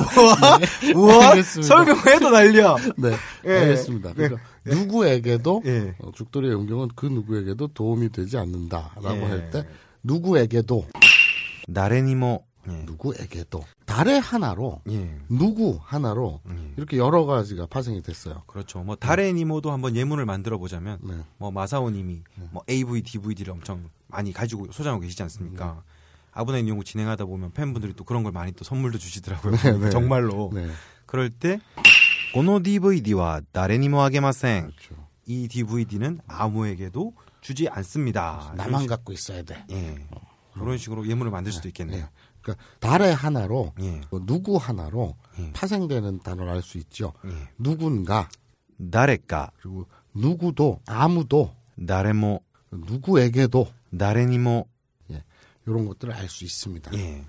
S3: 네,
S5: 우와
S3: 알겠습니다.
S5: 설명해도 난리야.
S3: 네.
S5: 예.
S3: 알겠습니다. 그래서 누구에게도
S5: 예.
S3: 어, 죽돌이의 음경은 그 누구에게도 도움이 되지 않는다라고
S5: 예.
S3: 할 때 누구에게도
S5: 나레니모. 예.
S3: 누구에게도 달의 하나로
S5: 예.
S3: 누구 하나로
S5: 예.
S3: 이렇게 여러 가지가 파생이 됐어요.
S5: 그렇죠. 뭐 다레니모도 한번 예문을 만들어 보자면
S3: 네.
S5: 뭐 마사오님이 뭐 AV, DVD를 엄청 많이 가지고 소장하고 계시지 않습니까?
S3: 네.
S5: 아브나인 연구 진행하다 보면 팬분들이 또 그런 걸 많이 또 선물도 주시더라고요.
S3: 네.
S5: 정말로.
S3: 네.
S5: 그럴 때 고노 DVD와 다레니모 하게마생
S3: 그렇죠.
S5: 이 DVD는 아무에게도 주지 않습니다.
S3: 나만 갖고 있어야 돼.
S5: 이런 식- 예. 그런 식으로 예문을 만들 수도 있겠네요.
S3: 네. 그러니까 달의 하나로
S5: 예.
S3: 뭐 누구 하나로
S5: 예.
S3: 파생되는 단어를 알 수 있죠.
S5: 예.
S3: 누군가
S5: 다레까
S3: 그리고 누구도 아무도
S5: 다레모
S3: 누구에게도
S5: 다레니모
S3: 이런 것들을 알 수 있습니다. 그러니까
S5: 예.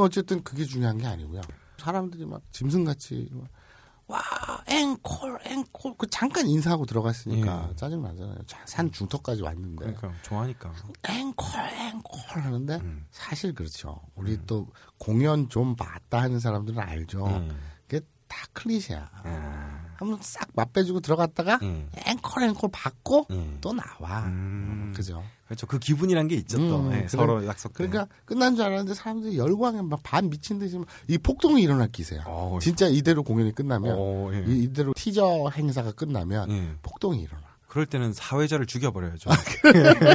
S3: 어쨌든 그게 중요한 게 아니고요. 사람들이 막 짐승같이 막 와, 앵콜, 앵콜. 그 잠깐 인사하고 들어갔으니까 짜증 나잖아요. 산 중턱까지 왔는데
S5: 예. 그러니까 좋아하니까.
S3: 앵콜, 앵콜 하는데
S5: 음.
S3: 사실 그렇죠. 우리 또 공연 좀 봤다 하는 사람들은 알죠.
S5: 음. 예.
S3: 그게 다 클리셰야. 한번 싹 맛배주고 들어갔다가
S5: 음.
S3: 앵콜, 앵콜 받고
S5: 음.
S3: 또 나와.
S5: 음.
S3: 그죠.
S5: 그렇죠. 그 기분이란 게 있죠 또
S3: 음,
S5: 예,
S3: 그래.
S5: 서로 약속. 때.
S3: 그러니까 끝난 줄 알았는데 사람들이 열광에 막 반 미친 듯이 막 이 폭동이 일어날 기세야.
S5: 어,
S3: 진짜 이대로 공연이 끝나면
S5: 어, 예.
S3: 이- 이대로 티저 행사가 끝나면
S5: 예.
S3: 폭동이 일어나.
S5: 그럴 때는 사회자를 죽여버려야죠.
S3: 아,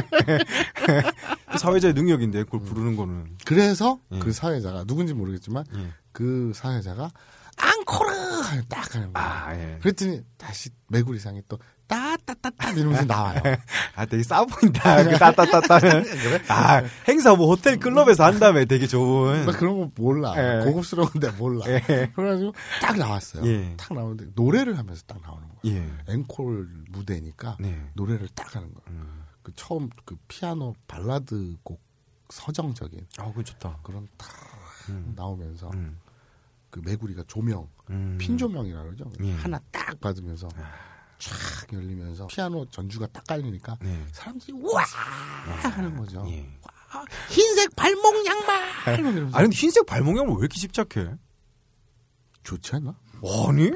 S5: 그 사회자의 능력인데 그걸 부르는 거는
S3: 그래서
S5: 예.
S3: 그 사회자가 누군지 모르겠지만
S5: 예.
S3: 그 사회자가 앙코르 하고 딱 하는 거야.
S5: 아 예.
S3: 그랬더니 다시 메구리상이 또 따따따따 이러면서 나와요.
S5: 아 되게 싸 보인다. 그 따따따따는. 아 행사 뭐 호텔 클럽에서 한 다음에 되게 좋은.
S3: 나뭐 그런 거 몰라.
S5: 예.
S3: 고급스러운데 몰라. 그래가지고 딱 나왔어요.
S5: 예.
S3: 딱 나오는데 노래를 하면서 딱 나오는 거야.
S5: 예.
S3: 앵콜 무대니까
S5: 네.
S3: 노래를 딱 하는 거야.
S5: 음.
S3: 그 처음 그 피아노 발라드 곡 서정적인
S5: 아 그건 좋다.
S3: 그런 탁
S5: 음.
S3: 나오면서
S5: 음.
S3: 그 메구리가 조명
S5: 음.
S3: 핀 조명이라 그러죠
S5: 예. 아.
S3: 하나 딱 받으면서 촥 열리면서 피아노 전주가 딱 깔리니까
S5: 네.
S3: 사람들이 우와 하는 거죠
S5: 예.
S3: 와, 흰색 발목 양말 이러면서
S5: 아니 근데 흰색 발목형을 왜 이렇게 집착해?
S3: 좋지 않나?
S5: 아니?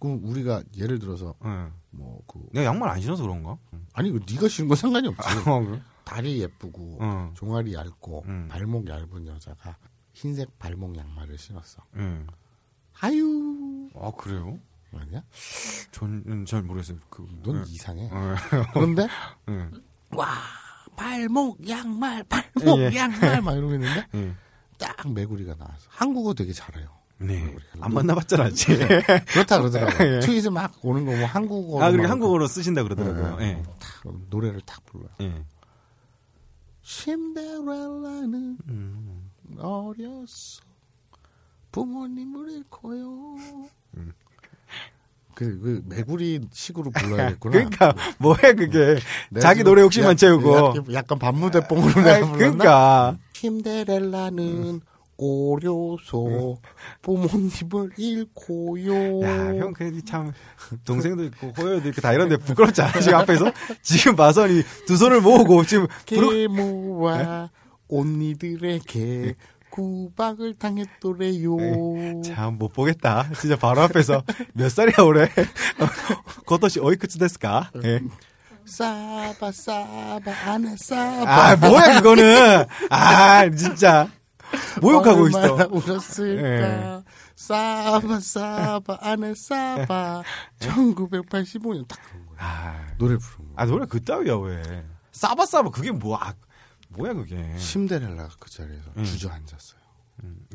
S3: 그럼 우리가 예를 들어서
S5: 예.
S3: 뭐 그
S5: 내가 양말 안 신어서 그런가? 음.
S3: 아니 그 네가 신은 건 상관이 없지
S5: 아, 그래?
S3: 다리 예쁘고
S5: 어.
S3: 종아리 얇고
S5: 음.
S3: 발목 얇은 여자가 흰색 발목 양말을 신었어
S5: 예.
S3: 아유
S5: 아 그래요?
S3: 아니야?
S5: 저는 잘 모르겠어요. 그,
S3: 넌
S5: 예.
S3: 이상해
S5: 예.
S3: 그런데
S5: 예.
S3: 와 발목 양말 발목
S5: 예.
S3: 양말 막 이러고 있는데
S5: 예.
S3: 딱 메구리가 나와서 한국어 되게 잘해요.
S5: 네.
S3: 우리가
S5: 안 만나봤잖아, 예. 아직.
S3: 그렇다 그러더라고요. 트윗에 막 오는 거 뭐 한국어
S5: 예. 아, 그리고 한국어로 쓰신다 그러더라고요. 예.
S3: 탁 노래를 탁 불러요.
S5: 예.
S3: 신데렐라는
S5: 음.
S3: 어렸어 부모님을 잃고요.
S5: 음.
S3: 그, 그 메구리 식으로 불러야겠구나.
S5: 그러니까, 음. 뭐야, 그게.
S3: 내가
S5: 자기
S3: 지금
S5: 노래 욕심만
S3: 약-
S5: 채우고.
S3: 약간, 약간 반무대뽕으로
S5: 아,
S3: 내가 불렀나?
S5: 그러니까.
S3: 신데렐라는 오려서 부모님을 잃고요.
S5: 네. 야, 형, 그래도 참, 동생도 있고, 호여도 있고, 다 이런데 부끄럽지 않아, 지금 앞에서? 지금 마선이 두 손을 모으고, 지금, 부러... 네?
S3: 계모와 언니들에게 구박을 당했더래요.
S5: 참, 못 보겠다. 진짜 바로 앞에서, 몇 살이야, 올해? 그것도 어이쿠츠 데스까? 예.
S3: 싸바 싸바 안에 싸바
S5: 아 뭐야 그거는 아 진짜 모욕하고 있어. 네.
S3: 얼마나 울었을까 싸바 싸바 안에 싸바 1985년 딱 그런 거야
S5: 네. 아,
S3: 노래 부른 거
S5: 아 노래 그따위야 왜? 싸바 싸바 그게 뭐 아, 뭐야 그게? 음.
S3: 심데렐라가 그 자리에서 주저앉았어요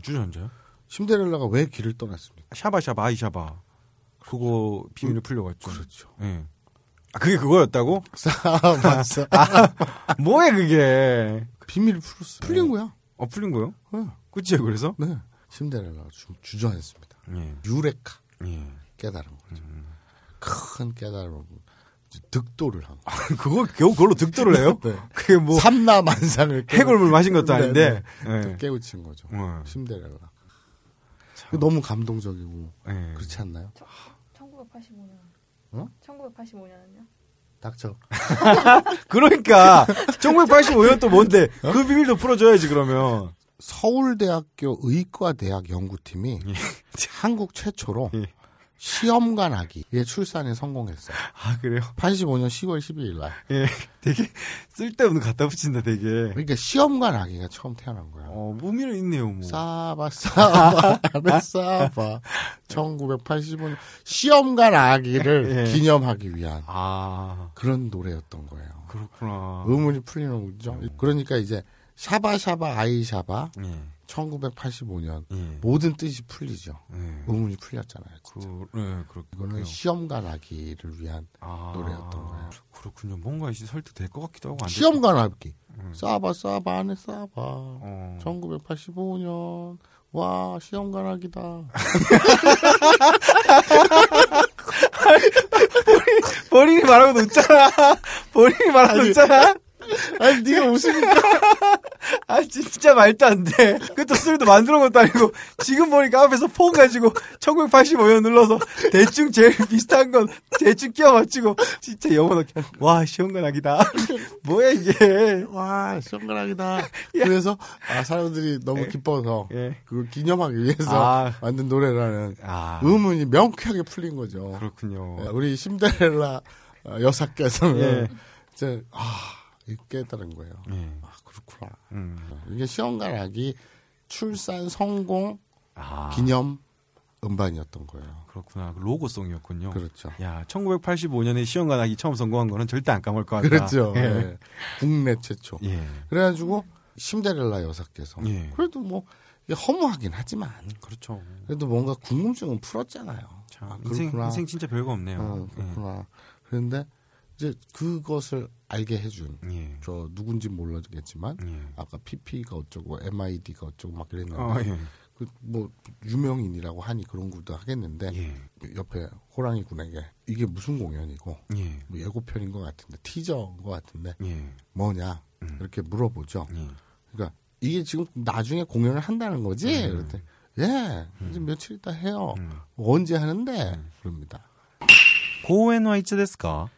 S5: 주전자?
S3: 심데렐라가 왜 길을 떠났습니까
S5: 샤바 샤바 아이 샤바 그거 비밀을 풀려갔죠.
S3: 그렇죠
S5: 예. 아 그게 그거였다고?
S3: 싸바 싸
S5: 뭐야 그게?
S3: 아, 비밀 풀었어 풀린 거야
S5: 어 풀린 거요?
S3: 네,
S5: 끝이에요 그래서?
S3: 네. 심데렐라가 주- 주저앉았습니다
S5: 예.
S3: 유레카
S5: 예.
S3: 깨달은 거죠 큰 깨달음을 득도를 한 거예요
S5: 그거 겨우 그걸로 득도를 해요?
S3: 네.
S5: 그게 뭐
S3: 삼라만상을 깨우-
S5: 해골물 마신 것도
S3: 네,
S5: 아닌데.
S3: 네. 음.
S5: 예.
S3: 또 깨우친 거죠.
S5: 네.
S3: 심데렐라. 너무 감동적이고
S5: 예.
S3: 그렇지 않나요?
S1: 1985년.
S3: 어?
S1: 1985년은요?
S3: 닥쳐.
S5: 그러니까 1985년 또 뭔데 그 비밀도 풀어줘야지 그러면
S3: 서울대학교 의과대학 연구팀이 한국 최초로
S5: 예.
S3: 시험관 아기의 출산에 성공했어요.
S5: 아 그래요
S3: 85년 10월 12일 날.
S5: 예 되게 쓸데없는 갖다 붙인다 되게
S3: 그러니까 시험관 아기가 처음 태어난 거야.
S5: 어 의미는 있네요 뭐
S3: 싸바 싸바 아베 싸바 1985년 시험관 아기를
S5: 예.
S3: 기념하기 위한
S5: 아
S3: 그런 노래였던 거예요.
S5: 그렇구나
S3: 의문이 풀리는 거죠.
S5: 음.
S3: 그러니까 이제 샤바샤바 아이샤바 1985년
S5: 예, 예예그
S3: 모든 뜻이 풀리죠. 의문이 풀렸잖아요. 진짜.
S5: 예, 그렇군요
S3: 이거는 시험관 아기를 위한
S5: 아,
S3: 노래였던 거예요.
S5: 그렇군요 뭔가 이제 설득될 것 같기도 하고 안 될-
S3: 시험관 아기.
S5: 음.
S3: 싸바 싸바 안에 싸바.
S5: 어.
S3: 1985년 와 시험관 아기다.
S5: 본인이 말하고 웃잖아 본인이 말하고 웃잖아
S3: 아니 네가 웃으니까
S5: 아 진짜 말도 안 돼. 그것도 술도 만들어 것도 아니고 지금 보니까 앞에서 폰 가지고 1985년 눌러서 대충 제일 비슷한 건 대충 끼워 맞추고 진짜 영원하게 와 시원한 아기다. 뭐야 이게.
S3: 와 시험관 아기다. 그래서 아, 사람들이 너무 기뻐서
S5: 예.
S3: 그걸 기념하기 위해서
S5: 아.
S3: 만든 노래라는
S5: 아
S3: 의문이 명쾌하게 풀린 거죠.
S5: 그렇군요.
S3: 예, 우리 심데렐라 어, 여사께서는
S5: 예.
S3: 이제 아 이게 깨달은 거예요.
S5: 예.
S3: 아 그렇구나.
S5: 음.
S3: 이게 시험가락이 출산 성공
S5: 아
S3: 기념 음반이었던 거예요.
S5: 그렇구나. 그 로고송이었군요.
S3: 그렇죠.
S5: 야 1985년에 시험관 아기 처음 성공한 거는 절대 안 까먹을 것 같다.
S3: 그렇죠.
S5: 예.
S3: 예. 국내 최초.
S5: 예.
S3: 그래가지고 심데렐라 여사께서
S5: 예.
S3: 그래도 뭐 이게 허무하긴 하지만
S5: 그렇죠.
S3: 그래도 뭔가 궁금증은 풀었잖아요.
S5: 참,
S3: 아,
S5: 인생
S3: 그렇구나.
S5: 인생 진짜 별거 없네요.
S3: 어, 그렇구나. 그런데 이제 그것을 알게 해준
S5: 예. 예.
S3: 저 누군지 몰라겠지만
S5: 예.
S3: 아까 PP가 어쩌고 MID가 어쩌고 막 이랬는데
S5: 어, 예.
S3: 그 뭐 유명인이라고 하니 그런 것도 하겠는데
S5: 예.
S3: 옆에 호랑이 군에게 이게 무슨 공연이고
S5: 예.
S3: 뭐 예고편인 것 같은데 티저인 것 같은데
S5: 예.
S3: 뭐냐 이렇게 물어보죠.
S5: 예.
S3: 그러니까 이게 지금 나중에 공연을 한다는 거지?
S5: 네.
S3: 그랬더니 예, 이제
S5: 음.
S3: 며칠 있다 해요. 뭐 언제 하는데? 그럽니다.
S5: 公園はいつですか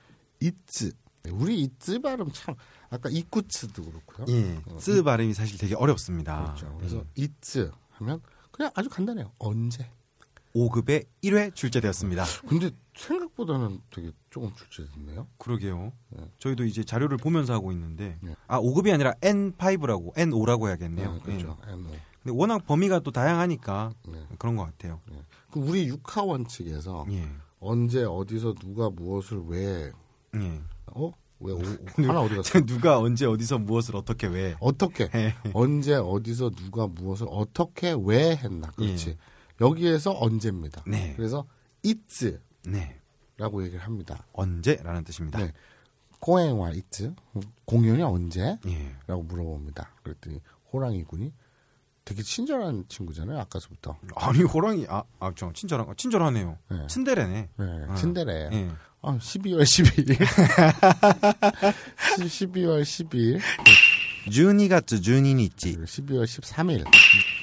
S3: 이츠 우리 이츠 발음 참 아까 이쿠츠도 그렇고요.
S5: 예. 아, 쓰 발음이 사실 되게 어렵습니다. 음.
S3: 그렇죠. 그래서 이츠 하면 그냥 아주 간단해요. 언제?
S5: 5급에 1회 출제되었습니다.
S3: 근데 생각보다는 되게 조금 출제됐네요.
S5: 그러게요. 예. 저희도 이제 자료를 보면서 하고 있는데
S3: 예.
S5: 아 5급이 아니라 N5라고 N5라고 해야겠네요.
S3: 네, 그렇죠.
S5: 예.
S3: 예, 뭐.
S5: 근데 워낙 범위가 또 다양하니까
S3: 네.
S5: 그런 것 같아요.
S3: 그 우리 육하 원칙에서
S5: 예.
S3: 언제 어디서 누가 무엇을 왜
S5: 예.
S3: 어? 왜 오, 하나 어디 갔어?
S5: 누가 언제 어디서 무엇을 어떻게 왜?
S3: 어떻게
S5: 예.
S3: 언제 어디서 누가 무엇을 어떻게 왜 했나 그렇지
S5: 예.
S3: 여기에서 언제입니다.
S5: 네.
S3: 그래서 it's라고
S5: 네.
S3: 얘기를 합니다.
S5: 언제라는 뜻입니다.
S3: 네. 코행와 it 공연이 언제?
S5: 예.
S3: 라고 물어봅니다. 그랬더니 호랑이군이 되게 친절한 친구잖아요. 아까서부터
S5: 아니 호랑이 아아저 친절한 친절하네요.
S3: 예.
S5: 친데레네.
S3: 네,
S5: 아.
S3: 친데레.
S5: 예.
S3: 아, 12월 12일. 12월 12일.
S5: 12月12日
S3: 12월 13일.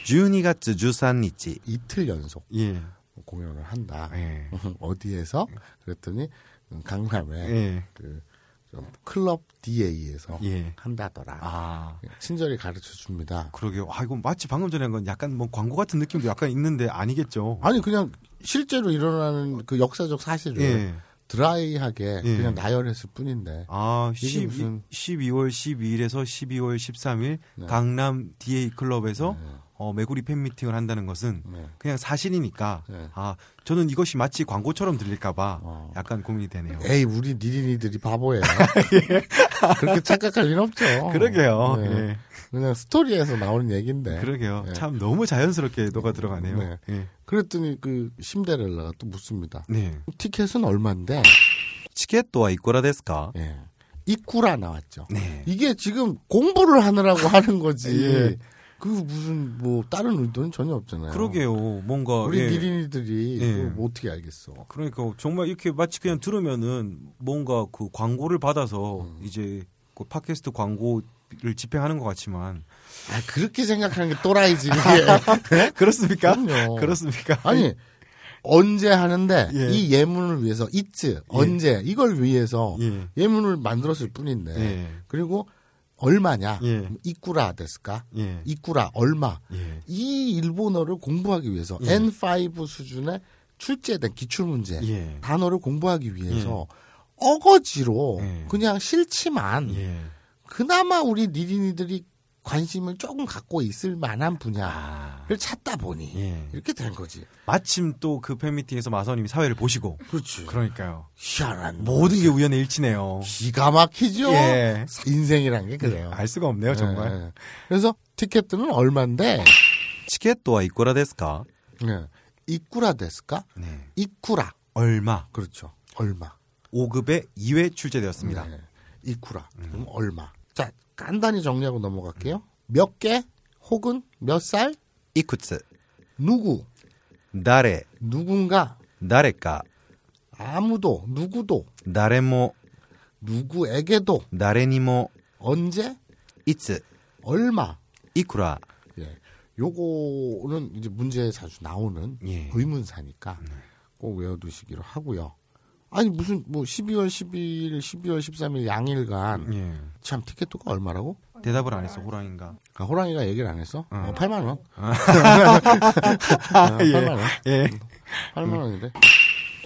S5: 12月13日
S3: 이틀 연속
S5: 예.
S3: 공연을 한다.
S5: 예.
S3: 어디에서? 그랬더니 음, 강남에
S5: 예.
S3: 그좀 클럽 DA에서
S5: 예.
S3: 한다더라.
S5: 아.
S3: 친절히 가르쳐 줍니다.
S5: 그러게요. 아, 이건 마치 방금 전에 한 건 약간 뭐 광고 같은 느낌도 약간 있는데 아니겠죠.
S3: 아니 그냥 실제로 일어나는 그 역사적 사실을
S5: 예.
S3: 드라이하게
S5: 예.
S3: 그냥 나열했을 뿐인데
S5: 아,
S3: 이게
S5: 12,
S3: 무슨-
S5: 12월 12일에서 12월 13일
S3: 네.
S5: 강남 DA 클럽에서
S3: 네.
S5: 어, 메구리 팬 미팅을 한다는 것은
S3: 네.
S5: 그냥 사실이니까
S3: 네.
S5: 아 저는 이것이 마치 광고처럼 들릴까봐
S3: 어.
S5: 약간 고민이 되네요.
S3: 에이 우리 니린이들이 바보예요. 그렇게 착각할 리는 없죠.
S5: 어. 그러게요.
S3: 네.
S5: 예.
S3: 그냥 스토리에서 나오는 얘기인데.
S5: 그러게요.
S3: 네.
S5: 참 너무 자연스럽게 녹아 들어가네요.
S3: 네.
S5: 네. 예.
S3: 그랬더니 그 심데렐라가 또 묻습니다.
S5: 네.
S3: 티켓은 얼마인데?
S5: 치켓도와 이꼬라 데스까?
S3: 예. 이쿠라 나왔죠.
S5: 네.
S3: 이게 지금 공부를 하느라고 하는 거지.
S5: 예.
S3: 그 무슨 뭐 다른 의도는 전혀 없잖아요.
S5: 그러게요. 뭔가
S3: 우리
S5: 예.
S3: 니린이들이
S5: 예.
S3: 그걸 뭐 어떻게 알겠어.
S5: 그러니까 정말 이렇게 마치 그냥 들으면은 뭔가 그 광고를 받아서
S3: 음.
S5: 이제 그 팟캐스트 광고를 집행하는 것 같지만
S3: 아 그렇게 생각하는 게 또라이지. 그게.
S5: 그렇습니까?
S3: 네? 그럼요.
S5: 그렇습니까?
S3: 아니 언제 하는데
S5: 예.
S3: 이 예문을 위해서 이츠 언제 이걸 위해서
S5: 예.
S3: 예. 문을 만들었을 뿐인데
S5: 예.
S3: 그리고 얼마냐 뭐
S5: 예.
S3: 이쿠라 데스까
S5: 예.
S3: 이쿠라 얼마
S5: 예.
S3: 이 일본어를 공부하기 위해서
S5: 예.
S3: N5 수준의 출제된 기출 문제
S5: 예.
S3: 단어를 공부하기 위해서 어거지로
S5: 예.
S3: 그냥 싫지만
S5: 예.
S3: 그나마 우리 니린이들이 관심을 조금 갖고 있을 만한 분야를
S5: 아.
S3: 찾다 보니
S5: 예.
S3: 이렇게 된 거지.
S5: 마침 또 그 팬미팅에서 마선님이 사회를 보시고
S3: 그렇지.
S5: 그러니까요. 아,
S3: 희한한 뭐
S5: 모든 게 우연의 일치네요.
S3: 기가 막히죠.
S5: 예.
S3: 인생이란 게 그래요.
S5: 알 수가 없네요, 정말.
S3: 예, 예. 그래서 티켓들은 얼마인데
S5: 치켓도와 이꼬라 데스까?
S3: 예. 이쿠라 데스까?
S5: 네.
S3: 이쿠라.
S5: 얼마?
S3: 그렇죠. 얼마?
S5: 5급에 2회 출제되었습니다.
S3: 예. 이쿠라.
S5: 음.
S3: 그럼 얼마? 자, 간단히 정리하고 넘어갈게요. 몇 개? 혹은 몇 살?
S5: 이쿠츠,
S3: 누구?
S5: 나레,
S3: 누군가?
S5: 나레까,
S3: 아무도, 누구도,
S5: 나레모,
S3: 누구에게도,
S5: 나레니모,
S3: 언제,
S5: 이츠,
S3: 얼마,
S5: 이쿠라.
S3: 예. 요거는 이제 문제에 자주 나오는
S5: 예.
S3: 의문사니까 꼭 외워두시기로 하고요. 아니 무슨 뭐 12월 12일, 12월 13일 양일간
S5: 예.
S3: 참 티켓도가 얼마라고?
S5: 대답을 안 했어, 호랑인가.
S3: 아, 호랑이가 얘기를 안 했어? 어, 8만 원.
S5: 아,
S3: 8만 원.
S5: 예.
S3: 8만 원인데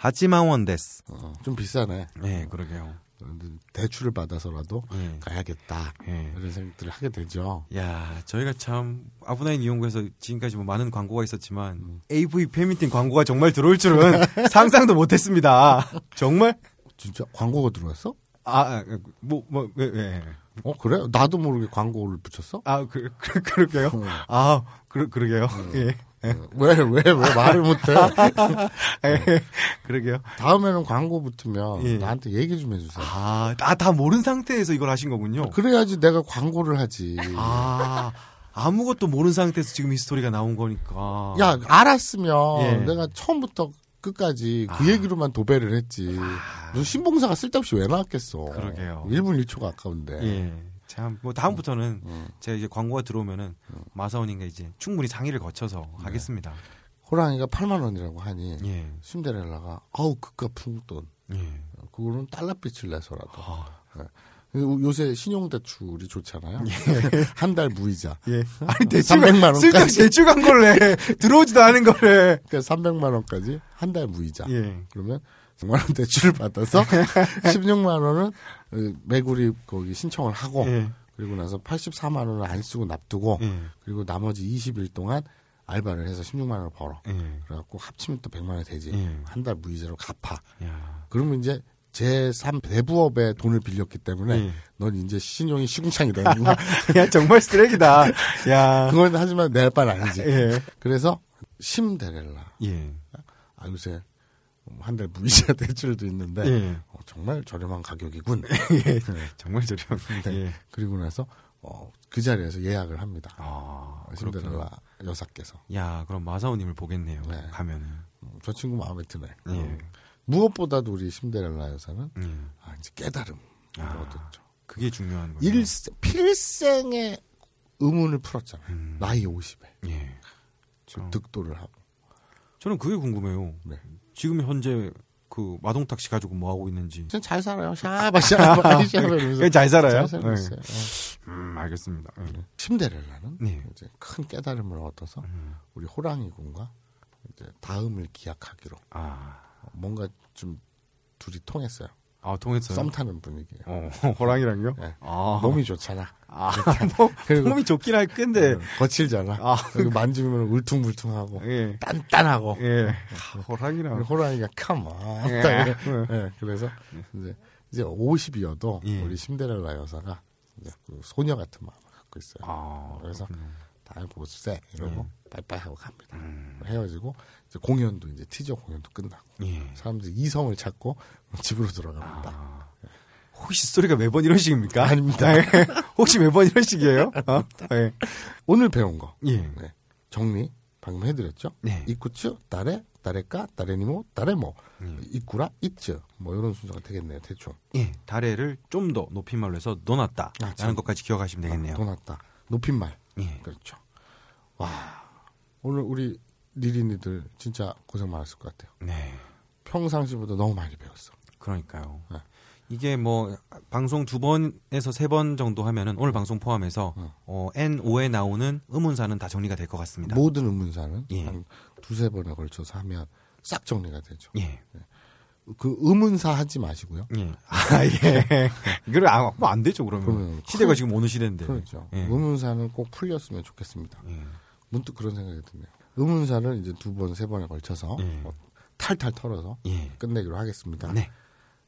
S5: 하지만원 데스.
S3: 어, 좀 비싸네.
S5: 예, 그러게요.
S3: 근데 대출을 받아서라도
S5: 예.
S3: 가야겠다
S5: 예.
S3: 이런 생각들을 하게 되죠.
S5: 야, 저희가 참 아브나인 이용구에서 지금까지 뭐 많은 광고가 있었지만 AV 팬미팅 광고가 정말 들어올 줄은 상상도 못했습니다. 정말?
S3: 진짜 광고가 들어왔어?
S5: 아, 뭐뭐 왜, 왜.
S3: 어 그래? 나도 모르게 광고를 붙였어?
S5: 아, 그, 그 그러게요.
S3: 음.
S5: 아, 그 그러게요. 예.
S3: 어, 왜 왜 왜 말을 못해? 네.
S5: 예. 그러게요.
S3: 다음에는 광고 붙으면
S5: 예.
S3: 나한테 얘기 좀 해주세요.
S5: 아, 아, 다 모른 상태에서 이걸 하신 거군요.
S3: 아, 그래야지 내가 광고를 하지.
S5: 아, 아무것도 모른 상태에서 지금 이 스토리가 나온 거니까.
S3: 야 알았으면
S5: 어. 예. 아.
S3: 내가 처음부터 끝까지 그 얘기로만 도배를 했지. 무슨 신봉사가 쓸데없이 왜 나왔겠어.
S5: 그러게요.
S3: 1분 1초가 아까운데.
S5: 예. 참, 뭐, 다음부터는 제가 이제 광고가 들어오면은
S3: 음.
S5: 마사오님과 이제 충분히 상의를 거쳐서
S3: 네.
S5: 하겠습니다.
S3: 호랑이가 8만 원이라고 하니
S5: 예.
S3: 심데렐라가 아우 그깟 풍돈.
S5: 예.
S3: 그거는 달러빛을 내서라도.
S5: 아.
S3: 예. 근데 요- 요새 신용대출이 좋잖아요. 한 달 무이자.
S5: 예. 아니, 대출,
S3: 300만 어, 원까지.
S5: 쓸데없이 대출 광고를 해. 들어오지도 않은 거를.
S3: 그러니까 300만 원까지 한 달 무이자.
S5: 예.
S3: 그러면 10만 원 대출을 받아서 16만 원은 어, 매구리 거기 신청을 하고
S5: 예.
S3: 그리고 나서 84만 원을 안 쓰고 납두고
S5: 예.
S3: 그리고 나머지 20일 동안 알바를 해서 16만 원을 벌어.
S5: 예.
S3: 그래갖고 합치면 또 100만 원이 되지.
S5: 예.
S3: 한 달 무이자로 갚아.
S5: 야.
S3: 그러면 이제 제3 대부업에 돈을 빌렸기 때문에
S5: 예.
S3: 넌 이제 신용이 시궁창이 되는 거야.
S5: 야, 정말 쓰레기다. 야.
S3: 그건 하지만 내 할 바는 아니지.
S5: 예.
S3: 그래서 심데렐라.
S5: 예.
S3: 아 요새 한 달 무이자 대출도 있는데
S5: 예.
S3: 어, 정말 저렴한 가격이군. 네.
S5: 정말 저렴합니다. 네. 예.
S3: 그리고 나서 어, 그 자리에서 예약을 합니다. 어,
S5: 아,
S3: 신데렐라
S5: 그렇구나.
S3: 여사께서
S5: 야, 그럼 마사오님을 보겠네요.
S3: 네.
S5: 가면은.
S3: 음, 저 친구 마음에 드네.
S5: 예.
S3: 음. 무엇보다도 우리 신데렐라 여사는
S5: 예.
S3: 아, 이제 깨달음을
S5: 아.
S3: 얻었죠.
S5: 그게 중요한 거예요.
S3: 일 필생의 의문을 풀었잖아요.
S5: 음.
S3: 나이 50에
S5: 예. 저,
S3: 득도를 하고.
S5: 저는 그게 궁금해요.
S3: 네.
S5: 지금 현재 그 마동탁 씨 가지고 뭐 하고 있는지.
S3: 진짜 잘 살아요. 샤바 샤바 샤바 이러면서
S5: 예, 잘 살아요? 네.
S3: 잘 살고 있어요.
S5: 음, 알겠습니다. 예.
S3: 어. 신데렐라는
S5: 네.
S3: 이제 큰 깨달음을 얻어서
S5: 음.
S3: 우리 호랑이 군과 이제 다음을 기약하기로
S5: 아,
S3: 뭔가 좀 두 둘이 통했어요.
S5: 아 통했어요.
S3: 썸 타는 분위기예요.
S5: 어, 호랑이랑요?
S3: 네.
S5: 아,
S3: 몸이 좋잖아.
S5: 아,
S3: 그리고
S5: 몸이 좋긴 할 텐데.
S3: 거칠잖아.
S5: 아,
S3: 그리고 만지면 울퉁불퉁하고
S5: 예.
S3: 단단하고
S5: 예. 아, 호랑이랑.
S3: 호랑이가 컴온.
S5: 예.
S3: 예, 그래서 이제 이제 50이어도
S5: 예.
S3: 우리 신데렐라 여사가 이제 그 소녀 같은 마음을 갖고 있어요.
S5: 아, 예.
S3: 그래서 다 보세 이러고 빠이빠이 하고 갑니다.
S5: 음.
S3: 헤어지고 이제 공연도 이제 티저 공연도 끝나고
S5: 예.
S3: 사람들이 이성을 찾고 집으로 돌아갑니다.
S5: 아. 혹시 스토리가 매번 이런 식입니까?
S3: 아닙니다.
S5: 아, 예. 혹시 매번 이런 식이에요? 어? 예.
S3: 오늘 배운 거
S5: 예.
S3: 네. 정리 방금 해드렸죠.
S5: 네.
S3: 이쿠츠 따레 따레까 따레니모 따레모
S5: 음.
S3: 이쿠라 이츠 뭐 이런 순서가 되겠네요 대충.
S5: 예. 다래를 좀 더 높임말로 해서 넣어놨다.
S3: 아, 참.
S5: 라는 것까지 기억하시면 되겠네요.
S3: 돈 왔다. 높임말.
S5: 예.
S3: 그렇죠. 와 오늘 우리 리린이들 진짜 고생 많았을 것 같아요.
S5: 네.
S3: 평상시보다 너무 많이 배웠어.
S5: 그러니까요.
S3: 네.
S5: 이게 뭐 방송 두 번에서 세 번 정도 하면은 오늘 방송 포함해서 어, N5에 나오는 의문사는 다 정리가 될 것 같습니다.
S3: 모든 의문사는
S5: 예.
S3: 한 두세 번에 걸쳐서 하면 싹 정리가 되죠.
S5: 예.
S3: 그 의문사 하지 마시고요.
S5: 예. 아, 예. 이걸 아, 뭐안 되죠, 그러면.
S3: 그러면
S5: 시대가 지금 어느 시대인데.
S3: 그렇죠.
S5: 예.
S3: 의문사는 꼭 풀렸으면 좋겠습니다.
S5: 예.
S3: 문득 그런 생각이 드네요. 의문사를 이제 두 번, 세 번에 걸쳐서
S5: 예.
S3: 어, 탈탈 털어서
S5: 예.
S3: 끝내기로 하겠습니다.
S5: 네.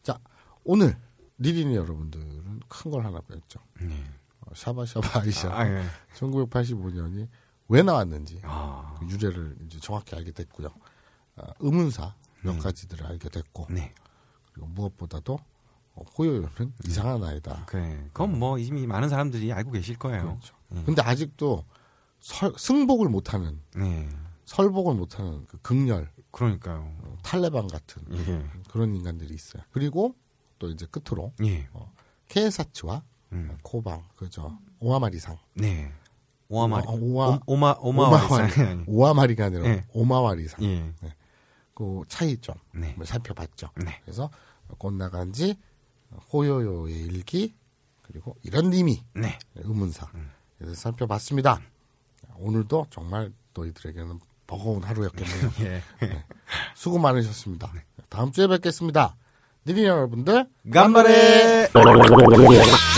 S3: 자, 오늘 리린이 여러분들은 큰 걸 하나 배웠죠.
S5: 네.
S3: 어, 샤바샤바 아이샤.
S5: 아, 예.
S3: 1985년이 왜 나왔는지
S5: 아.
S3: 그 유래를 이제 정확히 알게 됐고요. 아, 의문사 몇 가지들을 알게 됐고
S5: 음. 네.
S3: 그리고 무엇보다도 어, 호요요는 이상한 아이다.
S5: 그래. 그건 뭐 이미 많은 사람들이 알고 계실 거예요.
S3: 그렇죠. 근데 아직도 설- 승복을 못하는
S5: 네.
S3: 설복을 못하는 그 극렬
S5: 그러니까요.
S3: 어, 탈레반 같은
S5: 예.
S3: 그런 인간들이 있어요. 그리고 또 이제 끝으로
S5: 예.
S3: 케사츠와
S5: 음.
S3: 코방 그죠 오마마리상
S5: 네. 오마리.
S3: 어, 오마-
S5: 오마 오마와리.
S3: 오마마리가 아니라
S5: 예.
S3: 오마와리상
S5: 예.
S3: 그 차이점
S5: 네.
S3: 을 살펴봤죠.
S5: 네.
S3: 그래서 꽃나간 지 호요요의 일기 그리고 이런 님이
S5: 네.
S3: 의문사 그래서 살펴봤습니다. 오늘도 정말 너희들에게는 버거운 하루였겠네요.
S5: 예.
S3: 수고 많으셨습니다.
S5: 네.
S3: 다음 주에 뵙겠습니다. 니리 여러분들
S5: 간발에
S6: ¡Gracias!